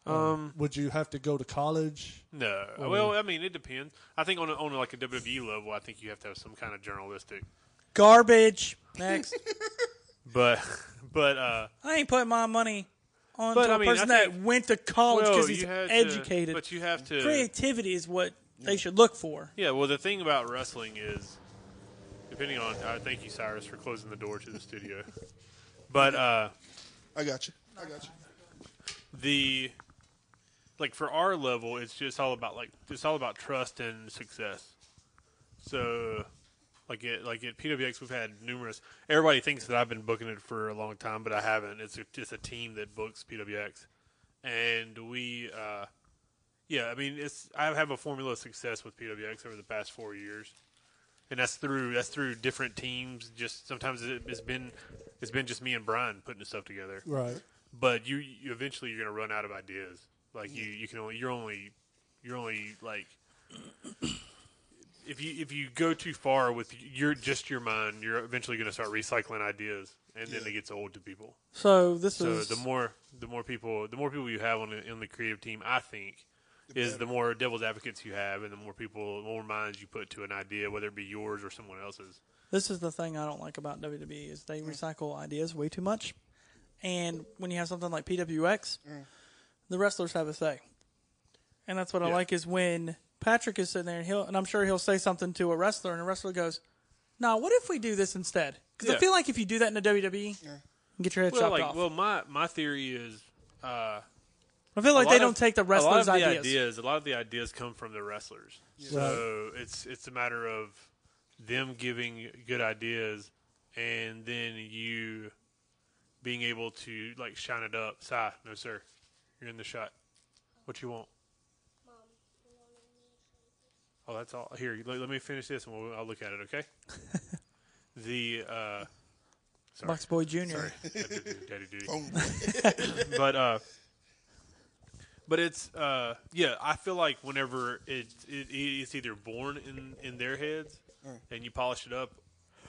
[SPEAKER 1] Um,
[SPEAKER 6] Would you have to go to college?
[SPEAKER 1] no. Oh, Well, I mean, it depends. I think on a, on like a WWE level, I think you have to have some kind of journalistic,
[SPEAKER 5] Garbage. Next,
[SPEAKER 1] but but uh,
[SPEAKER 5] I ain't putting my money on
[SPEAKER 1] But,
[SPEAKER 5] a
[SPEAKER 1] I mean, I
[SPEAKER 5] person that
[SPEAKER 1] think-
[SPEAKER 5] went to college
[SPEAKER 1] well,
[SPEAKER 5] because he's
[SPEAKER 1] you had to-
[SPEAKER 5] educated.
[SPEAKER 1] but you have to
[SPEAKER 5] Creativity is what they should look for.
[SPEAKER 1] Yeah, well, the thing about wrestling is, depending on. Uh, thank you, Cyrus, for closing the door to the studio. But uh,
[SPEAKER 2] I got you. I got you.
[SPEAKER 1] the like for our level, it's just all about like it's all about trust and success. So, like it like at PWX, we've had numerous. Everybody thinks that I've been booking it for a long time, but I haven't. It's just a team that books PWX, and we. Uh, yeah, I mean, it's I have a formula of success with PWX over the past four years, and that's through that's through different teams. Just sometimes it, it's been it's been just me and Brian putting this stuff together
[SPEAKER 6] Right.
[SPEAKER 1] but you, you eventually you're gonna run out of ideas. Like you, you can only you're only you're only like if you if you go too far with your just your mind, you're eventually gonna start recycling ideas, and then it gets old to people.
[SPEAKER 5] So this
[SPEAKER 1] So
[SPEAKER 5] is
[SPEAKER 1] the more the more people the more people you have on the on the creative team, I think. Is the more devil's advocates you have, and the more people, more minds you put to an idea, whether it be yours or someone else's.
[SPEAKER 5] This is the thing I don't like about WWE is
[SPEAKER 1] Mm.
[SPEAKER 5] they recycle ideas way too much, and when you have something like PWX,
[SPEAKER 1] Mm.
[SPEAKER 5] the wrestlers have a say, and that's what I
[SPEAKER 1] Yeah.
[SPEAKER 5] like is when Patrick is sitting there and he'll and I'm sure he'll say something to a wrestler and a wrestler goes, "Nah, what if we do this instead?" Because I
[SPEAKER 1] Yeah.
[SPEAKER 5] feel like if you do that in the WWE, you get your head
[SPEAKER 1] Well,
[SPEAKER 5] chopped
[SPEAKER 1] like,
[SPEAKER 5] off.
[SPEAKER 1] well, my my theory is uh,
[SPEAKER 5] I feel like
[SPEAKER 1] A
[SPEAKER 5] they
[SPEAKER 1] lot
[SPEAKER 5] don't
[SPEAKER 1] of-
[SPEAKER 5] take
[SPEAKER 1] a
[SPEAKER 5] the
[SPEAKER 1] lot of
[SPEAKER 5] wrestlers'
[SPEAKER 1] the
[SPEAKER 5] ideas.
[SPEAKER 1] A lot of the ideas come from the wrestlers, so it's it's a matter of them giving good ideas, and then you being able to like shine it up. Sigh, no sir, you're in the shot. What you want? Oh, that's all. Here, let, let me finish this, and we'll, I'll look at it. Okay. the uh, sorry,
[SPEAKER 5] Box Boy Junior.
[SPEAKER 1] I did do daddy duty
[SPEAKER 2] Boom.
[SPEAKER 1] but uh but it's uh yeah i feel like whenever it, it it's either born in in their heads and you polish it up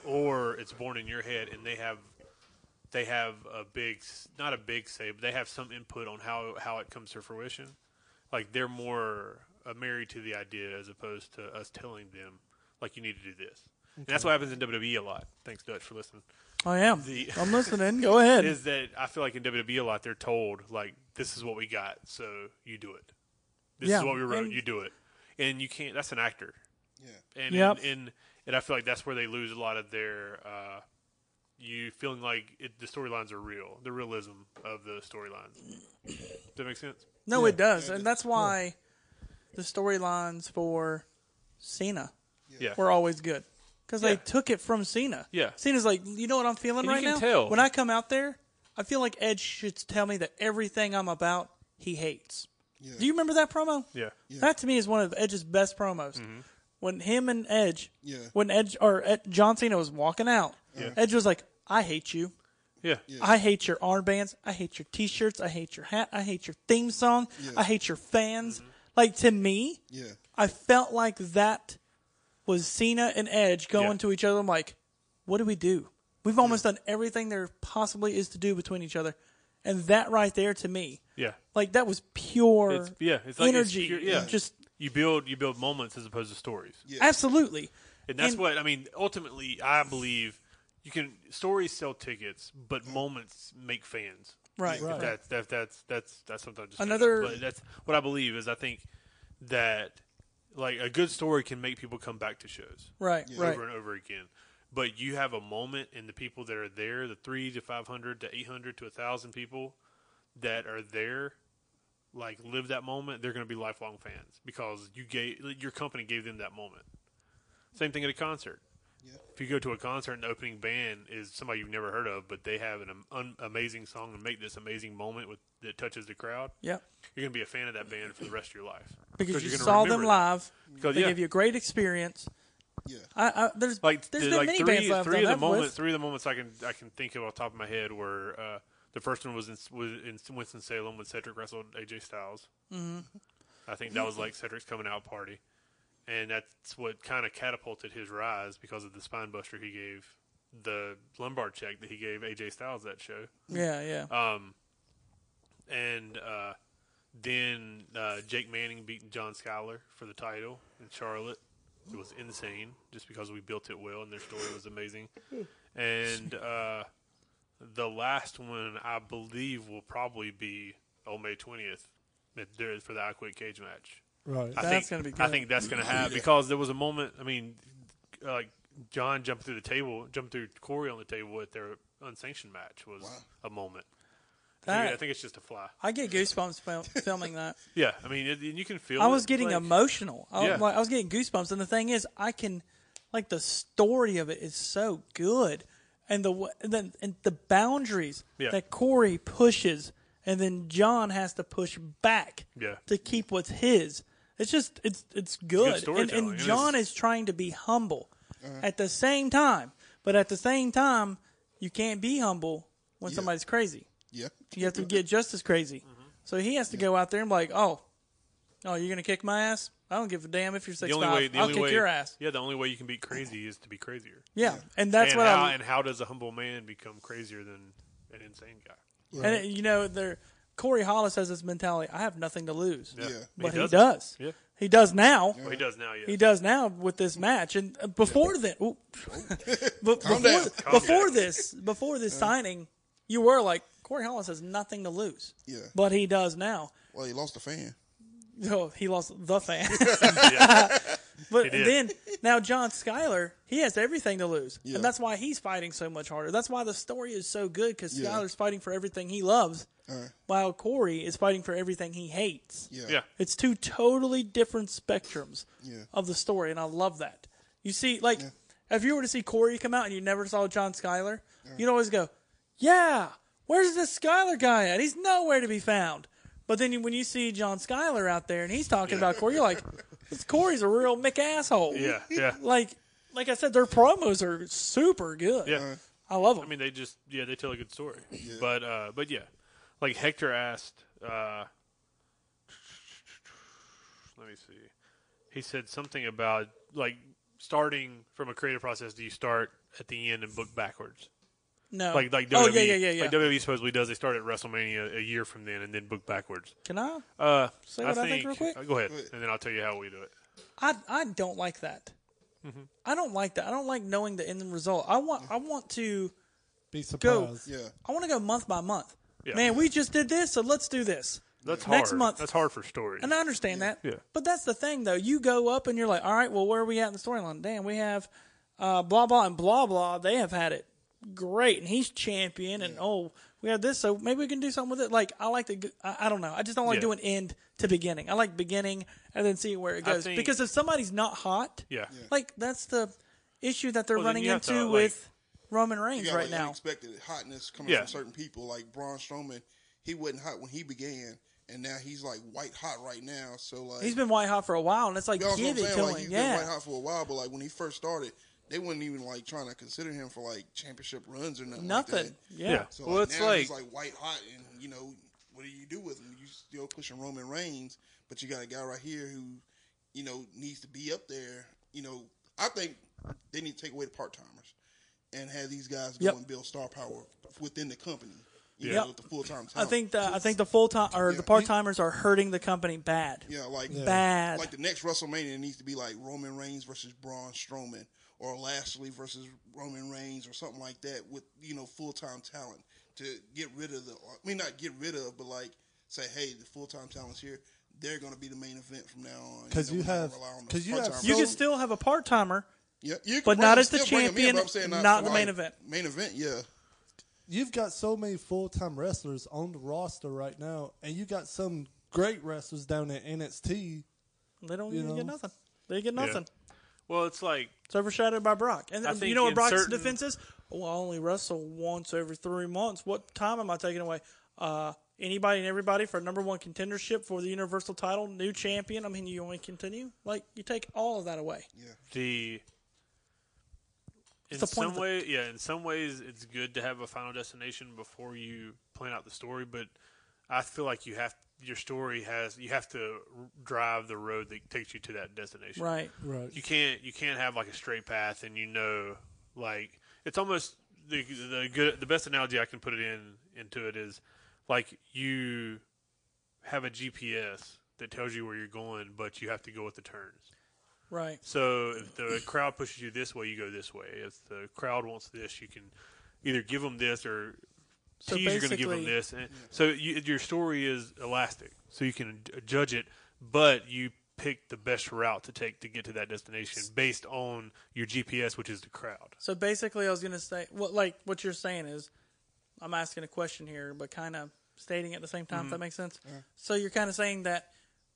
[SPEAKER 1] or it's born in your head and they have they have a big s- not a big say but they have some input on how how it comes to fruition like they're more uh, married to the idea as opposed to us telling them like you need to do this and that's what happens in wwe a lot thanks dutch for listening
[SPEAKER 5] I am.
[SPEAKER 1] The-
[SPEAKER 5] I'm listening. Go ahead.
[SPEAKER 1] is that I feel like in WWE a lot they're told like this is what we got, so you do it. This
[SPEAKER 5] Yeah,
[SPEAKER 1] is what we wrote,
[SPEAKER 5] and-
[SPEAKER 1] you do it, and you can't. That's an actor,
[SPEAKER 2] Yeah.
[SPEAKER 1] and
[SPEAKER 5] Yep.
[SPEAKER 1] and, and and I feel like that's where they lose a lot of their uh, you feeling like it, the storylines are real, the realism of the storylines. Does that make sense?
[SPEAKER 5] No, it does, and that's why the storylines for Cena
[SPEAKER 1] Yeah.
[SPEAKER 5] were always good because they
[SPEAKER 1] Yeah.
[SPEAKER 5] took it from Cena.
[SPEAKER 1] Yeah.
[SPEAKER 5] Cena's like, you know what I'm
[SPEAKER 1] And
[SPEAKER 5] feeling
[SPEAKER 1] you
[SPEAKER 5] right
[SPEAKER 1] can
[SPEAKER 5] now.
[SPEAKER 1] tell.
[SPEAKER 5] When I come out there, I feel like Edge should tell me that everything I'm about he hates. Do you remember that promo?
[SPEAKER 1] Yeah. Mm-hmm.
[SPEAKER 5] That to me is one of Edge's best promos. When him and Edge,
[SPEAKER 2] Yeah.
[SPEAKER 5] when Edge or Ed, John Cena was walking out, Edge was like, "I hate you."
[SPEAKER 1] Yeah.
[SPEAKER 5] I hate your armbands. I hate your T-shirts. I hate your hat. I hate your theme song. I hate your fans.
[SPEAKER 1] Mm-hmm.
[SPEAKER 5] Like to me,
[SPEAKER 2] Yeah.
[SPEAKER 5] I felt like that was Cena and Edge going
[SPEAKER 1] Yeah.
[SPEAKER 5] to each other. I'm like, what do we do? We've almost done everything there possibly is to do between each other, and that right there to me,
[SPEAKER 1] Yeah.
[SPEAKER 5] like that was pure
[SPEAKER 1] It's yeah. It's like
[SPEAKER 5] energy.
[SPEAKER 1] It's pure, yeah.
[SPEAKER 5] and just
[SPEAKER 1] you build you build moments as opposed to stories.
[SPEAKER 5] absolutely.
[SPEAKER 1] And that's
[SPEAKER 5] And-
[SPEAKER 1] what I mean. Ultimately, I believe you can stories sell tickets, but moments make fans.
[SPEAKER 5] Right.
[SPEAKER 6] Right.
[SPEAKER 1] That's that's that's that's that's something I just made
[SPEAKER 5] Another-
[SPEAKER 1] up, But that's what I believe is I think that like a good story can make people come back to shows
[SPEAKER 5] Right. Right.
[SPEAKER 1] over and over again. But you have a moment, and the people that are there, the three to five hundred to eight hundred to thousand people that are there, like live that moment. They're going to be lifelong fans because you gave your company gave them that moment. Same thing at a concert.
[SPEAKER 2] Yeah.
[SPEAKER 1] If you go to a concert and the opening band is somebody you've never heard of, but they have an am- un- amazing song and make this amazing moment with that touches the crowd,
[SPEAKER 5] Yep.
[SPEAKER 1] you're going to be a fan of that band for the rest of your life
[SPEAKER 5] Because you
[SPEAKER 1] you're gonna
[SPEAKER 5] saw them
[SPEAKER 1] remember that.
[SPEAKER 5] live.
[SPEAKER 1] Because
[SPEAKER 5] They
[SPEAKER 1] yeah,
[SPEAKER 5] gave you a great experience.
[SPEAKER 2] Yeah.
[SPEAKER 5] I, I, there's
[SPEAKER 1] like
[SPEAKER 5] there's
[SPEAKER 1] the,
[SPEAKER 5] been
[SPEAKER 1] like
[SPEAKER 5] many
[SPEAKER 1] three,
[SPEAKER 5] bands that I've
[SPEAKER 1] three
[SPEAKER 5] done
[SPEAKER 1] of the
[SPEAKER 5] that
[SPEAKER 1] moments,
[SPEAKER 5] with.
[SPEAKER 1] three of the moments I can I can think of off the top of my head were uh, the first one was in was in Winston Salem when Cedric wrestled AJ Styles. Mm-hmm. I think that was like Cedric's coming out party, and that's what kind of catapulted his rise because of the spine buster he gave, the lumbar check that he gave AJ Styles that show.
[SPEAKER 5] Yeah, yeah.
[SPEAKER 1] Um, and uh, then uh, Jake Manning beat John Schuyler for the title in Charlotte. It was insane just because we built it well and their story was amazing. And uh, the last one, I believe, will probably be on May 20th that there is for the I Quit Cage match.
[SPEAKER 6] Right.
[SPEAKER 1] I
[SPEAKER 5] That's
[SPEAKER 1] think-
[SPEAKER 5] gonna be
[SPEAKER 1] I
[SPEAKER 5] good.
[SPEAKER 1] think that's going to happen because there was a moment. I mean, uh, like John jumped through the table, jumped through Corey on the table at their unsanctioned match was a moment. I think, I
[SPEAKER 5] That-
[SPEAKER 1] think it's just a fly.
[SPEAKER 5] I get goosebumps fil- filming that.
[SPEAKER 1] Yeah, I mean, it, and you can feel.
[SPEAKER 5] I
[SPEAKER 1] it.
[SPEAKER 5] was getting
[SPEAKER 1] Like,
[SPEAKER 5] emotional. I,
[SPEAKER 1] Yeah.
[SPEAKER 5] was like, I was getting goosebumps, and the thing is, I can like the story of it is so good, and the wa- and then and the boundaries
[SPEAKER 1] Yeah.
[SPEAKER 5] that Corey pushes, and then John has to push back
[SPEAKER 1] Yeah.
[SPEAKER 5] to keep what's his. It's just it's it's good, and,
[SPEAKER 1] storytelling.
[SPEAKER 5] and
[SPEAKER 1] It is.
[SPEAKER 5] John is trying to be humble at the same time, but at the same time, you can't be humble when somebody's crazy.
[SPEAKER 2] Yeah.
[SPEAKER 5] You
[SPEAKER 1] Mm-hmm.
[SPEAKER 5] have to get just as crazy. So he has to go out there and be like, oh, oh, you're gonna kick my ass? I don't give a damn if you're
[SPEAKER 1] The
[SPEAKER 5] six
[SPEAKER 1] only way,
[SPEAKER 5] five.
[SPEAKER 1] the
[SPEAKER 5] I'll
[SPEAKER 1] only
[SPEAKER 5] kick
[SPEAKER 1] way,
[SPEAKER 5] your ass.
[SPEAKER 1] Yeah, the only way you can be crazy is to be crazier.
[SPEAKER 5] Yeah, and that's
[SPEAKER 1] and
[SPEAKER 5] what
[SPEAKER 1] how,
[SPEAKER 5] I
[SPEAKER 1] and how does a humble man become crazier than an insane guy?
[SPEAKER 5] and it, you know there. Corey Hollis has this mentality. I have nothing to lose,
[SPEAKER 2] Yeah.
[SPEAKER 5] but he,
[SPEAKER 1] doesn't.
[SPEAKER 5] does.
[SPEAKER 1] Yeah.
[SPEAKER 5] He does now.
[SPEAKER 1] Well, he does now. Yeah,
[SPEAKER 5] He does now with this match, and uh, before then, ooh, but before,
[SPEAKER 2] down.
[SPEAKER 1] Calm
[SPEAKER 5] before
[SPEAKER 1] down. Uh.
[SPEAKER 5] this, before this signing, you were like Corey Hollis has nothing to lose,
[SPEAKER 2] Yeah.
[SPEAKER 5] but he does now.
[SPEAKER 2] Well, he lost a fan.
[SPEAKER 5] Oh, he lost the fan. but
[SPEAKER 1] did.
[SPEAKER 5] then now John Schuyler, he has everything to lose,
[SPEAKER 2] Yeah.
[SPEAKER 5] and that's why he's fighting so much harder. That's why the story is so good because
[SPEAKER 2] Yeah.
[SPEAKER 5] Schuyler's fighting for everything he loves,
[SPEAKER 2] Uh,
[SPEAKER 5] while Corey is fighting for everything he hates.
[SPEAKER 2] yeah.
[SPEAKER 1] yeah.
[SPEAKER 5] It's two totally different spectrums
[SPEAKER 2] Yeah.
[SPEAKER 5] of the story, and I love that. You see, like, if you were to see Corey come out and you never saw John Schuyler, you'd always go, Yeah, where's this Schuyler guy at? He's nowhere to be found. But then you, when you see John Schuyler out there and he's talking about Corey, you're like, this Corey's a real Mick asshole.
[SPEAKER 1] yeah, yeah.
[SPEAKER 5] Like, like I said, their promos are super good.
[SPEAKER 1] Yeah.
[SPEAKER 5] I love them.
[SPEAKER 1] I mean, they just yeah, they tell a good story. But uh, but yeah, like Hector asked. Uh, let me see. He said something about like starting from a creative process. Do you start at the end and book backwards?
[SPEAKER 5] no.
[SPEAKER 1] Like like WWE,
[SPEAKER 5] oh, yeah, yeah, yeah, yeah.
[SPEAKER 1] like WWE supposedly does. They start at WrestleMania a year from then and then book backwards.
[SPEAKER 5] Can I?
[SPEAKER 1] Uh,
[SPEAKER 5] Say what I think real quick?
[SPEAKER 1] uh, go ahead, and then I'll tell you how we do it.
[SPEAKER 5] I I don't like that. I don't like that. I don't like knowing the end result. I want I want to
[SPEAKER 6] Be
[SPEAKER 5] go.
[SPEAKER 6] surprised.
[SPEAKER 2] Yeah.
[SPEAKER 5] I want to go month by month.
[SPEAKER 1] Yeah.
[SPEAKER 5] Man, we just did this, so let's do this.
[SPEAKER 1] That's hard.
[SPEAKER 5] Next month.
[SPEAKER 1] That's hard for stories.
[SPEAKER 5] And I understand that.
[SPEAKER 1] Yeah.
[SPEAKER 5] But that's the thing, though. You go up and you're like, all right, well, where are we at in the storyline? Damn, we have uh, blah, blah, and blah, blah. They have had it great, and he's champion, and oh, we have this, so maybe we can do something with it. Like, I like to, g- I, I don't know. I just don't like
[SPEAKER 1] Yeah.
[SPEAKER 5] doing end to beginning. I like beginning and then seeing where it
[SPEAKER 1] I
[SPEAKER 5] goes.
[SPEAKER 1] think-
[SPEAKER 5] because if somebody's not hot,
[SPEAKER 1] yeah.
[SPEAKER 5] like, that's the issue that they're
[SPEAKER 1] Well, then
[SPEAKER 5] running
[SPEAKER 1] you have
[SPEAKER 5] into
[SPEAKER 1] to, like-
[SPEAKER 5] with Roman Reigns
[SPEAKER 2] You got
[SPEAKER 5] right
[SPEAKER 2] like,
[SPEAKER 5] now.
[SPEAKER 2] unexpected hotness coming
[SPEAKER 1] Yeah.
[SPEAKER 2] from certain people, like Braun Strowman. He wasn't hot when he began, and now he's like white hot right now. So like
[SPEAKER 5] He's been white hot for a while, and it's like,
[SPEAKER 2] You know what I'm
[SPEAKER 5] give it
[SPEAKER 2] saying?
[SPEAKER 5] to
[SPEAKER 2] like,
[SPEAKER 5] him.
[SPEAKER 2] He's
[SPEAKER 5] Yeah.
[SPEAKER 2] been white hot for a while, but like when he first started, they weren't even like trying to consider him for like championship runs or nothing. like that.
[SPEAKER 5] Nothing.
[SPEAKER 1] Yeah.
[SPEAKER 5] yeah.
[SPEAKER 2] So
[SPEAKER 1] well,
[SPEAKER 2] like,
[SPEAKER 1] it's
[SPEAKER 2] now
[SPEAKER 1] like,
[SPEAKER 2] he's like white hot, and you know what do you do with him? You still pushing Roman Reigns, but you got a guy right here who you know needs to be up there. You know, I think they need to take away the part timers and have these guys go
[SPEAKER 5] Yep.
[SPEAKER 2] and build star power within the company. You
[SPEAKER 1] Yeah.
[SPEAKER 2] know,
[SPEAKER 5] Yep.
[SPEAKER 2] with the full time.
[SPEAKER 6] Oh,
[SPEAKER 5] I think the I think the full time or the part timers are hurting the company bad.
[SPEAKER 2] Yeah, like
[SPEAKER 5] Bad.
[SPEAKER 2] Like the next WrestleMania needs to be like Roman Reigns versus Braun Strowman, or Lashley versus Roman Reigns or something like that with you know full time talent to get rid of the. I mean, not get rid of, but like say, hey, the full time talent's here. They're going to be the main event from now on.
[SPEAKER 6] 'Cause
[SPEAKER 2] know,
[SPEAKER 6] you
[SPEAKER 2] we're not gonna
[SPEAKER 6] have-
[SPEAKER 2] rely on the
[SPEAKER 6] 'cause you have
[SPEAKER 2] part-timers.
[SPEAKER 5] You
[SPEAKER 6] So-
[SPEAKER 5] can still have a part timer.
[SPEAKER 2] Yeah, you can
[SPEAKER 5] But
[SPEAKER 2] bring
[SPEAKER 5] not
[SPEAKER 2] them-
[SPEAKER 5] as the
[SPEAKER 2] still bring them
[SPEAKER 5] champion,
[SPEAKER 2] but I'm saying
[SPEAKER 5] not
[SPEAKER 2] for,
[SPEAKER 5] the main event.
[SPEAKER 2] Main event, yeah.
[SPEAKER 6] You've got so many full time wrestlers on the roster right now, and you got some great wrestlers down at NXT.
[SPEAKER 5] They don't
[SPEAKER 6] You
[SPEAKER 5] get
[SPEAKER 6] know?
[SPEAKER 5] nothing. They get nothing.
[SPEAKER 1] Well, it's like
[SPEAKER 5] It's overshadowed by Brock. And
[SPEAKER 1] I
[SPEAKER 5] you
[SPEAKER 1] think
[SPEAKER 5] know what
[SPEAKER 1] in
[SPEAKER 5] Brock's
[SPEAKER 1] certain-
[SPEAKER 5] defense is? Well, I only wrestle once every three months. What time am I taking away? Uh, anybody and everybody for number one contendership for the Universal title, new champion. I mean, you only continue. Like, you take all of that away.
[SPEAKER 1] the in
[SPEAKER 5] the point
[SPEAKER 1] some
[SPEAKER 5] of the-
[SPEAKER 1] way yeah in some ways it's good to have a final destination before you plan out the story but i feel like you have your story has you have to r- drive the road that takes you to that destination
[SPEAKER 5] Right.
[SPEAKER 6] Right.
[SPEAKER 1] you can't you can't have like a straight path and you know like it's almost the the good the best analogy I can put it in into it is like you have a GPS that tells you where you're going but you have to go with the turns.
[SPEAKER 5] Right.
[SPEAKER 1] So if the crowd pushes you this way, you go this way. If the crowd wants this, you can either give them this or
[SPEAKER 5] So
[SPEAKER 1] tease you're going to give them
[SPEAKER 5] basically-
[SPEAKER 1] this. And So you, your story is elastic, so you can j- judge it, but you pick the best route to take to get to that destination based on your GPS, which is the crowd.
[SPEAKER 5] So basically, I was going to say, what like what you're saying is, I'm asking a question here, but kind of stating at the same time. If that
[SPEAKER 1] Mm-hmm.
[SPEAKER 5] makes sense. So you're kind of saying that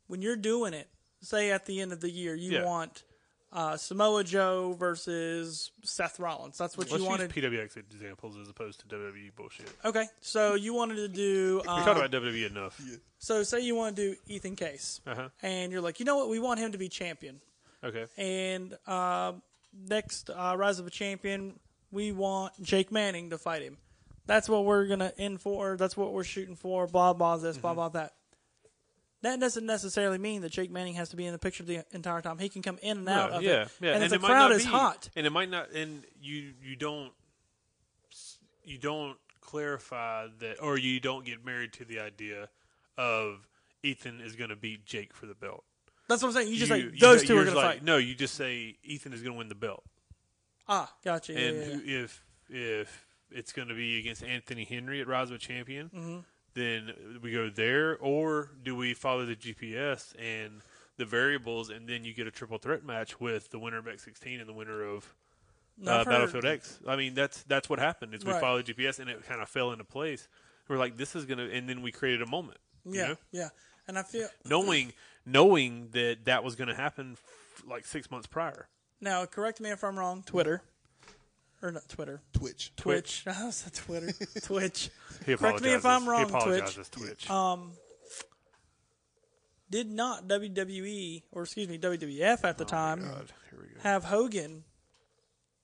[SPEAKER 5] when you're doing it, say at the end of the year, you
[SPEAKER 1] Yeah.
[SPEAKER 5] want uh, Samoa Joe versus Seth Rollins. That's what
[SPEAKER 1] Let's
[SPEAKER 5] you wanted.
[SPEAKER 1] use PWX examples as opposed to WWE bullshit.
[SPEAKER 5] okay, so you wanted to do.
[SPEAKER 1] We
[SPEAKER 5] Uh,
[SPEAKER 1] talked about WWE enough.
[SPEAKER 5] so say you want to do Ethan Case,
[SPEAKER 1] Uh-huh.
[SPEAKER 5] and you're like, you know what, we want him to be champion.
[SPEAKER 1] Okay.
[SPEAKER 5] And uh, next uh, Rise of a Champion, we want Jake Manning to fight him. That's what we're gonna end for. That's what we're shooting for. Blah blah this,
[SPEAKER 1] Mm-hmm.
[SPEAKER 5] blah blah that. That doesn't necessarily mean that Jake Manning has to be in the picture the entire time. He can come in and out
[SPEAKER 1] No,
[SPEAKER 5] of
[SPEAKER 1] yeah,
[SPEAKER 5] it.
[SPEAKER 1] yeah.
[SPEAKER 5] And, if
[SPEAKER 1] it
[SPEAKER 5] the
[SPEAKER 1] might
[SPEAKER 5] crowd
[SPEAKER 1] not
[SPEAKER 5] is
[SPEAKER 1] be-
[SPEAKER 5] hot,
[SPEAKER 1] and it might not, and you you don't you don't clarify that, or you don't get married to the idea of Ethan is going to beat Jake for the belt.
[SPEAKER 5] that's what I'm saying. You just
[SPEAKER 1] you
[SPEAKER 5] like those
[SPEAKER 1] don't-
[SPEAKER 5] two are
[SPEAKER 1] you're
[SPEAKER 5] gonna
[SPEAKER 1] just like,
[SPEAKER 5] fight.
[SPEAKER 1] No, you just say Ethan is going to win the belt,
[SPEAKER 5] Ah, gotcha. Yeah,
[SPEAKER 1] and
[SPEAKER 5] yeah, yeah.
[SPEAKER 1] who, if if it's going to be against Anthony Henry at Rise of a Champion,
[SPEAKER 5] Mm-hmm.
[SPEAKER 1] then we go there, or do we follow the GPS and the variables, and then you get a triple threat match with the winner of X16 and the winner of
[SPEAKER 5] No,
[SPEAKER 1] uh,
[SPEAKER 5] I've heard-
[SPEAKER 1] Battlefield X. I mean, that's that's what happened. Is we
[SPEAKER 5] Right.
[SPEAKER 1] followed GPS and it kind of fell into place. We're like, this is gonna, and then we created a moment. you
[SPEAKER 5] Yeah,
[SPEAKER 1] know?
[SPEAKER 5] yeah. And I feel
[SPEAKER 1] knowing knowing that that was gonna happen f- like six months prior.
[SPEAKER 5] now. Correct me if I'm wrong. Twitter, or not Twitter.
[SPEAKER 2] Twitch.
[SPEAKER 5] Twitch. I said Twitter. Twitch.
[SPEAKER 1] He
[SPEAKER 5] Correct me if
[SPEAKER 1] apologizes.
[SPEAKER 5] I'm wrong, Um,
[SPEAKER 1] He apologizes, Twitch.
[SPEAKER 5] did not WWE or excuse me WWF at the
[SPEAKER 2] Oh
[SPEAKER 5] time
[SPEAKER 1] Here we go.
[SPEAKER 5] have Hogan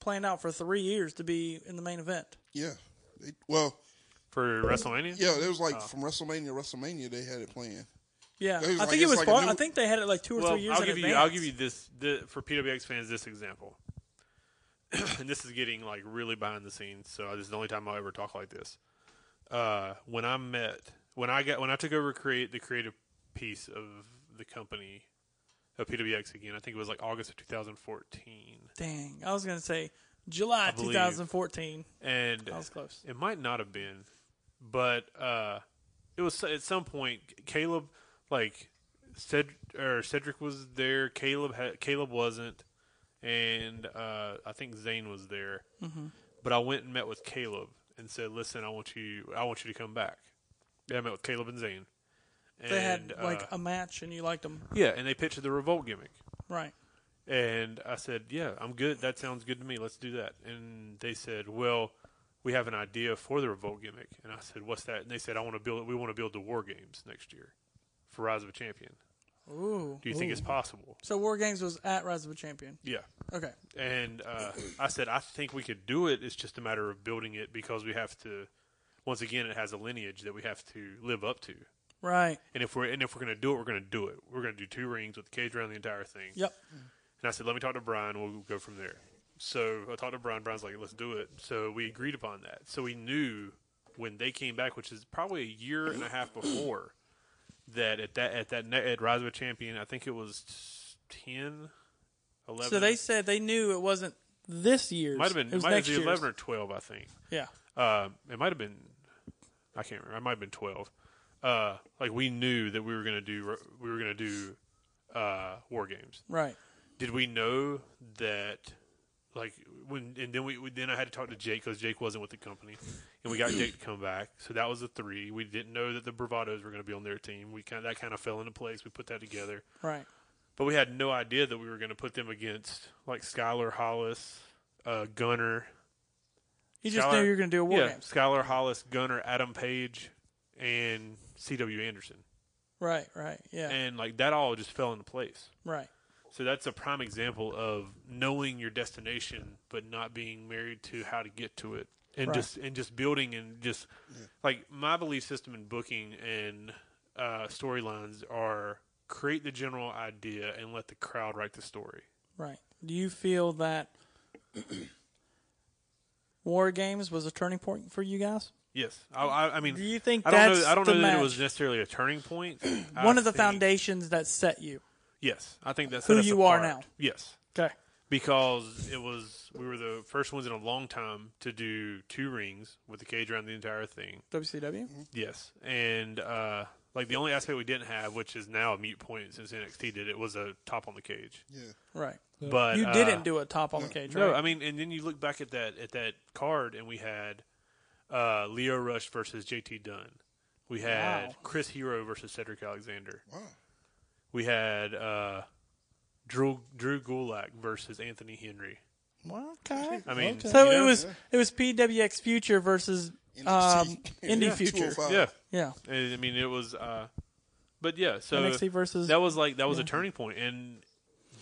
[SPEAKER 5] planned out for three years to be in the main event.
[SPEAKER 2] Yeah. They, well,
[SPEAKER 1] For WrestleMania,
[SPEAKER 2] yeah, it was like
[SPEAKER 6] Oh.
[SPEAKER 2] from Wrestlemania to WrestleMania, they had it planned.
[SPEAKER 5] Yeah,
[SPEAKER 2] It was
[SPEAKER 5] I
[SPEAKER 2] like-
[SPEAKER 5] think
[SPEAKER 2] it
[SPEAKER 5] it
[SPEAKER 2] was
[SPEAKER 5] was.
[SPEAKER 2] like a
[SPEAKER 5] far,
[SPEAKER 2] new-
[SPEAKER 5] I think they had it like two or
[SPEAKER 1] well,
[SPEAKER 5] three years.
[SPEAKER 1] I'll
[SPEAKER 5] in
[SPEAKER 1] give you.
[SPEAKER 5] advance.
[SPEAKER 1] I'll give you this the, for PWX fans. This example, and this is getting like really behind the scenes. So this is the only time I'll ever talk like this. Uh, when I met, when I got, when I took over create the creative piece of the company of PWX again, I think it was like August of 2014,
[SPEAKER 5] Dang, I was gonna say July
[SPEAKER 1] believe.
[SPEAKER 5] 2014.
[SPEAKER 1] and
[SPEAKER 5] I was close.
[SPEAKER 1] It might not have been, but uh, it was at some point. Caleb, like Cedric, or Cedric was there. Caleb ha- Caleb wasn't, and uh, I think Zane was there. Mm-hmm. But I went and met with Caleb and said, "Listen, I want you. I want you to come back." Yeah, I met with Caleb and Zane. And,
[SPEAKER 5] They had like
[SPEAKER 1] uh,
[SPEAKER 5] a match, and you liked them,
[SPEAKER 1] yeah, and they pitched the revolt gimmick.
[SPEAKER 5] right?
[SPEAKER 1] And I said, "Yeah, I'm good. That sounds good to me. Let's do that." And they said, "Well, we have an idea for the revolt gimmick." And I said, "What's that?" And they said, "I want to build. We want to build the War Games next year for Rise of a Champion.
[SPEAKER 5] Ooh.
[SPEAKER 1] Do you think it's possible?"
[SPEAKER 5] So War Games was at Rise of a Champion.
[SPEAKER 1] Yeah.
[SPEAKER 5] Okay.
[SPEAKER 1] And uh, I said, "I think we could do it. It's just a matter of building it because we have to. Once again, it has a lineage that we have to live up to.
[SPEAKER 5] Right.
[SPEAKER 1] And if we're and if we're going to do it, we're going to do it. We're going to do two rings with the cage around the entire thing.
[SPEAKER 5] Yep.
[SPEAKER 1] And I said, let me talk to Brian. We'll go from there. So I talked to Brian. Brian's like, let's do it. So we agreed upon that. So we knew when they came back, which is probably a year and a half before, that at that at that ne- at Rise of a Champion, I think it was 10, 11.
[SPEAKER 5] So they said they knew it wasn't this year's.
[SPEAKER 1] Might have been
[SPEAKER 5] it was
[SPEAKER 1] might have
[SPEAKER 5] next
[SPEAKER 1] been
[SPEAKER 5] year's.
[SPEAKER 1] eleven or twelve, I think.
[SPEAKER 5] Yeah,
[SPEAKER 1] Uh, it might have been, I can't remember. It might have been twelve. Uh, like we knew that we were gonna do we were gonna do uh, war games.
[SPEAKER 5] right.
[SPEAKER 1] Did we know that? Like when and then we, we then I had to talk to Jake because Jake wasn't with the company, and we got Jake to come back. So that was a three. We didn't know that the Bravados were going to be on their team. We kind of, that kind of fell into place. We put that together.
[SPEAKER 5] Right.
[SPEAKER 1] but we had no idea that we were going to put them against like Skylar Hollis, uh, Gunner.
[SPEAKER 5] You just
[SPEAKER 1] Skylar-
[SPEAKER 5] knew you were going to do a war
[SPEAKER 1] yeah,
[SPEAKER 5] games.
[SPEAKER 1] Skylar Hollis, Gunner, Adam Page, and C.W. Anderson,
[SPEAKER 5] Right. Right. Yeah.
[SPEAKER 1] and like that all just fell into place.
[SPEAKER 5] right.
[SPEAKER 1] So that's a prime example of knowing your destination, but not being married to how to get to it, and
[SPEAKER 5] Right.
[SPEAKER 1] just and just building and just like my belief system in booking and uh, storylines are create the general idea and let the crowd write the story.
[SPEAKER 5] Right. Do you feel that war games was a turning point for you guys?
[SPEAKER 1] Yes, I, I, I mean,
[SPEAKER 5] Do you think
[SPEAKER 1] I don't
[SPEAKER 5] that's
[SPEAKER 1] know? I don't
[SPEAKER 5] the
[SPEAKER 1] know that it was
[SPEAKER 5] match?
[SPEAKER 1] necessarily a turning point. I
[SPEAKER 5] One of the
[SPEAKER 1] think-
[SPEAKER 5] foundations that set you.
[SPEAKER 1] Yes, I think that's
[SPEAKER 5] Who
[SPEAKER 1] set us
[SPEAKER 5] you are
[SPEAKER 1] apart.
[SPEAKER 5] now.
[SPEAKER 1] Yes,
[SPEAKER 5] Okay.
[SPEAKER 1] because it was we were the first ones in a long time to do two rings with the cage around the entire thing.
[SPEAKER 5] WCW.
[SPEAKER 1] Yes, and uh, like the only aspect we didn't have, which is now a mute point since NXT did it, was a top on the cage.
[SPEAKER 2] Yeah.
[SPEAKER 5] Right.
[SPEAKER 1] But
[SPEAKER 5] you
[SPEAKER 1] uh,
[SPEAKER 5] didn't do a top on the cage,
[SPEAKER 1] No,
[SPEAKER 5] right?
[SPEAKER 1] I mean, and then you look back at that at that card, and we had uh, Leo Rush versus JT Dunn. We had
[SPEAKER 5] Wow.
[SPEAKER 1] Chris Hero versus Cedric Alexander.
[SPEAKER 2] Wow.
[SPEAKER 1] We had uh, Drew Drew Gulak versus Anthony Henry.
[SPEAKER 5] well, okay.
[SPEAKER 1] I mean,
[SPEAKER 5] So
[SPEAKER 1] you
[SPEAKER 5] it
[SPEAKER 1] know,
[SPEAKER 5] was it was PWX Future versus um,
[SPEAKER 2] NXT.
[SPEAKER 5] Indie
[SPEAKER 2] Yeah.
[SPEAKER 5] Future.
[SPEAKER 2] 205.
[SPEAKER 1] yeah.
[SPEAKER 5] Yeah.
[SPEAKER 1] I I mean, it was. Uh, but yeah, so
[SPEAKER 5] NXT versus
[SPEAKER 1] that was like that was a turning point, and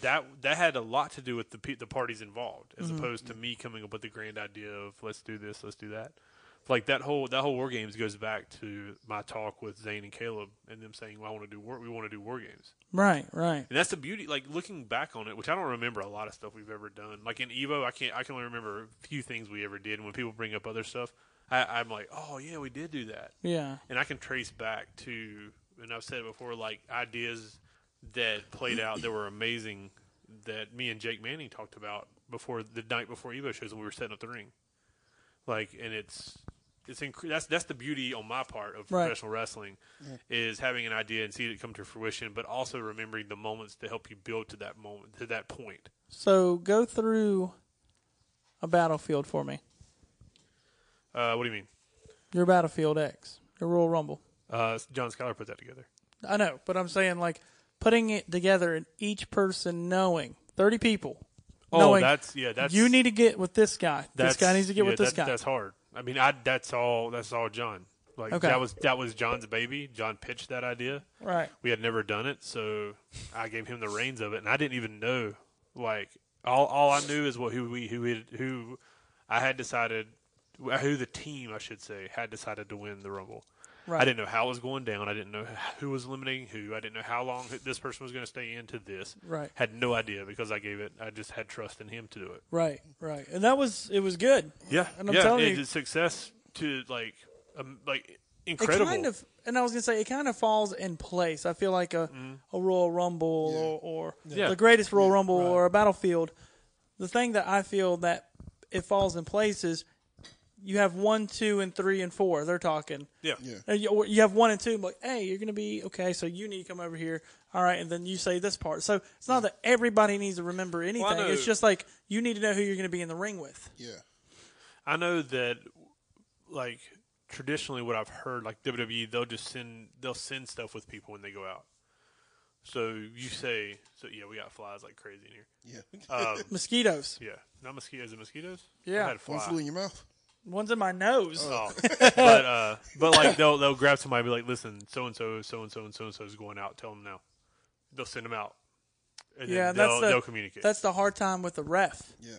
[SPEAKER 1] that that had a lot to do with the pe- the parties involved, as opposed to me coming up with the grand idea of let's do this, let's do that. Like that whole that whole war games goes back to my talk with Zane and Caleb, and them saying, well, "I want to do war. We want to do war games."
[SPEAKER 5] right, right.
[SPEAKER 1] And that's the beauty. Like looking back on it, which I don't remember a lot of stuff we've ever done. Like in Evo, I can't. I can only remember a few things we ever did. And when people bring up other stuff, I, I'm like, "Oh yeah, we did do that."
[SPEAKER 5] Yeah.
[SPEAKER 1] and I can trace back to, and I've said it before, like ideas that played out that were amazing that me and Jake Manning talked about before the night before Evo shows when we were setting up the ring. Like, and it's it's incre- that's that's the beauty on my part of
[SPEAKER 5] Right.
[SPEAKER 1] professional wrestling is having an idea and seeing it come to fruition, but also remembering the moments to help you build to that moment to that point.
[SPEAKER 5] So go through a battlefield for me.
[SPEAKER 1] Uh, what do you mean?
[SPEAKER 5] Your battlefield X. Your Royal Rumble.
[SPEAKER 1] Uh, John Schuyler put that together.
[SPEAKER 5] I know, but I'm saying like putting it together and each person knowing thirty people.
[SPEAKER 1] Oh,
[SPEAKER 5] knowing
[SPEAKER 1] that's yeah. That's
[SPEAKER 5] you need to get with this guy.
[SPEAKER 1] That's-
[SPEAKER 5] This guy needs to get
[SPEAKER 1] yeah,
[SPEAKER 5] with this
[SPEAKER 1] that-
[SPEAKER 5] guy.
[SPEAKER 1] That's hard. I mean, I that's all that's all John. Like
[SPEAKER 5] Okay.
[SPEAKER 1] that was that was John's baby. John pitched that idea.
[SPEAKER 5] Right.
[SPEAKER 1] We had never done it, so I gave him the reins of it, and I didn't even know. Like all all I knew is what who we who we, who I had decided who the team I should say had decided to win the rumble.
[SPEAKER 5] Right.
[SPEAKER 1] I didn't know how it was going down. I didn't know who was eliminating who. I didn't know how long this person was going to stay into this.
[SPEAKER 5] Right.
[SPEAKER 1] Had no idea because I gave it. I just had trust in him to do it.
[SPEAKER 5] Right, right. And that was it was good.
[SPEAKER 1] Yeah,
[SPEAKER 5] And I'm
[SPEAKER 1] yeah,
[SPEAKER 5] telling
[SPEAKER 1] it-
[SPEAKER 5] you-
[SPEAKER 1] it's success to like, um, like
[SPEAKER 5] It
[SPEAKER 1] incredible.
[SPEAKER 5] kind of and I was gonna say it kind of falls in place. I feel like a, a Royal Rumble or, or
[SPEAKER 1] Mm-hmm. Yeah.
[SPEAKER 5] the greatest Royal Rumble or a battlefield. The thing that I feel that it falls in place is you have one, two, and three and four. They're talking.
[SPEAKER 1] yeah,
[SPEAKER 2] Yeah.
[SPEAKER 5] And You or you have one and two, like, hey, you're going to be okay, so you need to come over here. All right, and then you say this part. So it's not that everybody needs to remember anything.
[SPEAKER 1] I know-
[SPEAKER 5] it's just like you need to know who you're going to be in the ring with.
[SPEAKER 2] Yeah.
[SPEAKER 1] I know that. Like traditionally, what I've heard, like WWE, they'll just send they'll send stuff with people when they go out. So you say, so yeah, we got flies like crazy in here.
[SPEAKER 2] Yeah.
[SPEAKER 5] Mosquitoes.
[SPEAKER 1] Yeah, not mosquitoes and mosquitoes.
[SPEAKER 5] Yeah.
[SPEAKER 1] I had
[SPEAKER 2] One
[SPEAKER 1] flies.
[SPEAKER 2] flew in your mouth.
[SPEAKER 5] One's in my nose.
[SPEAKER 1] Oh. but uh, but like they'll they'll grab somebody and be like, listen, so and so, so and so, and so and so is going out. Tell them now. They'll send them out. And
[SPEAKER 5] yeah,
[SPEAKER 1] then
[SPEAKER 5] that's
[SPEAKER 1] they'll,
[SPEAKER 5] the,
[SPEAKER 1] they'll communicate.
[SPEAKER 5] That's the hard time with the ref
[SPEAKER 2] Yeah.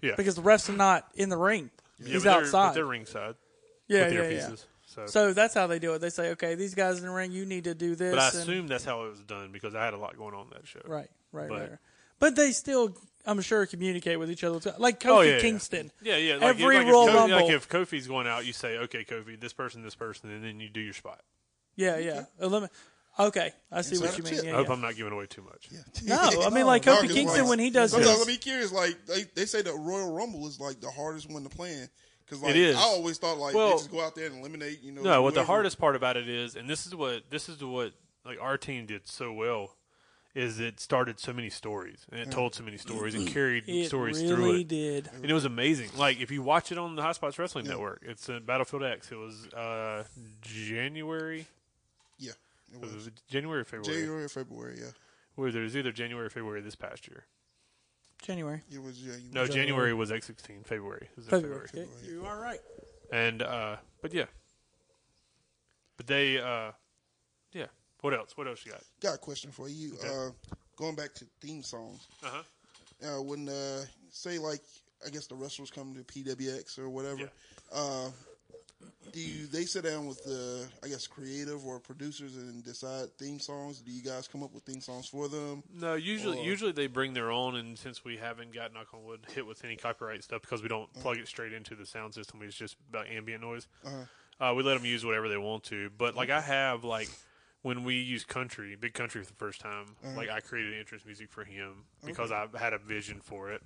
[SPEAKER 1] yeah,
[SPEAKER 5] because the refs are not in the ring.
[SPEAKER 1] yeah,
[SPEAKER 5] He's
[SPEAKER 1] but they're- but
[SPEAKER 5] outside.
[SPEAKER 1] They're ringside.
[SPEAKER 5] yeah,
[SPEAKER 1] with
[SPEAKER 5] yeah,
[SPEAKER 1] their
[SPEAKER 5] yeah.
[SPEAKER 1] pieces. So,
[SPEAKER 5] So that's how they do it. They say, okay, these guys in the ring, you need to do this.
[SPEAKER 1] but I
[SPEAKER 5] and-
[SPEAKER 1] assume that's how it was done because I had a lot going on that show.
[SPEAKER 5] Right, right,
[SPEAKER 1] But-
[SPEAKER 5] right. right. But they still, I'm sure, communicate with each other. Like Kofi
[SPEAKER 1] Oh, yeah, yeah.
[SPEAKER 5] Kingston.
[SPEAKER 1] Yeah, yeah. Like
[SPEAKER 5] Every
[SPEAKER 1] if, like
[SPEAKER 5] Royal
[SPEAKER 1] if Kofi,
[SPEAKER 5] Rumble.
[SPEAKER 1] Like if Kofi's going out, you say, "Okay, Kofi, this person, this person," and then you do your spot.
[SPEAKER 5] yeah, yeah. Elim- Okay, I see
[SPEAKER 2] Inside
[SPEAKER 5] what
[SPEAKER 2] of
[SPEAKER 5] you mean.
[SPEAKER 2] chip.
[SPEAKER 5] Yeah,
[SPEAKER 1] I hope
[SPEAKER 5] yeah.
[SPEAKER 1] I'm not giving away too much.
[SPEAKER 5] No, I mean like
[SPEAKER 2] Darkest
[SPEAKER 5] Kofi Kingston
[SPEAKER 2] one.
[SPEAKER 5] when he does
[SPEAKER 2] Sometimes
[SPEAKER 5] his.
[SPEAKER 2] I'll be curious. Like they, they say the Royal Rumble is like the hardest one to plan because like
[SPEAKER 1] It is.
[SPEAKER 2] I always thought like
[SPEAKER 1] Well-
[SPEAKER 2] they just go out there and eliminate. You know,
[SPEAKER 1] No, what the
[SPEAKER 2] whoever-
[SPEAKER 1] hardest part about it is, and this is what this is what like our team did so well, is it started so many stories and it told so many stories and carried
[SPEAKER 5] It
[SPEAKER 1] stories through
[SPEAKER 5] really
[SPEAKER 1] it.
[SPEAKER 5] did.
[SPEAKER 1] And it was amazing. Like if you watch it on the Hot Spots Wrestling Network, it's in Battlefield X. It was uh, January,
[SPEAKER 2] Yeah, it
[SPEAKER 1] it was
[SPEAKER 2] was
[SPEAKER 1] January, or February.
[SPEAKER 2] January or February. Yeah,
[SPEAKER 1] Well, there was either January or February this past year.
[SPEAKER 5] January,
[SPEAKER 2] it was. Yeah, you
[SPEAKER 1] No,
[SPEAKER 2] yeah.
[SPEAKER 1] January was X16. February was in
[SPEAKER 5] February.
[SPEAKER 1] February.
[SPEAKER 5] Okay. You are right.
[SPEAKER 1] And uh, but yeah, but they uh, yeah. What else? What else you got?
[SPEAKER 2] got a question for you. Uh, going back to theme songs,
[SPEAKER 1] Uh-huh.
[SPEAKER 2] uh, when uh, say like I guess the wrestlers come to PWX or whatever,
[SPEAKER 1] Yeah.
[SPEAKER 2] uh, do you, they sit down with the I guess creative or producers and decide theme songs? Do you guys come up with theme songs for them?
[SPEAKER 1] No, usually
[SPEAKER 2] Or-
[SPEAKER 1] usually they bring their own, and since we haven't got knock on wood hit with any copyright stuff because we don't plug it straight into the sound system, it's just about ambient noise. uh we let them use whatever they want to, but like I have like when we used country, big country for the first time, like I created entrance music for him because I had a vision for it.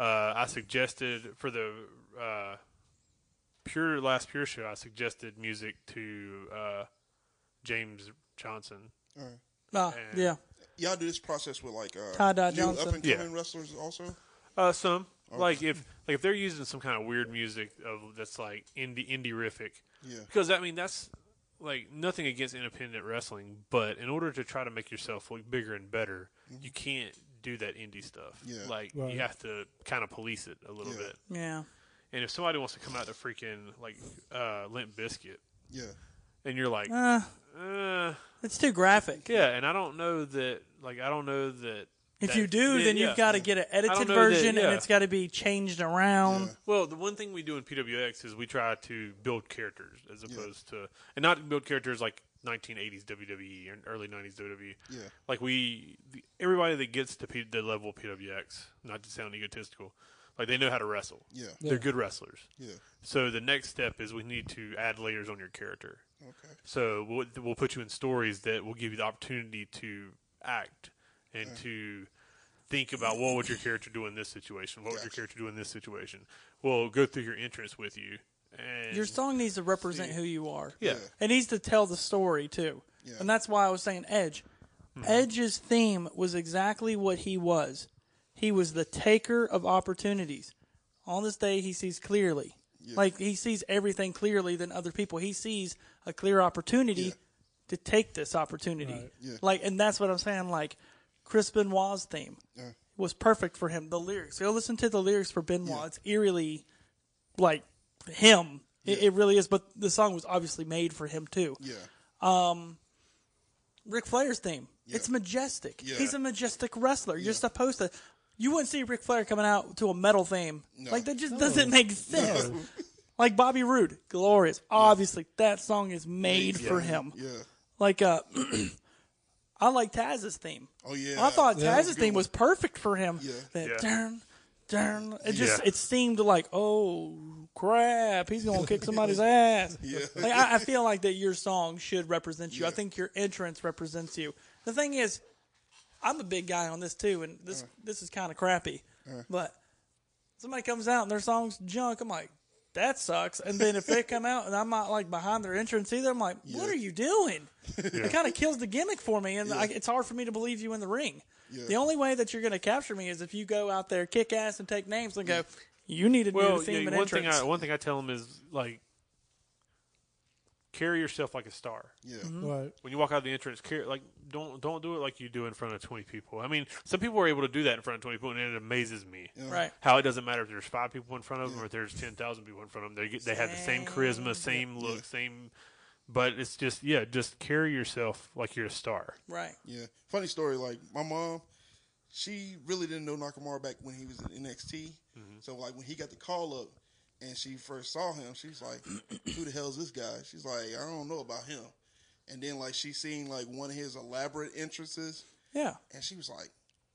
[SPEAKER 1] uh I suggested for the uh, pure last pure show, I suggested music to uh, James Johnson.
[SPEAKER 5] Ah,
[SPEAKER 1] And-
[SPEAKER 5] yeah.
[SPEAKER 2] Y'all do this process with like uh,
[SPEAKER 5] Ty-Dye
[SPEAKER 2] new
[SPEAKER 5] Johnson.
[SPEAKER 2] up and
[SPEAKER 1] Yeah.
[SPEAKER 2] coming wrestlers also.
[SPEAKER 1] Uh, some like if like if they're using some kind of weird music of that's like indie indie rific
[SPEAKER 2] Yeah,
[SPEAKER 1] because I mean that's like nothing against independent wrestling, but in order to try to make yourself look bigger and better, you can't do that indie stuff.
[SPEAKER 2] Mm-hmm. Yeah.
[SPEAKER 1] Like
[SPEAKER 6] Right.
[SPEAKER 1] you have to kind of police it a little
[SPEAKER 2] Yeah.
[SPEAKER 1] bit.
[SPEAKER 5] Yeah.
[SPEAKER 1] And if somebody wants to come out to freaking like uh, Limp Biscuit,
[SPEAKER 2] yeah,
[SPEAKER 1] and you're like,
[SPEAKER 5] Uh,
[SPEAKER 1] uh,
[SPEAKER 5] it's too graphic.
[SPEAKER 1] yeah, and I don't know that like I don't know that
[SPEAKER 5] If
[SPEAKER 1] that-
[SPEAKER 5] you do,
[SPEAKER 1] yeah,
[SPEAKER 5] then
[SPEAKER 1] yeah.
[SPEAKER 5] you've got to get an edited
[SPEAKER 1] know that-
[SPEAKER 5] version,
[SPEAKER 1] yeah.
[SPEAKER 5] and it's got to be changed around.
[SPEAKER 2] Yeah.
[SPEAKER 1] Well, the one thing we do in PWX is we try to build characters as opposed to, and not build characters like 1980s WWE E and early 90s WWE.
[SPEAKER 2] Yeah.
[SPEAKER 1] E. Like we, the, everybody that gets to P, the level of PWX, not to sound egotistical, like they know how to wrestle.
[SPEAKER 2] yeah,
[SPEAKER 1] They're good wrestlers.
[SPEAKER 2] yeah.
[SPEAKER 1] So the next step is we need to add layers on your character.
[SPEAKER 2] Okay.
[SPEAKER 1] So we'll, we'll put you in stories that will give you the opportunity to act and to think about what would your character do in this situation? What would your
[SPEAKER 2] Gotcha.
[SPEAKER 1] character do in this situation? We'll go through your entrance with you. And
[SPEAKER 5] Your song needs to represent who you are.
[SPEAKER 1] yeah.
[SPEAKER 5] It needs to tell the story too.
[SPEAKER 2] Yeah.
[SPEAKER 5] And that's why I was saying Edge. Edge's theme was exactly what he was. He was the taker of opportunities. On this day he sees clearly. Like he sees everything clearly than other people. He sees a clear opportunity
[SPEAKER 2] Yeah.
[SPEAKER 5] to take this opportunity.
[SPEAKER 2] Yeah.
[SPEAKER 5] Like and that's what I'm saying, like Chris Benoit's theme
[SPEAKER 2] Yeah.
[SPEAKER 5] was perfect for him. The lyrics. Go listen to the lyrics for Benoit. It's eerily like him. It, it really is. But the song was obviously made for him too.
[SPEAKER 2] Yeah,
[SPEAKER 5] Ric Flair's theme. It's majestic.
[SPEAKER 2] Yeah.
[SPEAKER 5] He's a majestic wrestler. You're supposed to. You wouldn't see Ric Flair coming out to a metal theme. Like that just doesn't make sense. Like Bobby Roode, glorious. Obviously, that song is made for him.
[SPEAKER 2] yeah.
[SPEAKER 5] Like uh, I like Taz's theme.
[SPEAKER 2] Oh yeah.
[SPEAKER 5] I thought
[SPEAKER 6] Yeah.
[SPEAKER 5] Taz's theme was perfect for him.
[SPEAKER 2] Yeah.
[SPEAKER 5] That
[SPEAKER 1] Yeah.
[SPEAKER 5] turn, turn. It just
[SPEAKER 1] Yeah.
[SPEAKER 5] it seemed like oh crap, he's gonna kick somebody's ass.
[SPEAKER 2] Yeah.
[SPEAKER 5] Like, I, I feel like that your song should represent you. I
[SPEAKER 2] Yeah.
[SPEAKER 5] think your entrance represents you. The thing is, I'm a big guy on this too, and this this is kind of crappy. But somebody comes out and their song's junk. I'm like. That sucks. And then if they come out and I'm not like behind their entrance either, I'm like, what
[SPEAKER 2] Yeah.
[SPEAKER 5] are you doing? It kind of kills the gimmick for me, and I, it's hard for me to believe you in the ring.
[SPEAKER 2] Yeah.
[SPEAKER 5] The only way that you're going to capture me is if you go out there, kick ass, and take names, and go, "You need a new
[SPEAKER 1] Well,
[SPEAKER 5] theme
[SPEAKER 1] yeah,
[SPEAKER 5] and
[SPEAKER 1] one
[SPEAKER 5] entrance."
[SPEAKER 1] thing I one thing I tell them is like carry yourself like a star.
[SPEAKER 2] yeah,
[SPEAKER 6] Right.
[SPEAKER 1] When you walk out of the entrance, carry, like don't don't do it like you do in front of twenty people. I mean, some people are able to do that in front of twenty people, and it amazes me.
[SPEAKER 5] right?
[SPEAKER 1] how it doesn't matter if there's five people in front of them or if there's ten thousand people in front of them. They get, they have the same charisma, same look, same. But it's just yeah, just carry yourself like you're a star.
[SPEAKER 5] Right.
[SPEAKER 2] yeah. Funny story. Like my mom, she really didn't know Nakamura back when he was in NXT.
[SPEAKER 1] Mm-hmm.
[SPEAKER 2] So like when he got the call up, and she first saw him, she's like, "Who the hell's this guy?" She's like, "I don't know about him." And then like she seen like one of his elaborate entrances,
[SPEAKER 5] Yeah.
[SPEAKER 2] and she was like.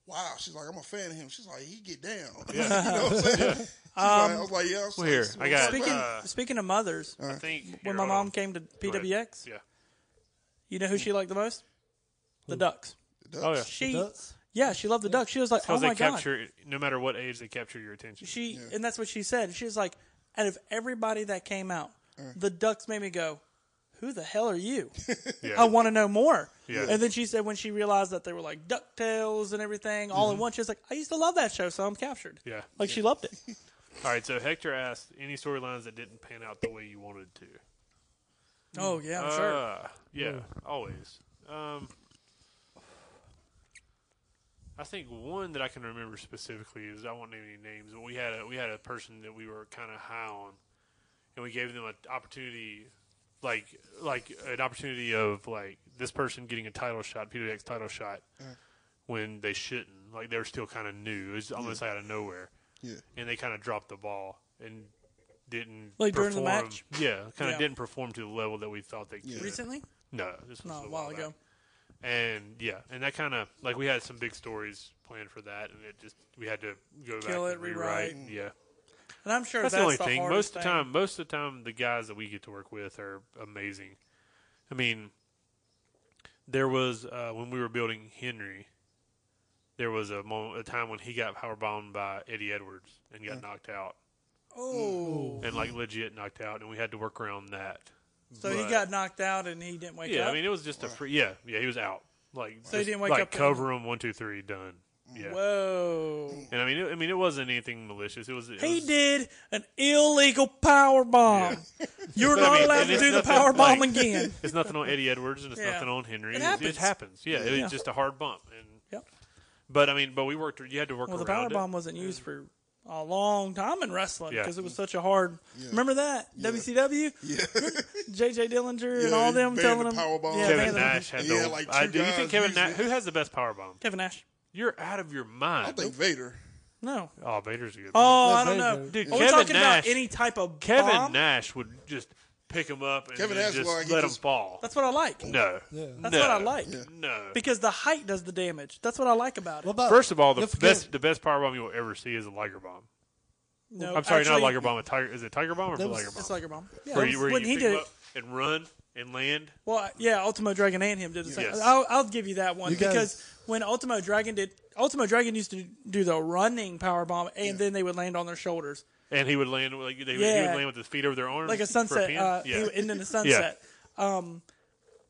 [SPEAKER 2] Wow, she's like, I'm a fan of him. She's like, he get down. you know what I'm saying? She's like, I was like, yeah. Uh, I was
[SPEAKER 1] Well, Um, here,
[SPEAKER 2] like,
[SPEAKER 1] I got-
[SPEAKER 5] Speaking
[SPEAKER 1] uh,
[SPEAKER 5] speaking of mothers,
[SPEAKER 1] I think
[SPEAKER 5] when
[SPEAKER 1] here,
[SPEAKER 5] my
[SPEAKER 1] hold
[SPEAKER 5] mom
[SPEAKER 1] on.
[SPEAKER 5] came to
[SPEAKER 1] Go ahead.
[SPEAKER 5] PWX,
[SPEAKER 1] yeah,
[SPEAKER 5] you know who she liked the most? the Ducks.
[SPEAKER 2] The
[SPEAKER 1] Oh,
[SPEAKER 2] Ducks.
[SPEAKER 5] She,
[SPEAKER 6] Ducks?
[SPEAKER 5] yeah, she loved the Ducks. She was like,
[SPEAKER 1] Because
[SPEAKER 5] oh my
[SPEAKER 1] they
[SPEAKER 5] god,
[SPEAKER 1] capture, no matter what age, they capture your attention.
[SPEAKER 5] she, and that's what she said. She was like, out of everybody that came out, the Ducks made me go, who the hell are you?
[SPEAKER 1] Yeah.
[SPEAKER 5] I want to know more.
[SPEAKER 1] Yeah.
[SPEAKER 5] And then she said when she realized that they were like Ducktales and everything all in one, she was like, I used to love that show, so I'm captured.
[SPEAKER 1] Mm-hmm. Yeah.
[SPEAKER 5] Like she loved it.
[SPEAKER 1] All right. So Hector asked any storylines that didn't pan out the way you wanted to.
[SPEAKER 5] Oh yeah, I'm sure.
[SPEAKER 1] Uh, yeah, always. Um, I think one that I can remember specifically is I won't name any names, but we had a we had a person that we were kind of high on, and we gave them an opportunity, like like an opportunity of like this person getting a title shot, PWX title shot, when they shouldn't. Like they were still kind of new. It was almost like out of nowhere
[SPEAKER 2] Yeah.
[SPEAKER 1] and they kind of dropped the ball and didn't
[SPEAKER 5] Like during
[SPEAKER 1] perform.
[SPEAKER 5] the match?
[SPEAKER 1] Yeah, kind of
[SPEAKER 5] Yeah.
[SPEAKER 1] didn't perform to the level that we thought they could.
[SPEAKER 5] Recently?
[SPEAKER 1] No, this was
[SPEAKER 5] No,
[SPEAKER 1] a while ago.
[SPEAKER 5] ago.
[SPEAKER 1] And yeah, and that kind of like we had some big stories planned for that, and it just we had to go
[SPEAKER 5] Kill
[SPEAKER 1] back
[SPEAKER 5] it,
[SPEAKER 1] and rewrite.
[SPEAKER 5] rewrite.
[SPEAKER 1] Yeah,
[SPEAKER 5] And I'm sure
[SPEAKER 1] that's,
[SPEAKER 5] that's,
[SPEAKER 1] the only thing.
[SPEAKER 5] hardest
[SPEAKER 1] Most of the time, most of the time, the guys that we get to work with are amazing. I mean, there was uh, when we were building Henry, there was a moment, a time when he got powerbombed by Eddie Edwards and got knocked out
[SPEAKER 5] Oh.
[SPEAKER 1] and like legit knocked out, and we had to work around that.
[SPEAKER 5] So he
[SPEAKER 1] But-
[SPEAKER 5] got knocked out and he didn't wake
[SPEAKER 1] Yeah,
[SPEAKER 5] up.
[SPEAKER 1] I mean it was just a free. Yeah, yeah, he was out. Like
[SPEAKER 5] So he
[SPEAKER 1] just,
[SPEAKER 5] didn't wake
[SPEAKER 1] like,
[SPEAKER 5] up- Mm,
[SPEAKER 1] Cover him one two three done. Yeah,
[SPEAKER 5] Whoa.
[SPEAKER 1] and I mean it, I mean it wasn't anything malicious. It was it
[SPEAKER 5] He
[SPEAKER 1] was-
[SPEAKER 5] did an illegal power bomb. You're
[SPEAKER 1] But I
[SPEAKER 5] not
[SPEAKER 1] mean,
[SPEAKER 5] allowed
[SPEAKER 1] and
[SPEAKER 5] to
[SPEAKER 1] it's
[SPEAKER 5] do the
[SPEAKER 1] nothing
[SPEAKER 5] power bomb
[SPEAKER 1] like-
[SPEAKER 5] again.
[SPEAKER 1] It's nothing on Eddie Edwards and it's
[SPEAKER 5] Yeah.
[SPEAKER 1] nothing on Henry.
[SPEAKER 5] It
[SPEAKER 1] It,
[SPEAKER 5] happens.
[SPEAKER 1] it happens. Yeah, it
[SPEAKER 5] Yeah.
[SPEAKER 1] was just a hard bump. And
[SPEAKER 5] Yep.
[SPEAKER 1] but I mean, but we worked. You had to work
[SPEAKER 5] Well, the power
[SPEAKER 1] around
[SPEAKER 5] bomb
[SPEAKER 1] it.
[SPEAKER 5] wasn't used for a long time in wrestling
[SPEAKER 1] Yeah.
[SPEAKER 5] because it was such a hard. Remember that WCW,
[SPEAKER 2] Yeah.
[SPEAKER 5] JJ Dillinger and
[SPEAKER 2] Yeah,
[SPEAKER 5] all
[SPEAKER 2] they
[SPEAKER 5] them
[SPEAKER 2] banned
[SPEAKER 5] telling
[SPEAKER 2] the
[SPEAKER 5] him.
[SPEAKER 2] power bomb.
[SPEAKER 5] Yeah,
[SPEAKER 2] Kevin
[SPEAKER 1] Kevin
[SPEAKER 5] banned the-
[SPEAKER 1] Nash had
[SPEAKER 2] Yeah,
[SPEAKER 1] the.
[SPEAKER 2] like
[SPEAKER 1] I,
[SPEAKER 2] two
[SPEAKER 1] do you
[SPEAKER 2] guys
[SPEAKER 1] think Kevin
[SPEAKER 2] used
[SPEAKER 1] Nash?
[SPEAKER 2] it.
[SPEAKER 1] Who has the best power bomb?
[SPEAKER 5] Kevin Nash.
[SPEAKER 1] You're out of your
[SPEAKER 2] I
[SPEAKER 1] mind.
[SPEAKER 2] think Vader.
[SPEAKER 5] No.
[SPEAKER 1] Oh, Vader's a good. one.
[SPEAKER 5] Oh,
[SPEAKER 6] Yeah,
[SPEAKER 5] I don't
[SPEAKER 6] Vader.
[SPEAKER 5] know.
[SPEAKER 1] Dude,
[SPEAKER 5] Are we
[SPEAKER 1] Kevin
[SPEAKER 5] talking
[SPEAKER 1] Nash-
[SPEAKER 5] about any type of
[SPEAKER 1] Kevin
[SPEAKER 5] bomb?
[SPEAKER 1] Nash would just pick him up and
[SPEAKER 2] Kevin
[SPEAKER 1] then
[SPEAKER 2] Nash
[SPEAKER 1] just
[SPEAKER 2] was like, he
[SPEAKER 1] let him
[SPEAKER 2] just-
[SPEAKER 1] fall.
[SPEAKER 5] That's what I like.
[SPEAKER 1] no,
[SPEAKER 6] Yeah.
[SPEAKER 5] That's
[SPEAKER 1] No.
[SPEAKER 5] what I like
[SPEAKER 1] no.
[SPEAKER 5] because the height does the damage. That's what I like about it.
[SPEAKER 6] What about,
[SPEAKER 1] First of all, the
[SPEAKER 6] don't forget-
[SPEAKER 1] best the best power bomb you'll ever see is a Liger bomb.
[SPEAKER 5] no,
[SPEAKER 1] I'm sorry,
[SPEAKER 5] actually,
[SPEAKER 1] not Liger bomb. A tiger is it Tiger bomb or
[SPEAKER 6] That was-
[SPEAKER 1] Liger bomb?
[SPEAKER 5] It's Liger bomb. Yeah,
[SPEAKER 1] where you, where you
[SPEAKER 5] when he
[SPEAKER 1] pick
[SPEAKER 5] did
[SPEAKER 1] him
[SPEAKER 5] it,
[SPEAKER 1] up and run and land.
[SPEAKER 5] Well, yeah, Ultimo Dragon and him did the same.
[SPEAKER 1] Yes.
[SPEAKER 5] I'll, I'll give you that one
[SPEAKER 6] You guys-
[SPEAKER 5] because when Ultimo Dragon did, Ultimo Dragon used to do the running power bomb, and then they would land on their shoulders
[SPEAKER 1] And he would land like they, he
[SPEAKER 5] Yeah.
[SPEAKER 1] would land with his feet over their arms
[SPEAKER 5] like a
[SPEAKER 1] for
[SPEAKER 5] sunset.
[SPEAKER 1] pin.
[SPEAKER 5] uh,
[SPEAKER 1] yeah.
[SPEAKER 5] He would end in a sunset. Um,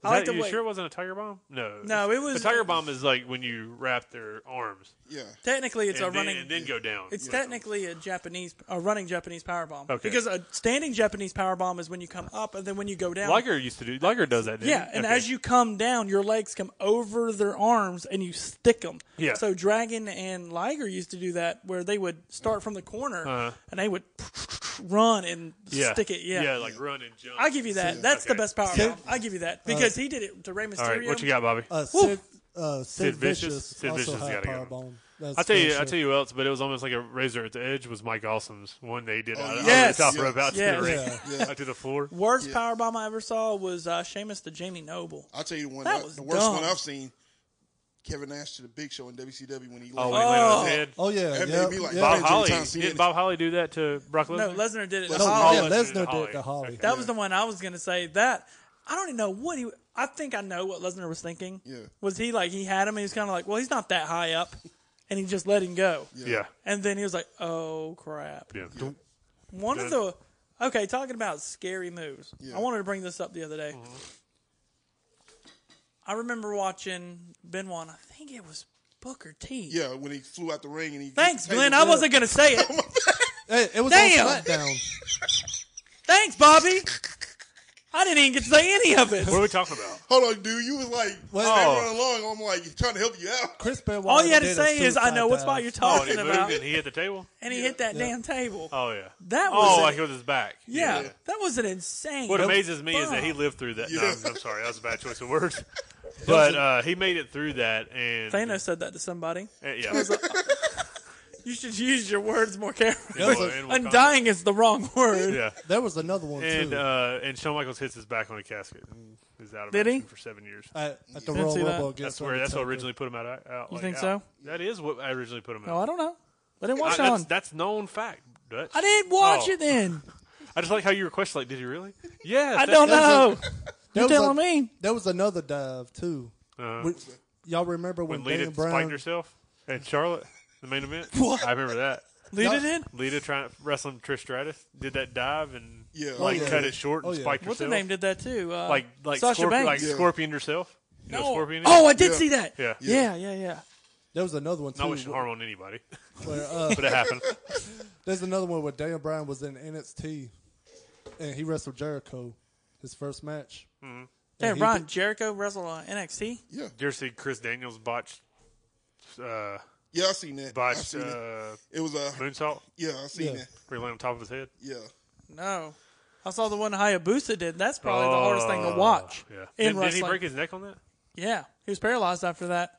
[SPEAKER 5] I
[SPEAKER 1] Is
[SPEAKER 5] like
[SPEAKER 1] that-
[SPEAKER 5] the
[SPEAKER 1] you
[SPEAKER 5] way.
[SPEAKER 1] sure it wasn't a tiger bomb? No.
[SPEAKER 5] No, it was-
[SPEAKER 1] A tiger bomb is like when you wrap their arms
[SPEAKER 2] Yeah.
[SPEAKER 5] technically, it's
[SPEAKER 1] and,
[SPEAKER 5] a
[SPEAKER 1] then,
[SPEAKER 5] running.
[SPEAKER 1] and then go down.
[SPEAKER 5] it's
[SPEAKER 1] with them.
[SPEAKER 5] technically a Japanese, a running Japanese power bomb.
[SPEAKER 1] Okay.
[SPEAKER 5] Because a standing Japanese power bomb is when you come up and then when you go down.
[SPEAKER 1] Liger used to do. Liger does that. Didn't
[SPEAKER 5] Yeah,
[SPEAKER 1] he?
[SPEAKER 5] and
[SPEAKER 1] Okay.
[SPEAKER 5] as you come down, your legs come over their arms and you stick them.
[SPEAKER 1] Yeah.
[SPEAKER 5] So Dragon and Liger used to do that where they would start from the corner and they would run and
[SPEAKER 1] Uh-huh. yeah.
[SPEAKER 5] stick it. Yeah.
[SPEAKER 1] yeah, like run and jump.
[SPEAKER 5] I give you that. That's the
[SPEAKER 1] Okay.
[SPEAKER 5] best power bomb. I give you that because he did it to Rey Mysterio.
[SPEAKER 1] All right, what you got, Bobby?
[SPEAKER 6] uh, Sid, uh, Sid,
[SPEAKER 1] Sid Vicious.
[SPEAKER 6] Vicious,
[SPEAKER 1] Sid
[SPEAKER 6] also
[SPEAKER 1] Vicious has
[SPEAKER 6] had
[SPEAKER 1] gotta go.
[SPEAKER 6] power bomb. That's
[SPEAKER 1] I tell you,
[SPEAKER 6] for
[SPEAKER 1] I
[SPEAKER 6] sure.
[SPEAKER 1] tell you else, but it was almost like a razor at the edge. Was Mike Awesome's one they did out, out of
[SPEAKER 5] yes.
[SPEAKER 1] the top rope out to
[SPEAKER 5] Yes.
[SPEAKER 1] the ring,
[SPEAKER 6] Yeah.
[SPEAKER 1] out to the floor.
[SPEAKER 5] Worst power bomb I ever saw was uh, Sheamus to Jamie Noble.
[SPEAKER 2] I'll tell you the one.
[SPEAKER 5] That
[SPEAKER 2] I-
[SPEAKER 5] was
[SPEAKER 2] the worst
[SPEAKER 5] dumb.
[SPEAKER 2] one I've seen. Kevin Nash to the Big Show in WCW when he.
[SPEAKER 1] Oh, when he
[SPEAKER 2] landed.
[SPEAKER 1] landed on his head.
[SPEAKER 6] Oh yeah,
[SPEAKER 2] That made
[SPEAKER 6] yeah,
[SPEAKER 2] me like
[SPEAKER 6] yeah.
[SPEAKER 1] Bob
[SPEAKER 2] Andrew
[SPEAKER 1] Holly
[SPEAKER 2] Thompson
[SPEAKER 1] did
[SPEAKER 2] did.
[SPEAKER 1] Bob Holly do that to Brock Lesnar?
[SPEAKER 5] No, Lesnar did it. to
[SPEAKER 6] No,
[SPEAKER 5] Holly.
[SPEAKER 6] Oh, yeah,
[SPEAKER 1] Holly.
[SPEAKER 6] Lesnar did
[SPEAKER 1] Holly.
[SPEAKER 6] it to Holly.
[SPEAKER 5] That was the one I was gonna say. That I don't even know what he. I think I know what Lesnar was thinking.
[SPEAKER 2] Yeah.
[SPEAKER 5] Was he like he had him? And he was kind of like, well, he's not that high up, and he just let him go.
[SPEAKER 1] yeah,
[SPEAKER 5] And then he was like, oh crap.
[SPEAKER 1] yeah.
[SPEAKER 5] One of the okay, talking about scary moves.
[SPEAKER 2] Yeah.
[SPEAKER 5] I wanted to bring this up the other day. I remember watching Benoit. and I think it was Booker T.
[SPEAKER 2] Yeah, when he flew out the ring and he.
[SPEAKER 5] Thanks,
[SPEAKER 2] Taylor
[SPEAKER 5] Glenn. I
[SPEAKER 2] Wood.
[SPEAKER 5] wasn't gonna say it.
[SPEAKER 6] Hey, it was
[SPEAKER 5] Damn.
[SPEAKER 6] on SmackDown.
[SPEAKER 5] Thanks, Bobby. I didn't even get to say any of it.
[SPEAKER 1] What are we talking about?
[SPEAKER 2] Hold on, dude. You was like
[SPEAKER 6] Well-
[SPEAKER 1] Oh.
[SPEAKER 2] staggering along. I'm like trying to help you out.
[SPEAKER 6] Chris Benoit.
[SPEAKER 5] All you had to
[SPEAKER 6] did a
[SPEAKER 5] say is, "I know what
[SPEAKER 6] suicide
[SPEAKER 5] spot you're
[SPEAKER 6] dive.
[SPEAKER 1] Oh, and
[SPEAKER 5] talking
[SPEAKER 1] he
[SPEAKER 5] about,"
[SPEAKER 1] moved and he hit the table.
[SPEAKER 5] and he hit that damn table.
[SPEAKER 1] Oh yeah.
[SPEAKER 5] That was
[SPEAKER 1] oh,
[SPEAKER 5] a-
[SPEAKER 1] like with his back.
[SPEAKER 5] yeah, that was an insane.
[SPEAKER 1] What amazes me is that he
[SPEAKER 5] Fuck.
[SPEAKER 1] lived through that. No,
[SPEAKER 2] Yeah.
[SPEAKER 1] I'm, I'm sorry, that was a bad choice of words. But uh, he made it through that, and
[SPEAKER 5] Thanos said that to somebody.
[SPEAKER 1] uh, yeah,
[SPEAKER 5] You should use your words more carefully.
[SPEAKER 6] There was, a-
[SPEAKER 1] And Wakanda.
[SPEAKER 5] Undying is the wrong word.
[SPEAKER 1] Yeah,
[SPEAKER 6] there was another one
[SPEAKER 1] and
[SPEAKER 6] too
[SPEAKER 1] uh, and Shawn Michaels hits his back on a casket. and Is out of
[SPEAKER 5] Did he?
[SPEAKER 1] action for seven years.
[SPEAKER 6] at, at the
[SPEAKER 5] Didn't
[SPEAKER 6] Royal
[SPEAKER 5] see that.
[SPEAKER 6] Rumble against
[SPEAKER 1] That's where that's what
[SPEAKER 6] Undertaker.
[SPEAKER 1] originally put him out. out
[SPEAKER 5] You
[SPEAKER 1] like,
[SPEAKER 5] think
[SPEAKER 1] out.
[SPEAKER 5] so?
[SPEAKER 1] That is what I originally put him out.
[SPEAKER 5] No, I don't know. I didn't
[SPEAKER 1] I-
[SPEAKER 5] watch that
[SPEAKER 1] that's,
[SPEAKER 5] one.
[SPEAKER 1] that's known fact. Dutch.
[SPEAKER 5] I didn't watch
[SPEAKER 1] Oh.
[SPEAKER 5] it then.
[SPEAKER 1] I just like how you request. Like, did you really? Yes.
[SPEAKER 5] I
[SPEAKER 1] that-
[SPEAKER 5] don't
[SPEAKER 1] that's-
[SPEAKER 5] know.
[SPEAKER 6] There
[SPEAKER 5] You're
[SPEAKER 6] was a-
[SPEAKER 5] telling me.
[SPEAKER 6] There was another dive too.
[SPEAKER 1] Uh-huh.
[SPEAKER 6] Which- y'all remember when,
[SPEAKER 1] when Lita
[SPEAKER 6] Dan Brown
[SPEAKER 1] spiked herself and Charlotte, the main event.
[SPEAKER 5] What?
[SPEAKER 1] I remember that.
[SPEAKER 5] Lead it in.
[SPEAKER 1] Lita trying wrestling Trish Stratus did that dive and
[SPEAKER 2] Yeah.
[SPEAKER 1] like
[SPEAKER 6] Oh, yeah.
[SPEAKER 1] cut it short and
[SPEAKER 6] Oh, yeah.
[SPEAKER 1] spiked
[SPEAKER 5] What's her
[SPEAKER 1] herself.
[SPEAKER 5] name did that too? Uh,
[SPEAKER 1] Like like
[SPEAKER 5] Sasha
[SPEAKER 1] Scorp-
[SPEAKER 5] Banks.
[SPEAKER 1] like
[SPEAKER 2] Yeah.
[SPEAKER 1] Scorpion herself. You know
[SPEAKER 5] No.
[SPEAKER 1] Scorpion. is?
[SPEAKER 5] Oh, I did
[SPEAKER 2] Yeah.
[SPEAKER 5] see that.
[SPEAKER 1] yeah.
[SPEAKER 5] Yeah, yeah, yeah.
[SPEAKER 6] There was another one too.
[SPEAKER 1] Not wishing harm on anybody,
[SPEAKER 6] where, uh,
[SPEAKER 1] but it happened.
[SPEAKER 6] there's another one where Dan Bryan was in NXT, and he wrestled Jericho, his first match.
[SPEAKER 5] Damn,
[SPEAKER 6] he
[SPEAKER 5] Brian
[SPEAKER 6] beat-
[SPEAKER 5] Jericho wrestled on NXT.
[SPEAKER 2] Yeah,
[SPEAKER 1] Did you ever see Chris Daniels botched uh,
[SPEAKER 2] yeah, I seen that. I
[SPEAKER 1] botched
[SPEAKER 2] seen it.
[SPEAKER 1] uh,
[SPEAKER 2] It was uh,
[SPEAKER 1] moonsault?
[SPEAKER 2] yeah, I seen
[SPEAKER 6] Yeah.
[SPEAKER 2] that.
[SPEAKER 1] Where he landed on top of his head.
[SPEAKER 2] Yeah,
[SPEAKER 5] No, I saw the one Hayabusa did. That's probably the hardest thing to
[SPEAKER 1] Oh,
[SPEAKER 5] watch
[SPEAKER 1] Yeah.
[SPEAKER 5] in
[SPEAKER 1] did, did
[SPEAKER 5] wrestling.
[SPEAKER 1] he break his neck on that?
[SPEAKER 5] yeah, he was paralyzed after that.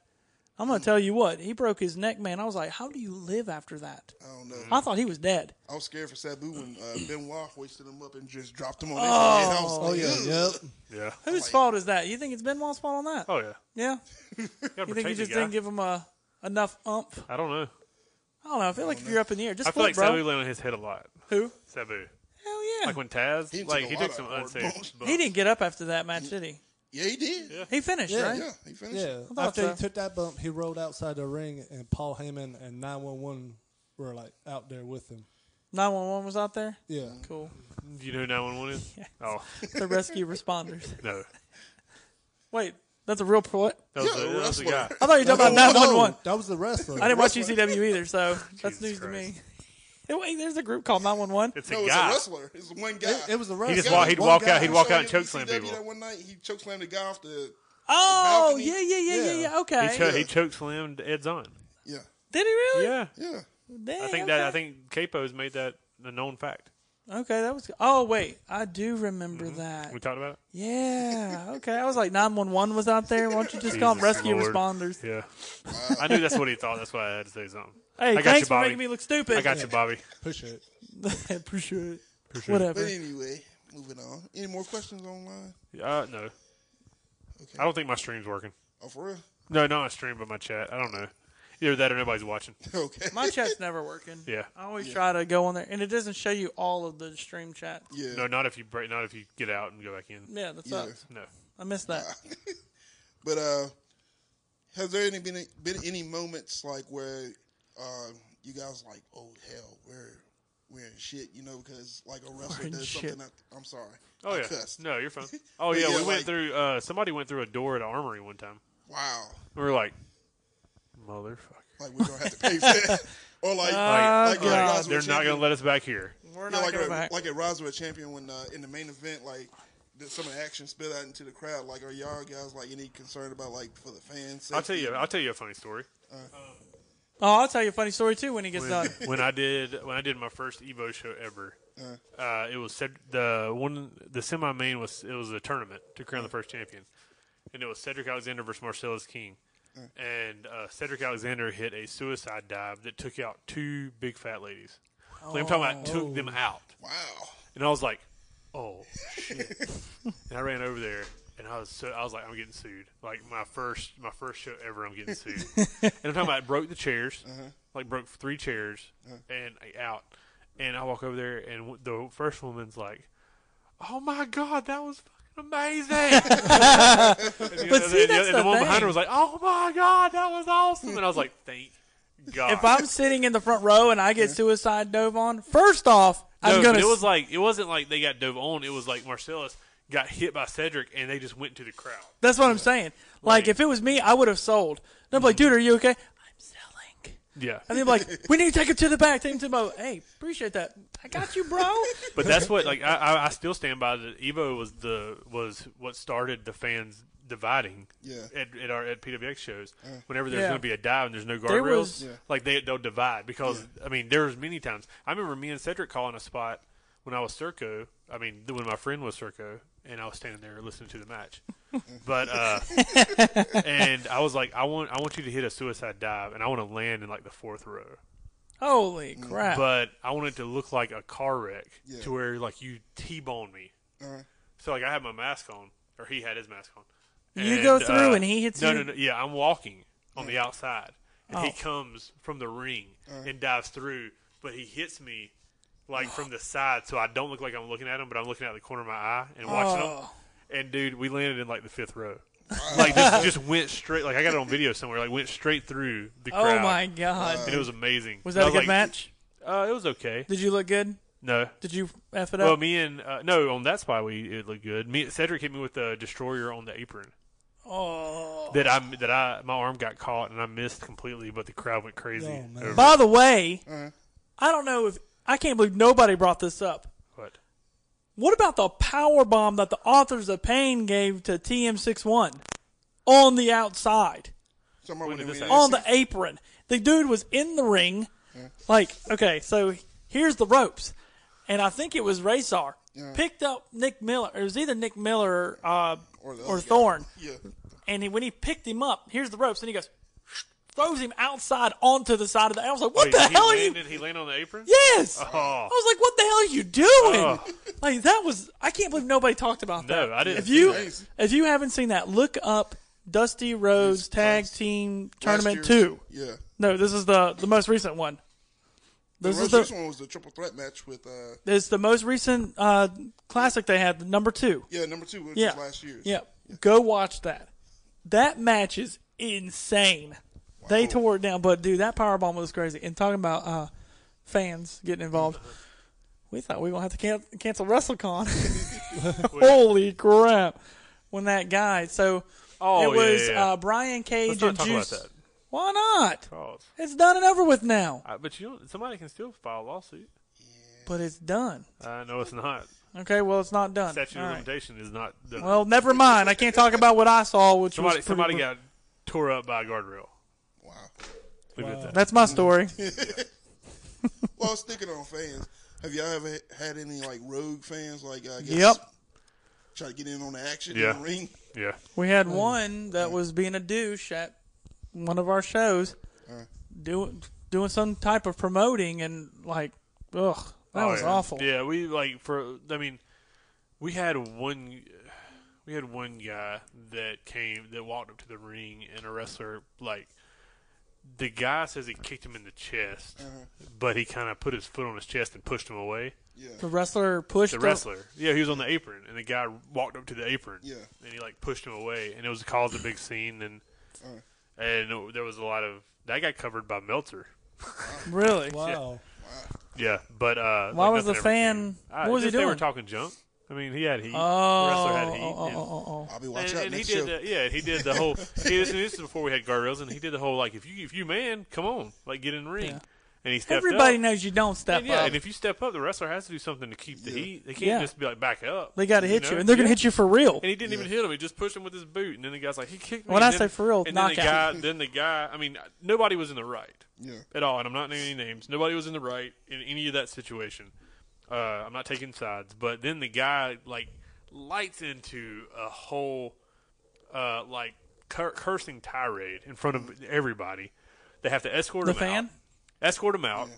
[SPEAKER 5] I'm gonna tell you what, he broke his neck, man. I was like, how do you live after that?
[SPEAKER 2] I don't know.
[SPEAKER 5] I thought he was dead.
[SPEAKER 2] I was scared for Sabu when uh, Benoit hoisted him up and just dropped him on his head. I was
[SPEAKER 6] Oh
[SPEAKER 2] like,
[SPEAKER 6] yeah,
[SPEAKER 2] "Ugh."
[SPEAKER 6] yep.
[SPEAKER 1] Yeah.
[SPEAKER 5] Whose fault is that? You think it's Benoit's fault on that?
[SPEAKER 1] Oh yeah.
[SPEAKER 5] Yeah,
[SPEAKER 1] You,
[SPEAKER 5] you think you just didn't give him a enough umph?
[SPEAKER 1] I don't know.
[SPEAKER 5] I don't know. I feel like if you're up in the air, just
[SPEAKER 1] I feel
[SPEAKER 5] flip,
[SPEAKER 1] like Sabu
[SPEAKER 5] bro.
[SPEAKER 1] landed on his head a lot.
[SPEAKER 5] Who?
[SPEAKER 1] Sabu.
[SPEAKER 5] Hell yeah.
[SPEAKER 1] Like when Taz,
[SPEAKER 2] He took
[SPEAKER 1] like
[SPEAKER 2] a
[SPEAKER 1] he
[SPEAKER 2] lot
[SPEAKER 1] took
[SPEAKER 2] of
[SPEAKER 1] some
[SPEAKER 2] hard
[SPEAKER 1] unsafe.
[SPEAKER 2] bumps.
[SPEAKER 1] bumps.
[SPEAKER 5] He didn't get up after that match, did he?
[SPEAKER 2] Yeah, he did. Yeah,
[SPEAKER 5] He finished,
[SPEAKER 6] Yeah,
[SPEAKER 5] right?
[SPEAKER 2] he finished.
[SPEAKER 6] Yeah.
[SPEAKER 2] it.
[SPEAKER 5] thought
[SPEAKER 6] After
[SPEAKER 5] so.
[SPEAKER 6] he took that bump, he rolled outside the ring, and Paul Heyman and 911 were like out there with him.
[SPEAKER 5] Nine one one was out there.
[SPEAKER 6] Yeah.
[SPEAKER 5] Cool.
[SPEAKER 1] Do you know who 911 is? Oh,
[SPEAKER 5] The rescue responders.
[SPEAKER 1] no.
[SPEAKER 5] Wait, that's a real poet.
[SPEAKER 1] That was,
[SPEAKER 2] Yeah,
[SPEAKER 1] a, that was a
[SPEAKER 2] wrestler.
[SPEAKER 1] guy.
[SPEAKER 5] I thought you were talking about nine one one.
[SPEAKER 6] that was the wrestler.
[SPEAKER 5] I didn't watch ECW either, so that's
[SPEAKER 1] Jesus
[SPEAKER 5] news to me.
[SPEAKER 1] Christ.
[SPEAKER 5] Wait, there's a group called nine one one.
[SPEAKER 1] It's
[SPEAKER 2] No,
[SPEAKER 1] a
[SPEAKER 2] it's a
[SPEAKER 1] guy.
[SPEAKER 2] wrestler. It's one guy.
[SPEAKER 6] It, it was a wrestler.
[SPEAKER 1] he just
[SPEAKER 2] Yeah,
[SPEAKER 1] walk,
[SPEAKER 2] there's
[SPEAKER 1] he'd
[SPEAKER 2] one
[SPEAKER 1] walk
[SPEAKER 2] guy
[SPEAKER 1] out. He'd
[SPEAKER 2] who
[SPEAKER 1] walk
[SPEAKER 2] showed
[SPEAKER 1] out and
[SPEAKER 2] you
[SPEAKER 1] choke slam
[SPEAKER 2] ECW
[SPEAKER 1] people.
[SPEAKER 2] That one night, he choke slammed the guy off the.
[SPEAKER 5] Oh
[SPEAKER 2] balcony?
[SPEAKER 5] yeah, yeah, yeah, yeah,
[SPEAKER 6] Yeah.
[SPEAKER 5] yeah. Okay.
[SPEAKER 1] He, cho- he choke slammed Ed Zahn.
[SPEAKER 2] Yeah,
[SPEAKER 5] Did he really?
[SPEAKER 1] Yeah,
[SPEAKER 2] yeah.
[SPEAKER 5] Dang,
[SPEAKER 1] I think
[SPEAKER 5] okay.
[SPEAKER 1] that I think Capo's made that a known fact.
[SPEAKER 5] Okay, that was. Oh wait, I do remember
[SPEAKER 1] Mm-hmm.
[SPEAKER 5] that.
[SPEAKER 1] We talked about
[SPEAKER 5] Yeah. Okay. I was like nine one one was out there. Why don't you just call them
[SPEAKER 1] Jesus
[SPEAKER 5] rescue
[SPEAKER 1] Lord.
[SPEAKER 5] responders?
[SPEAKER 1] it. Yeah, I knew that's what he thought. That's why I had to say something.
[SPEAKER 5] Hey,
[SPEAKER 1] I got
[SPEAKER 5] thanks
[SPEAKER 1] you,
[SPEAKER 5] for
[SPEAKER 1] Bobby.
[SPEAKER 5] making me look stupid.
[SPEAKER 1] I got you, Bobby.
[SPEAKER 6] push it.
[SPEAKER 5] Appreciate it.
[SPEAKER 1] Appreciate it.
[SPEAKER 5] Whatever.
[SPEAKER 2] But anyway, moving on. Any more questions online?
[SPEAKER 1] Uh, no,
[SPEAKER 2] Okay.
[SPEAKER 1] I don't think my stream's working.
[SPEAKER 2] Oh, for real?
[SPEAKER 1] No, not my stream, but my chat. I don't know. Either that or nobody's watching.
[SPEAKER 2] Okay.
[SPEAKER 5] My chat's never working.
[SPEAKER 1] Yeah.
[SPEAKER 5] I always try to go on there, and it doesn't show you all of the stream chats.
[SPEAKER 2] yeah.
[SPEAKER 1] No, not if you break. Not if you get out and go back in.
[SPEAKER 5] Yeah, that
[SPEAKER 2] Yeah.
[SPEAKER 5] sucks.
[SPEAKER 1] No.
[SPEAKER 5] I missed that.
[SPEAKER 2] But uh, has there any been been any moments like where uh, you guys like, oh hell, we're we're in shit, you know, because like a wrestler
[SPEAKER 5] in
[SPEAKER 2] does
[SPEAKER 5] shit.
[SPEAKER 2] something. I, I'm sorry.
[SPEAKER 1] Oh
[SPEAKER 2] I
[SPEAKER 1] yeah.
[SPEAKER 2] cussed.
[SPEAKER 1] No, you're fine. Oh
[SPEAKER 2] But
[SPEAKER 1] yeah,
[SPEAKER 2] yeah,
[SPEAKER 1] we went
[SPEAKER 2] like-
[SPEAKER 1] through. Uh, somebody went through a door at Armory one time.
[SPEAKER 2] Wow.
[SPEAKER 1] We were like, motherfucker.
[SPEAKER 2] Like we're gonna have to pay for that. or like, like,
[SPEAKER 5] Oh, God.
[SPEAKER 2] yeah,
[SPEAKER 1] They're not going to let us back here.
[SPEAKER 5] We're
[SPEAKER 2] Yeah,
[SPEAKER 5] not
[SPEAKER 2] like,
[SPEAKER 5] going
[SPEAKER 2] a,
[SPEAKER 5] back.
[SPEAKER 2] like at Rise of a Champion when uh, in the main event, like the, some of the action spilled out into the crowd. Like, are y'all guys like any concerned about like for the fans?
[SPEAKER 1] I'll tell you. I'll tell you a funny story.
[SPEAKER 5] oh, I'll tell you a funny story too when he gets done.
[SPEAKER 1] when I did when I did my first Evo show ever, uh, it was Ced- the one the semi main was it was a tournament to crown the first champion, and it was Cedric Alexander versus Marcellus King, and uh, Cedric Alexander hit a suicide dive that took out two big fat ladies. Like I'm talking about took them out,
[SPEAKER 2] Wow.
[SPEAKER 1] and I was like, oh shit, and I ran over there. And I was so I was like, I'm getting sued. Like my first my first show ever, I'm getting sued. and I'm talking about it broke the chairs, like broke three chairs, and I- out. And I walk over there, and w- the first woman's like, "Oh my god, that was fucking amazing!" but
[SPEAKER 5] But see, that's
[SPEAKER 1] and the
[SPEAKER 5] the
[SPEAKER 1] one behind
[SPEAKER 5] thing.
[SPEAKER 1] her was like, "Oh my god, that was awesome!" And I was like, "Thank God."
[SPEAKER 5] if I'm sitting in the front row and I get suicide dove on, first off,
[SPEAKER 1] No,
[SPEAKER 5] I'm
[SPEAKER 1] but
[SPEAKER 5] going
[SPEAKER 1] it was
[SPEAKER 5] to.
[SPEAKER 1] like it wasn't like they got dove on. It was like Marcellus got hit by Cedric, and they just went to the crowd.
[SPEAKER 5] That's what I'm saying. Like, if it was me, I would have sold. They'd be like, dude, are you okay? I'm selling.
[SPEAKER 1] Yeah,
[SPEAKER 5] And they'd be like, we need to take him to the back. Take him to the boat. Hey, appreciate that. I got you, bro.
[SPEAKER 1] But that's what like I, I, I still stand by that Evo was the was what started the fans dividing.
[SPEAKER 2] Yeah.
[SPEAKER 1] At, at our at PWX shows, whenever there's
[SPEAKER 5] Yeah.
[SPEAKER 1] going to be a dive and there's no
[SPEAKER 5] There
[SPEAKER 1] guardrails,
[SPEAKER 5] was- Yeah.
[SPEAKER 1] like they they'll divide because I mean there was many times I remember me and Cedric calling a spot when I was Circo. I mean th- when my friend was Circo and I was standing there listening to the match. But uh and I was like I want I want you to hit a suicide dive and I want to land in like the fourth row
[SPEAKER 5] Holy crap.
[SPEAKER 1] but I wanted to look like a car wreck
[SPEAKER 2] Yeah.
[SPEAKER 1] to where like you t-boned me. So like I had my mask on, or he had his mask on. uh,
[SPEAKER 5] You go through and he hits
[SPEAKER 1] no,
[SPEAKER 5] you? Oh.
[SPEAKER 1] No, no, Yeah, I'm walking on the outside, and he comes from the ring and dives through, but he hits me like from the side, so I don't look like I'm looking at him, but I'm looking out the corner of my eye and watching him. And dude, we landed in like the fifth row. like just just went straight. Like I got it on video somewhere. Like went straight through the
[SPEAKER 8] Oh
[SPEAKER 1] crowd.
[SPEAKER 8] my god.
[SPEAKER 1] And it was amazing.
[SPEAKER 5] Was
[SPEAKER 1] And
[SPEAKER 5] that
[SPEAKER 1] I
[SPEAKER 5] a good
[SPEAKER 1] like,
[SPEAKER 5] match?
[SPEAKER 1] Uh, it was okay.
[SPEAKER 5] Did you look good?
[SPEAKER 1] No.
[SPEAKER 5] Did you f it up?
[SPEAKER 1] Well, me and uh, no, on that's why we it looked good. Me Cedric hit me with the destroyer on the apron
[SPEAKER 5] oh.
[SPEAKER 1] that I that I my arm got caught and I missed completely, but the crowd went crazy.
[SPEAKER 6] Oh, man.
[SPEAKER 1] over it.
[SPEAKER 5] By the way, I don't know if I can't believe nobody brought this up.
[SPEAKER 1] What?
[SPEAKER 5] What about the power bomb that the authors of pain gave to TM61 on the outside,
[SPEAKER 2] Somewhere
[SPEAKER 1] When did
[SPEAKER 2] when they
[SPEAKER 1] this
[SPEAKER 2] went in.
[SPEAKER 1] happen?
[SPEAKER 5] on the apron? The dude was in the ring, like okay, so here's the ropes, and I think it was Raysar picked up Nick Miller. It was either Nick Miller or, uh,
[SPEAKER 2] Or the
[SPEAKER 5] or
[SPEAKER 2] other guy.
[SPEAKER 5] Thorne,
[SPEAKER 2] Yeah.
[SPEAKER 5] and he, when he picked him up, here's the ropes, and he goes throws him outside onto the side of the. I was like, what
[SPEAKER 1] Wait,
[SPEAKER 5] the
[SPEAKER 1] he
[SPEAKER 5] hell are you?
[SPEAKER 1] landed, He landed on the apron.
[SPEAKER 5] Yes. I
[SPEAKER 1] Oh.
[SPEAKER 5] was like, "What the hell are you doing?" Like that was I can't believe nobody talked about that.
[SPEAKER 1] No, I didn't
[SPEAKER 5] If
[SPEAKER 1] see
[SPEAKER 5] you
[SPEAKER 2] that.
[SPEAKER 5] if you haven't seen that, look up Dusty Rhodes Tag Team Tournament
[SPEAKER 2] Last
[SPEAKER 5] Two.
[SPEAKER 2] year's- Yeah.
[SPEAKER 5] No, this is the the most recent one. This
[SPEAKER 2] This,
[SPEAKER 5] is the
[SPEAKER 2] one was the triple threat match with uh
[SPEAKER 5] this is the most recent uh, classic they had, number two.
[SPEAKER 2] yeah number two, which
[SPEAKER 5] Yeah,
[SPEAKER 2] was last year's.
[SPEAKER 5] Yeah, go watch that. That match is insane. They tore it down, but dude, that power bomb was crazy. And talking about uh, fans getting involved, we thought we were gonna have to can- cancel WrestleCon. Holy crap! When that guy, so
[SPEAKER 1] Oh,
[SPEAKER 5] it
[SPEAKER 1] yeah,
[SPEAKER 5] was
[SPEAKER 1] yeah, yeah.
[SPEAKER 5] Uh, Brian Cage
[SPEAKER 1] Let's not
[SPEAKER 5] and
[SPEAKER 1] talk about
[SPEAKER 5] Juice.
[SPEAKER 1] that.
[SPEAKER 5] Why not?
[SPEAKER 1] Oh,
[SPEAKER 5] It's done and over with now.
[SPEAKER 1] I, but you don't, somebody can still file a lawsuit.
[SPEAKER 5] But it's done.
[SPEAKER 1] Uh, no, it's not.
[SPEAKER 5] Okay, well it's not done.
[SPEAKER 1] Statute
[SPEAKER 5] All
[SPEAKER 1] of
[SPEAKER 5] right.
[SPEAKER 1] limitation is not done.
[SPEAKER 5] Well, never mind. I can't talk about what I saw, which
[SPEAKER 1] somebody
[SPEAKER 5] was pretty
[SPEAKER 1] somebody
[SPEAKER 5] bru-
[SPEAKER 1] got tore up by a guardrail.
[SPEAKER 2] Wow.
[SPEAKER 1] Leave it at that.
[SPEAKER 5] That's my story.
[SPEAKER 2] Well, sticking on fans, have y'all ever had any like rogue fans like I guess
[SPEAKER 5] Yep.
[SPEAKER 2] try to get in on the action
[SPEAKER 1] Yeah.
[SPEAKER 2] in the ring?
[SPEAKER 1] Yeah.
[SPEAKER 5] We had one that
[SPEAKER 1] Hmm.
[SPEAKER 5] was being a douche at one of our shows,
[SPEAKER 1] Uh.
[SPEAKER 5] doing doing some type of promoting and like, ugh, that
[SPEAKER 1] Oh,
[SPEAKER 5] was
[SPEAKER 1] yeah.
[SPEAKER 5] awful.
[SPEAKER 1] Yeah, we like for. I mean, we had one. We had one guy that came that walked up to the ring and a wrestler like the guy says he kicked him in the chest, but he kind of put his foot on his chest and pushed him away.
[SPEAKER 5] The wrestler pushed
[SPEAKER 1] The wrestler, yeah, he was on the apron, and the guy walked up to the apron,
[SPEAKER 2] Yeah.
[SPEAKER 1] and he like pushed him away, and it was caused a big scene, and Uh. and there was a lot of that got covered by Meltzer.
[SPEAKER 5] Really?
[SPEAKER 6] Wow.
[SPEAKER 1] Yeah, but uh,
[SPEAKER 5] Why
[SPEAKER 1] like,
[SPEAKER 5] was the
[SPEAKER 1] nothing ever
[SPEAKER 5] fan-
[SPEAKER 1] came. I-
[SPEAKER 5] what was he
[SPEAKER 1] just They were
[SPEAKER 5] doing?
[SPEAKER 1] talking junk. I mean, he had heat.
[SPEAKER 5] Oh,
[SPEAKER 1] the wrestler had heat.
[SPEAKER 5] oh, oh,
[SPEAKER 1] and-
[SPEAKER 5] oh, oh.
[SPEAKER 2] I'll be
[SPEAKER 1] And,
[SPEAKER 2] watching out
[SPEAKER 1] and he
[SPEAKER 2] next
[SPEAKER 1] did,
[SPEAKER 2] show.
[SPEAKER 1] the, yeah, he did the whole. He, this, this is before we had guardrails, and he did the whole like, if you if you man, come on, like get in the ring.
[SPEAKER 5] Yeah.
[SPEAKER 1] And he stepped
[SPEAKER 5] Everybody
[SPEAKER 1] up.
[SPEAKER 5] knows you don't step
[SPEAKER 1] And, yeah,
[SPEAKER 5] up.
[SPEAKER 1] and if you step up, the wrestler has to do something to keep the heat. They can't
[SPEAKER 5] Yeah.
[SPEAKER 1] just be like back up.
[SPEAKER 5] they got to hit you,
[SPEAKER 1] know?
[SPEAKER 5] and they're going
[SPEAKER 1] Yeah.
[SPEAKER 5] to hit you for real.
[SPEAKER 1] And he didn't even hit him. He just pushed him with his boot. And then the guy's like, he kicked me.
[SPEAKER 5] When
[SPEAKER 1] And
[SPEAKER 5] I
[SPEAKER 1] then-
[SPEAKER 5] say for real,
[SPEAKER 1] and then the guy,
[SPEAKER 5] knockout.
[SPEAKER 1] then the guy. I mean, nobody was in the right
[SPEAKER 2] Yeah.
[SPEAKER 1] at all. And I'm not naming any names. Nobody was in the right in any of that situation. Uh, I'm not taking sides. But then the guy like lights into a whole uh, like cur- cursing tirade in front of everybody. They have to escort
[SPEAKER 5] The
[SPEAKER 1] him
[SPEAKER 5] fan?
[SPEAKER 1] out. Escort him out.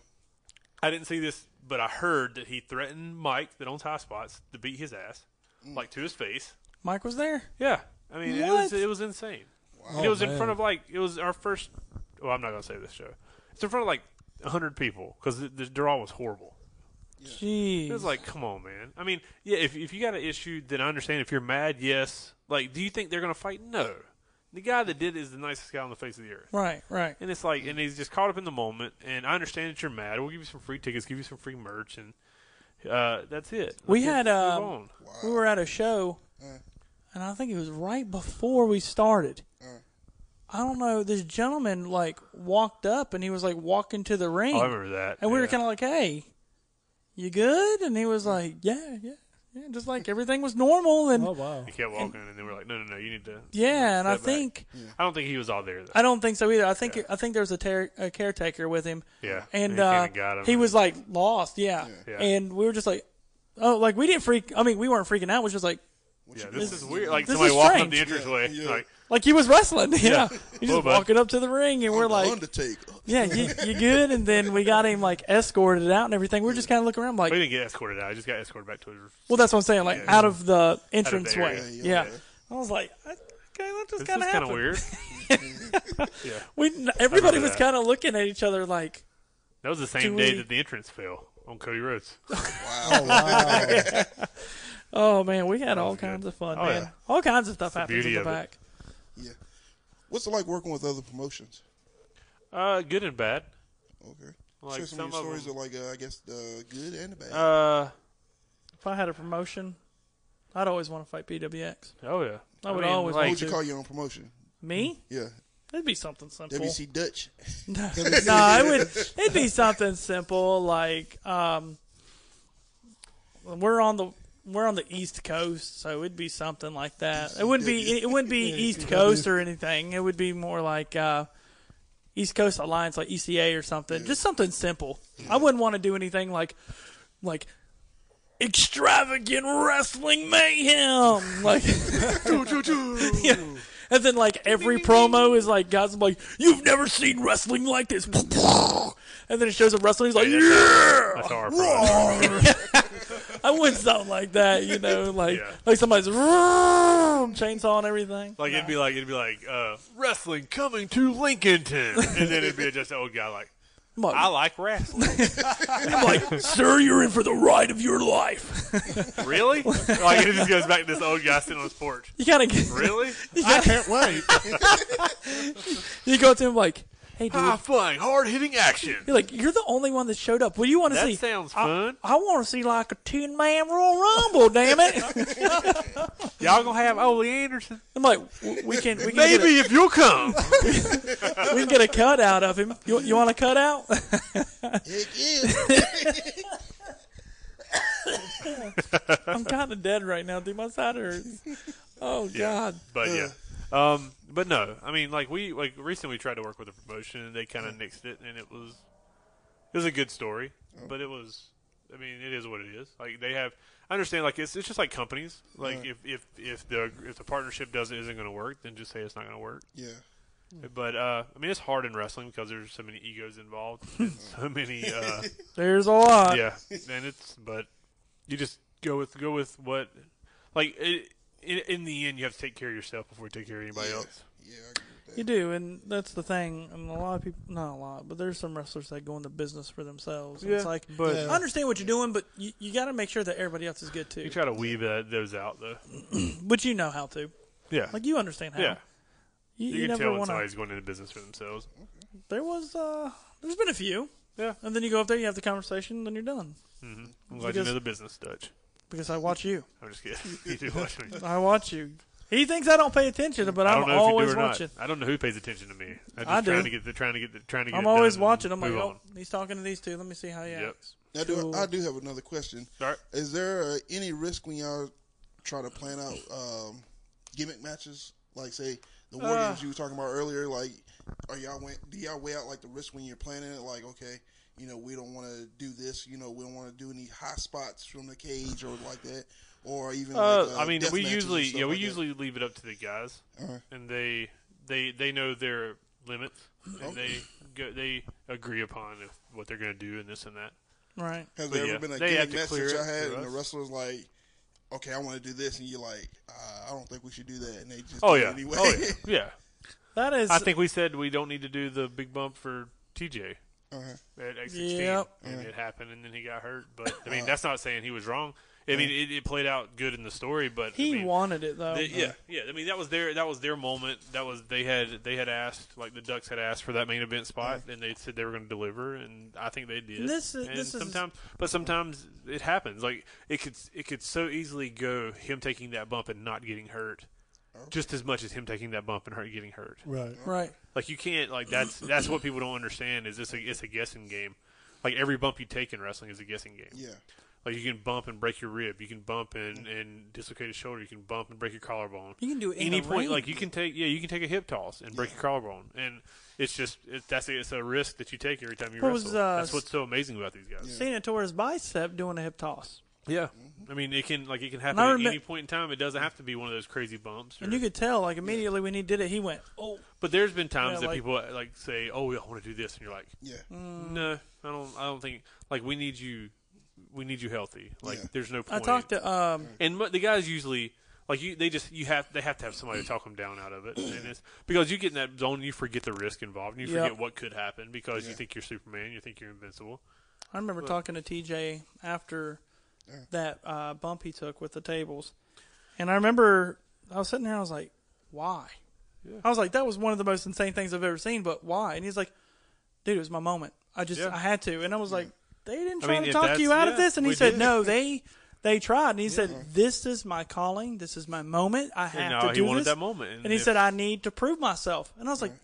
[SPEAKER 1] I didn't see this, but I heard that he threatened Mike, that owns high spots, to beat his ass, like to his face.
[SPEAKER 5] Mike was there.
[SPEAKER 1] Yeah, I mean, it
[SPEAKER 5] What?
[SPEAKER 1] was it was insane. And it was in
[SPEAKER 6] man.
[SPEAKER 1] front of like it was our first. Well, I'm not gonna say this show. It's in front of like hundred people because the, the draw was horrible.
[SPEAKER 5] Jeez.
[SPEAKER 1] It was like, come on, man. I mean, yeah, if if you got an issue, then I understand. If you're mad, yes. Like, do you think they're gonna fight? No. The guy that did it is the nicest guy on the face of the earth.
[SPEAKER 5] right, right.
[SPEAKER 1] And it's like, and he's just caught up in the moment. And I understand that you're mad. We'll give you some free tickets, give you some free merch, and uh, that's it.
[SPEAKER 5] We
[SPEAKER 1] Like,
[SPEAKER 5] had,
[SPEAKER 1] move
[SPEAKER 5] um,
[SPEAKER 1] on.
[SPEAKER 5] we were at a show,
[SPEAKER 1] Uh.
[SPEAKER 5] and I think it was right before we started.
[SPEAKER 1] Uh.
[SPEAKER 5] I don't know. This gentleman like walked up, and he was like walking to the ring,
[SPEAKER 1] Oh, I remember that.
[SPEAKER 5] and we were
[SPEAKER 1] Yeah.
[SPEAKER 5] kind of like, "Hey, you good?" And he was like, "Yeah, yeah, yeah," just like everything was normal, and
[SPEAKER 6] Oh wow.
[SPEAKER 1] He kept walking, and, then we're like, no, no, no, you need to.
[SPEAKER 5] yeah, and I
[SPEAKER 1] step back.
[SPEAKER 5] think
[SPEAKER 1] I don't think he was all there though.
[SPEAKER 5] I don't think so either. I think I think there was a, tar- a caretaker with him.
[SPEAKER 1] Yeah, and
[SPEAKER 5] and
[SPEAKER 1] he came
[SPEAKER 5] uh,
[SPEAKER 1] and got him
[SPEAKER 5] he
[SPEAKER 1] and-
[SPEAKER 5] was like lost. Yeah.
[SPEAKER 1] Yeah.
[SPEAKER 5] and we were just like, "Oh, like we didn't freak." I mean, we weren't freaking out. It was just like,
[SPEAKER 1] yeah, this is weird. Like
[SPEAKER 5] this
[SPEAKER 1] somebody
[SPEAKER 5] is
[SPEAKER 1] walking up
[SPEAKER 5] strange.
[SPEAKER 1] the entranceway,
[SPEAKER 2] Yeah, yeah.
[SPEAKER 1] like
[SPEAKER 5] like he was wrestling. Yeah,
[SPEAKER 1] Yeah.
[SPEAKER 5] he's
[SPEAKER 1] Well,
[SPEAKER 5] just
[SPEAKER 1] bud.
[SPEAKER 5] walking up to the ring, and we're like,
[SPEAKER 2] Undertaker.
[SPEAKER 5] "Yeah, you, you good?" And then we got him like escorted out and everything. We're just kind of looking around,
[SPEAKER 1] we
[SPEAKER 5] like,
[SPEAKER 1] didn't get escorted out. I just got escorted back to his.
[SPEAKER 5] "Well, that's what I'm saying." Like out of the entrance way.
[SPEAKER 1] area.
[SPEAKER 5] Yeah,
[SPEAKER 2] Yeah, yeah,
[SPEAKER 5] I was like, I, "Okay, that just
[SPEAKER 1] This
[SPEAKER 5] kind
[SPEAKER 1] is
[SPEAKER 5] of
[SPEAKER 1] kind of
[SPEAKER 5] happened."
[SPEAKER 1] weird.
[SPEAKER 5] We everybody was
[SPEAKER 1] that.
[SPEAKER 5] kind of looking at each other, like,
[SPEAKER 1] That was the
[SPEAKER 5] Do
[SPEAKER 1] same
[SPEAKER 5] we-
[SPEAKER 1] day that the entrance fell on Cody Rhodes.
[SPEAKER 5] "Oh man, we had all kinds of fun,
[SPEAKER 1] Oh,
[SPEAKER 5] man.
[SPEAKER 1] yeah. Oh,
[SPEAKER 5] All kinds of stuff happened
[SPEAKER 1] beauty
[SPEAKER 5] in the
[SPEAKER 1] of it.
[SPEAKER 5] back."
[SPEAKER 2] Yeah. What's it like working with other promotions?
[SPEAKER 1] Uh, good and bad.
[SPEAKER 2] Okay.
[SPEAKER 1] Like,
[SPEAKER 2] Share some, of
[SPEAKER 1] some
[SPEAKER 2] your
[SPEAKER 1] of
[SPEAKER 2] stories are like uh, I guess the good and the bad.
[SPEAKER 1] Uh,
[SPEAKER 5] If I had a promotion, I'd always want to fight PWX.
[SPEAKER 1] oh yeah.
[SPEAKER 5] I would always
[SPEAKER 2] what
[SPEAKER 1] like
[SPEAKER 2] would you call your own promotion?
[SPEAKER 5] Me?
[SPEAKER 2] Yeah.
[SPEAKER 5] It'd be something simple.
[SPEAKER 2] WC Dutch.
[SPEAKER 5] no, it would. It'd be something simple like um, we're on the we're on the East Coast, so it'd be something like that. It wouldn't be it wouldn't be East Coast or anything. It would be more like uh, East Coast Alliance, like ECA or something. Just something simple. I wouldn't want to do anything like like extravagant wrestling mayhem like yeah. and then like every promo is like guys like you've never seen wrestling like this and then it shows a wrestling he's like yeah
[SPEAKER 1] that's our problem.
[SPEAKER 5] I wouldn't sound like that you know like
[SPEAKER 1] Yeah.
[SPEAKER 5] like somebody's chainsaw and everything
[SPEAKER 1] Like it'd be like it'd be like uh, wrestling coming to Lincolnton, and then it'd be just an old guy like
[SPEAKER 5] I'm like,
[SPEAKER 1] I like wrestling.
[SPEAKER 5] I'm like sir you're in for the ride of your life
[SPEAKER 1] really? Like it just goes back to this old guy sitting on his porch.
[SPEAKER 5] you gotta get
[SPEAKER 1] Really?
[SPEAKER 6] I can't wait.
[SPEAKER 5] you go up to him like hey dude
[SPEAKER 1] High flying, hard hitting action.
[SPEAKER 5] You're like, you're the only one that showed up. What do you want to
[SPEAKER 1] That
[SPEAKER 5] see?
[SPEAKER 1] sounds
[SPEAKER 5] I-
[SPEAKER 1] fun.
[SPEAKER 5] I, want to see like a ten man Royal Rumble. Damn it!
[SPEAKER 1] Y'all gonna have Ole Anderson?
[SPEAKER 5] I'm like, w- we can we can,
[SPEAKER 1] Maybe if you'll come.
[SPEAKER 5] Get, a, we can get a cut out of him. You, you want a cut out?
[SPEAKER 2] Heck yeah.
[SPEAKER 5] I'm kind of dead right now, dude. My side hurts. Oh God.
[SPEAKER 1] But yeah. Um, but no, I mean, like we like recently we tried to work with a promotion and they kind of nixed it, and it was it was a good story, but it was, I mean, it is what it is. Like they have, I understand. Like it's it's just like companies. Like if if if the if the partnership doesn't isn't going to work, then just say it's not going to work.
[SPEAKER 2] Yeah.
[SPEAKER 1] But uh, I mean, it's hard in wrestling because there's so many egos involved, and so many. Uh,
[SPEAKER 5] There's a lot.
[SPEAKER 1] yeah, and it's but you just go with go with what like it, in, in the end you have to take care of yourself before you take care of anybody
[SPEAKER 2] Yeah.
[SPEAKER 1] else.
[SPEAKER 2] Yeah, I agree with that.
[SPEAKER 5] You do, and that's the thing. And a lot of people, not a lot, but there's some wrestlers that go into business for themselves. And it's
[SPEAKER 1] Yeah,
[SPEAKER 5] like,
[SPEAKER 1] but-
[SPEAKER 5] I understand what you're doing, but you, you got to make sure that everybody else is good too.
[SPEAKER 1] You try to weave that, those out though.
[SPEAKER 5] But you know how to.
[SPEAKER 1] Yeah,
[SPEAKER 5] Like you understand how.
[SPEAKER 1] yeah.
[SPEAKER 5] You,
[SPEAKER 1] You,
[SPEAKER 5] you
[SPEAKER 1] can
[SPEAKER 5] never
[SPEAKER 1] tell when
[SPEAKER 5] wanna-
[SPEAKER 1] somebody's going into business for themselves.
[SPEAKER 5] There was uh there's been a few.
[SPEAKER 1] Yeah.
[SPEAKER 5] And then you go up there, you have the conversation, then you're done.
[SPEAKER 1] I'm glad you
[SPEAKER 5] Because-
[SPEAKER 1] know the business, Dutch.
[SPEAKER 5] Because I watch you.
[SPEAKER 1] I'm just kidding. you do watch me.
[SPEAKER 5] I watch you. He thinks I don't pay attention, but
[SPEAKER 1] I
[SPEAKER 5] I'm
[SPEAKER 1] don't know
[SPEAKER 5] always
[SPEAKER 1] if you do or
[SPEAKER 5] watching.
[SPEAKER 1] not. I don't know who pays attention to me. I'm just
[SPEAKER 5] I do.
[SPEAKER 1] trying to get the trying to get the trying to get.
[SPEAKER 5] I'm
[SPEAKER 1] it
[SPEAKER 5] always
[SPEAKER 1] done and
[SPEAKER 5] watching. I'm like,
[SPEAKER 1] move
[SPEAKER 5] oh,
[SPEAKER 1] on.
[SPEAKER 5] he's talking to these two. Let me see how he
[SPEAKER 1] Yep.
[SPEAKER 5] acts.
[SPEAKER 2] Now, do,
[SPEAKER 5] Cool.
[SPEAKER 2] I do have another question.
[SPEAKER 1] All right.
[SPEAKER 2] Is there uh, any risk when y'all try to plan out um, gimmick matches? Like, say, the war
[SPEAKER 1] Uh.
[SPEAKER 2] games you were talking about earlier. Like, are y'all weigh- do y'all weigh out like the risk when you're planning it? Like, okay, you know, we don't want to do this. You know, we don't want to do any high spots from the cage or like that, or even.
[SPEAKER 1] Uh,
[SPEAKER 2] like, uh,
[SPEAKER 1] I mean,
[SPEAKER 2] death
[SPEAKER 1] we
[SPEAKER 2] matches and
[SPEAKER 1] usually
[SPEAKER 2] stuff
[SPEAKER 1] yeah we
[SPEAKER 2] like that.
[SPEAKER 1] usually leave it up to the guys,
[SPEAKER 2] Alright.
[SPEAKER 1] and they they they know their limits, and they go, they agree upon if, what they're going to do and this and that.
[SPEAKER 5] Right.
[SPEAKER 2] Has
[SPEAKER 1] But
[SPEAKER 2] there
[SPEAKER 1] yeah,
[SPEAKER 2] ever been a
[SPEAKER 1] they have
[SPEAKER 2] gimmick
[SPEAKER 1] to
[SPEAKER 2] match
[SPEAKER 1] clear
[SPEAKER 2] that y'all
[SPEAKER 1] it
[SPEAKER 2] had
[SPEAKER 1] for
[SPEAKER 2] and the
[SPEAKER 1] us.
[SPEAKER 2] wrestler's like, okay, I want to do this, and you're like, uh, I don't think we should do that, and they just
[SPEAKER 1] Oh
[SPEAKER 2] do it
[SPEAKER 1] yeah,
[SPEAKER 2] anyway.
[SPEAKER 1] oh yeah, yeah.
[SPEAKER 5] That is
[SPEAKER 1] I think we said we don't need to do the big bump for TJ
[SPEAKER 2] Uh-huh.
[SPEAKER 1] at X sixteen,
[SPEAKER 5] Yep.
[SPEAKER 1] and it happened, and then he got hurt. But I mean, that's not saying he was wrong. I mean, it, it played out good in the story, but
[SPEAKER 5] he
[SPEAKER 1] I mean,
[SPEAKER 5] wanted it though.
[SPEAKER 1] They- yeah, yeah. I mean, that was their that was their moment. That was they had they had asked like the Ducks had asked for that main event spot, and they said they were going to deliver, and I think they did.
[SPEAKER 5] And this is-
[SPEAKER 1] And
[SPEAKER 5] this is-
[SPEAKER 1] sometimes, but sometimes it happens. Like it could it could so easily go him taking that bump and not getting hurt,
[SPEAKER 5] Oh.
[SPEAKER 1] just as much as him taking that bump and hurt getting hurt.
[SPEAKER 6] Right.
[SPEAKER 5] Right.
[SPEAKER 1] Like you can't like that's that's what people don't understand is this a, it's a guessing game. Like every bump you take in wrestling is a guessing game.
[SPEAKER 2] Yeah.
[SPEAKER 1] Like you can bump and break your rib, you can bump and, and dislocate a shoulder, you can bump and break your collarbone.
[SPEAKER 5] You can do it in
[SPEAKER 1] any
[SPEAKER 5] the
[SPEAKER 1] point.
[SPEAKER 5] ring.
[SPEAKER 1] Like you can take yeah, you can take a hip toss and break your collarbone, and it's just it, that's a, it's a risk that you take every time you
[SPEAKER 5] What was,
[SPEAKER 1] wrestle.
[SPEAKER 5] uh,
[SPEAKER 1] that's what's so amazing about these guys.
[SPEAKER 5] Cena tore his bicep doing a hip toss.
[SPEAKER 1] Yeah, I mean it can like it can happen
[SPEAKER 5] And I
[SPEAKER 1] at
[SPEAKER 5] remem-
[SPEAKER 1] any point in time. It doesn't have to be one of those crazy bumps. Or,
[SPEAKER 5] And you could tell, like immediately when he did it, he went, "Oh,
[SPEAKER 1] but there's been times
[SPEAKER 5] Yeah,
[SPEAKER 1] that
[SPEAKER 5] like-
[SPEAKER 1] people
[SPEAKER 5] Mm.
[SPEAKER 1] like say, "Oh, I want to do this," and you're like,
[SPEAKER 2] Yeah.
[SPEAKER 1] Mm. No, I don't. I don't think like we need you. We need you healthy. Like
[SPEAKER 2] Yeah.
[SPEAKER 1] there's no
[SPEAKER 5] I
[SPEAKER 1] point.
[SPEAKER 5] talked to um,
[SPEAKER 1] and mu- the guys usually like you. They just you have they have to have somebody to talk them down out of it. And it's because you get in that zone, you forget the risk involved, and you
[SPEAKER 5] Yep.
[SPEAKER 1] forget what could happen because you think you're Superman, you think you're invincible.
[SPEAKER 5] I remember talking to TJ after that uh, bump he took with the tables, and I remember I was sitting there. I was like, "Why? I was like, that was one of the most insane things I've ever seen, but why? And he's like, dude, it was my moment. I just,
[SPEAKER 1] Yeah.
[SPEAKER 5] I had to. And I was like, they didn't
[SPEAKER 1] I
[SPEAKER 5] try
[SPEAKER 1] mean,
[SPEAKER 5] to
[SPEAKER 1] if
[SPEAKER 5] talk
[SPEAKER 1] that's-
[SPEAKER 5] you out of
[SPEAKER 1] yeah,
[SPEAKER 5] this. And he
[SPEAKER 1] we
[SPEAKER 5] said,
[SPEAKER 1] did.
[SPEAKER 5] no, they, they tried. And he said, this is my calling. This is my moment. I have
[SPEAKER 1] And now
[SPEAKER 5] to
[SPEAKER 1] he
[SPEAKER 5] do
[SPEAKER 1] wanted
[SPEAKER 5] this.
[SPEAKER 1] that moment. And,
[SPEAKER 5] And he
[SPEAKER 1] if-
[SPEAKER 5] said, I need to prove myself. And I was like,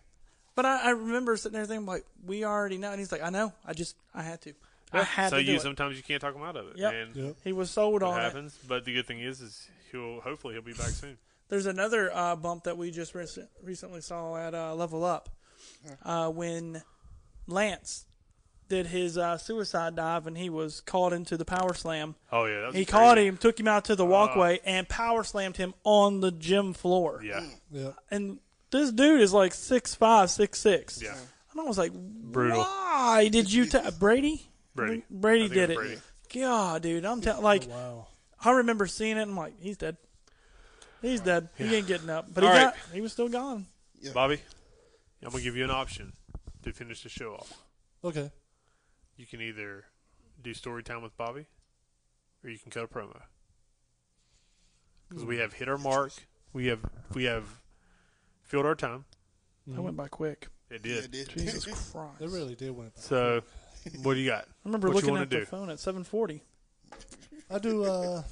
[SPEAKER 5] but I, I remember sitting there thinking, like, we already know. And he's like, I know. I just, I had to. I had
[SPEAKER 1] so
[SPEAKER 5] to do
[SPEAKER 1] you
[SPEAKER 5] it.
[SPEAKER 1] sometimes you can't talk him out of it.
[SPEAKER 5] Yep.
[SPEAKER 1] And
[SPEAKER 6] Yep.
[SPEAKER 5] He was
[SPEAKER 1] it
[SPEAKER 5] sold on it.
[SPEAKER 1] happens. But the good thing is, is he'll hopefully he'll be back soon.
[SPEAKER 5] There's another uh, bump that we just rec- recently saw at uh, Level Up uh, when Lance did his uh, suicide dive and he was caught into the power slam.
[SPEAKER 1] Oh yeah, that was
[SPEAKER 5] He
[SPEAKER 1] crazy. Uh,
[SPEAKER 5] caught him, took him out to the walkway, and power slammed him on the gym floor.
[SPEAKER 1] Yeah,
[SPEAKER 6] Yeah.
[SPEAKER 5] And this dude is like six five, six six.
[SPEAKER 1] yeah.
[SPEAKER 5] And I was like, Why did you ta- Brady?
[SPEAKER 1] Brady.
[SPEAKER 5] Brady
[SPEAKER 1] I think
[SPEAKER 5] did
[SPEAKER 1] it
[SPEAKER 5] it.
[SPEAKER 1] was Brady.
[SPEAKER 5] God, dude, I'm telling like
[SPEAKER 6] Wow.
[SPEAKER 5] I remember seeing it. and I'm like, he's dead. He's dead. He ain't getting up. But
[SPEAKER 1] All
[SPEAKER 5] he
[SPEAKER 1] right.
[SPEAKER 5] got. He was still gone.
[SPEAKER 1] Bobby, I'm gonna give you an option to finish the show off.
[SPEAKER 6] Okay.
[SPEAKER 1] You can either do story time with Bobby, or you can cut a promo. Because we have hit our mark. We have we have filled our time.
[SPEAKER 5] I
[SPEAKER 1] Mm-hmm.
[SPEAKER 5] went by quick.
[SPEAKER 1] It
[SPEAKER 2] Yeah,
[SPEAKER 1] did.
[SPEAKER 2] it did.
[SPEAKER 5] Jesus Christ!
[SPEAKER 6] They really did win. it.
[SPEAKER 1] So, what do you got?
[SPEAKER 5] I remember
[SPEAKER 1] what you
[SPEAKER 5] looking
[SPEAKER 1] wanna
[SPEAKER 5] at the
[SPEAKER 1] do?
[SPEAKER 5] phone at 7:40.
[SPEAKER 6] I do. Uh,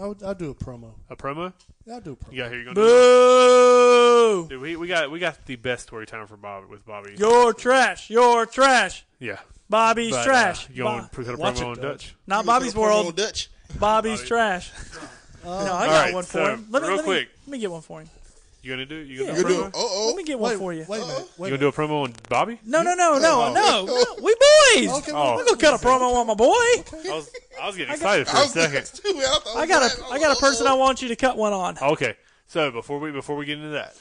[SPEAKER 6] I would, I'll do a promo.
[SPEAKER 1] A promo?
[SPEAKER 6] Yeah, I'll do a promo.
[SPEAKER 1] You got here? You gonna do it?
[SPEAKER 5] Boo!
[SPEAKER 1] Dude, we we got we got the best story time for Bobby with Bobby.
[SPEAKER 5] You're trash. You're trash.
[SPEAKER 1] yeah,
[SPEAKER 5] Bobby's
[SPEAKER 1] But, uh,
[SPEAKER 5] trash.
[SPEAKER 1] you want
[SPEAKER 5] Bo-
[SPEAKER 1] to cut a
[SPEAKER 6] Watch
[SPEAKER 1] promo
[SPEAKER 6] it,
[SPEAKER 1] on Dutch?
[SPEAKER 5] Not
[SPEAKER 2] You wanna
[SPEAKER 5] Bobby's
[SPEAKER 2] put a promo on
[SPEAKER 5] world.
[SPEAKER 2] Dutch.
[SPEAKER 5] Bobby's trash. no, I got
[SPEAKER 1] right,
[SPEAKER 5] one for
[SPEAKER 1] so,
[SPEAKER 5] him. Let me,
[SPEAKER 1] real
[SPEAKER 5] let me,
[SPEAKER 1] quick.
[SPEAKER 5] Let me get one for him.
[SPEAKER 1] You gonna do? You gonna
[SPEAKER 5] Yeah.
[SPEAKER 2] You
[SPEAKER 1] do a
[SPEAKER 2] do.
[SPEAKER 1] promo?
[SPEAKER 5] Let
[SPEAKER 2] Uh oh.
[SPEAKER 5] me get one
[SPEAKER 6] Wait,
[SPEAKER 5] for you.
[SPEAKER 6] wait a minute.
[SPEAKER 1] You
[SPEAKER 6] Wait a
[SPEAKER 1] gonna do a promo on Bobby?
[SPEAKER 5] No, no, no, no, no,
[SPEAKER 2] Oh.
[SPEAKER 5] no. We boys.
[SPEAKER 6] minute. Okay,
[SPEAKER 1] Oh.
[SPEAKER 6] well,
[SPEAKER 5] I'm gonna cut a promo on my boy.
[SPEAKER 1] I was I was getting excited
[SPEAKER 2] I was
[SPEAKER 1] for a second.
[SPEAKER 2] too. I, thought-
[SPEAKER 5] I got
[SPEAKER 2] was
[SPEAKER 5] a
[SPEAKER 2] like, oh,
[SPEAKER 5] I got a person I
[SPEAKER 2] uh-oh.
[SPEAKER 5] want you to cut one on.
[SPEAKER 1] Okay, so before we before we get into that,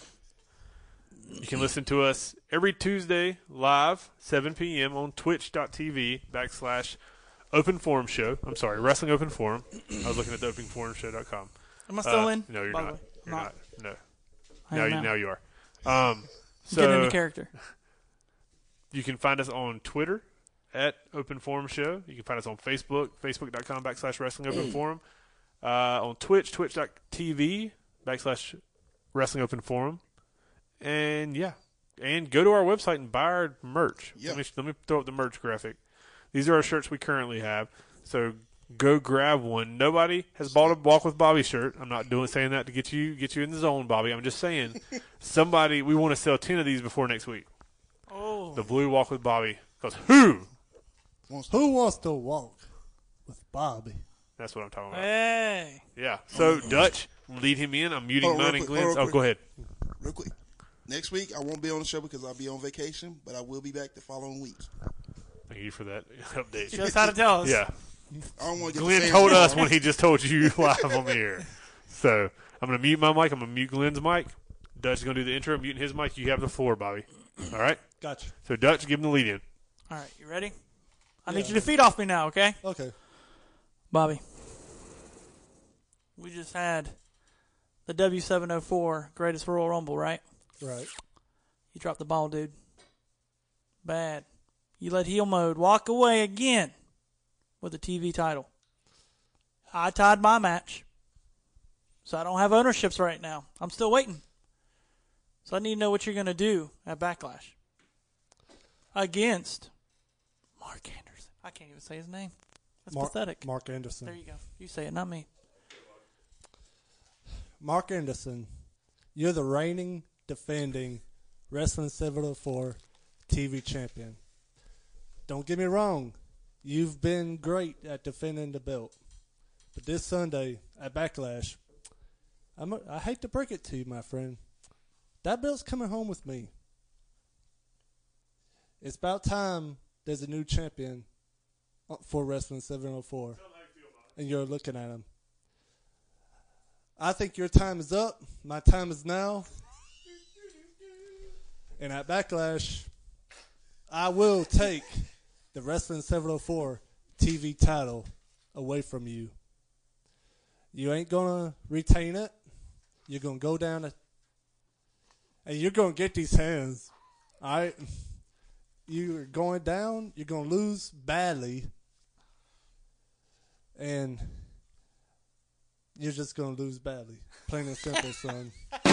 [SPEAKER 1] you can listen to us every Tuesday live 7 p.m. on Twitch.tv backslash Open Forum Show. I'm sorry, Wrestling Open Forum. I was looking at the OpenForumShow.com.
[SPEAKER 5] Am I
[SPEAKER 1] Uh,
[SPEAKER 5] still in?
[SPEAKER 1] No, you're
[SPEAKER 5] By the
[SPEAKER 1] not.
[SPEAKER 5] way.
[SPEAKER 1] You're not. No.
[SPEAKER 5] I
[SPEAKER 1] Now
[SPEAKER 5] am
[SPEAKER 1] you,
[SPEAKER 5] now.
[SPEAKER 1] now you are. Um,
[SPEAKER 5] Get into
[SPEAKER 1] so
[SPEAKER 5] character.
[SPEAKER 1] you can find us on Twitter at Open Forum Show. You can find us on Facebook, facebook.com backslash Wrestling Open Forum. Uh, on Twitch, twitch.tv backslash Wrestling Open Forum. And yeah, and go to our website and buy our merch.
[SPEAKER 2] Yeah.
[SPEAKER 1] Let, me, let me throw up the merch graphic. These are our shirts we currently have. So go grab one. Nobody has bought a Walk with Bobby shirt. I'm not doing saying that to get you get you in the zone, Bobby. I'm just saying somebody we want to sell ten of these before next week.
[SPEAKER 5] Oh,
[SPEAKER 1] The blue walk with Bobby. Because who?
[SPEAKER 6] Who wants to walk with Bobby?
[SPEAKER 1] That's what I'm talking about.
[SPEAKER 5] hey.
[SPEAKER 1] Yeah. So Dutch, lead him in. I'm muting
[SPEAKER 2] Hold on,
[SPEAKER 1] mine
[SPEAKER 2] real
[SPEAKER 1] and
[SPEAKER 2] quick, hold
[SPEAKER 1] Glenn's.
[SPEAKER 2] on,
[SPEAKER 1] Oh,
[SPEAKER 2] real
[SPEAKER 1] go ahead.
[SPEAKER 2] Real quick. Next week I won't be on the show because I'll be on vacation, but I will be back the following week.
[SPEAKER 1] Thank you for that update.
[SPEAKER 5] That's how to tell us.
[SPEAKER 1] Yeah.
[SPEAKER 2] I don't want to get the
[SPEAKER 1] Glenn
[SPEAKER 2] same
[SPEAKER 1] told us when he just told you live on the air. So I'm gonna mute my mic. I'm gonna mute Glenn's mic. Dutch is gonna do the intro. I'm muting his mic. You have the floor, Bobby. All right.
[SPEAKER 6] Gotcha.
[SPEAKER 1] So Dutch, give him the lead in.
[SPEAKER 5] All right, you ready? I need you to feed off me now, okay?
[SPEAKER 6] Okay.
[SPEAKER 5] Bobby. We just had the W704 Greatest Royal Rumble, right?
[SPEAKER 6] Right.
[SPEAKER 5] You dropped the ball, dude. Bad. You let heel mode walk away again with a TV title. I tied my match, so I don't have ownerships right now. I'm still waiting. So I need to know what you're going to do at Backlash against Mark Anderson. I can't even say his name. That's
[SPEAKER 6] Mark,
[SPEAKER 5] pathetic.
[SPEAKER 6] Mark Anderson.
[SPEAKER 5] There you go. You say it, not me.
[SPEAKER 6] Mark Anderson, you're the reigning, defending Wrestling 704 TV champion. Don't get me wrong, you've been great at defending the belt. But this Sunday at Backlash, I'm a, I hate to break it to you, my friend. That belt's coming home with me. It's about time there's a new champion uh, for Wrestling 704, and you're looking at him. I think your time is up. My time is now. And at Backlash, I will take the Wrestling 704 TV title away from you. You ain't going to retain it. You're going to go down a- and you're going to get these hands. All right? You're going down. You're going to lose badly. And you're just gonna lose badly. Plain and simple, son.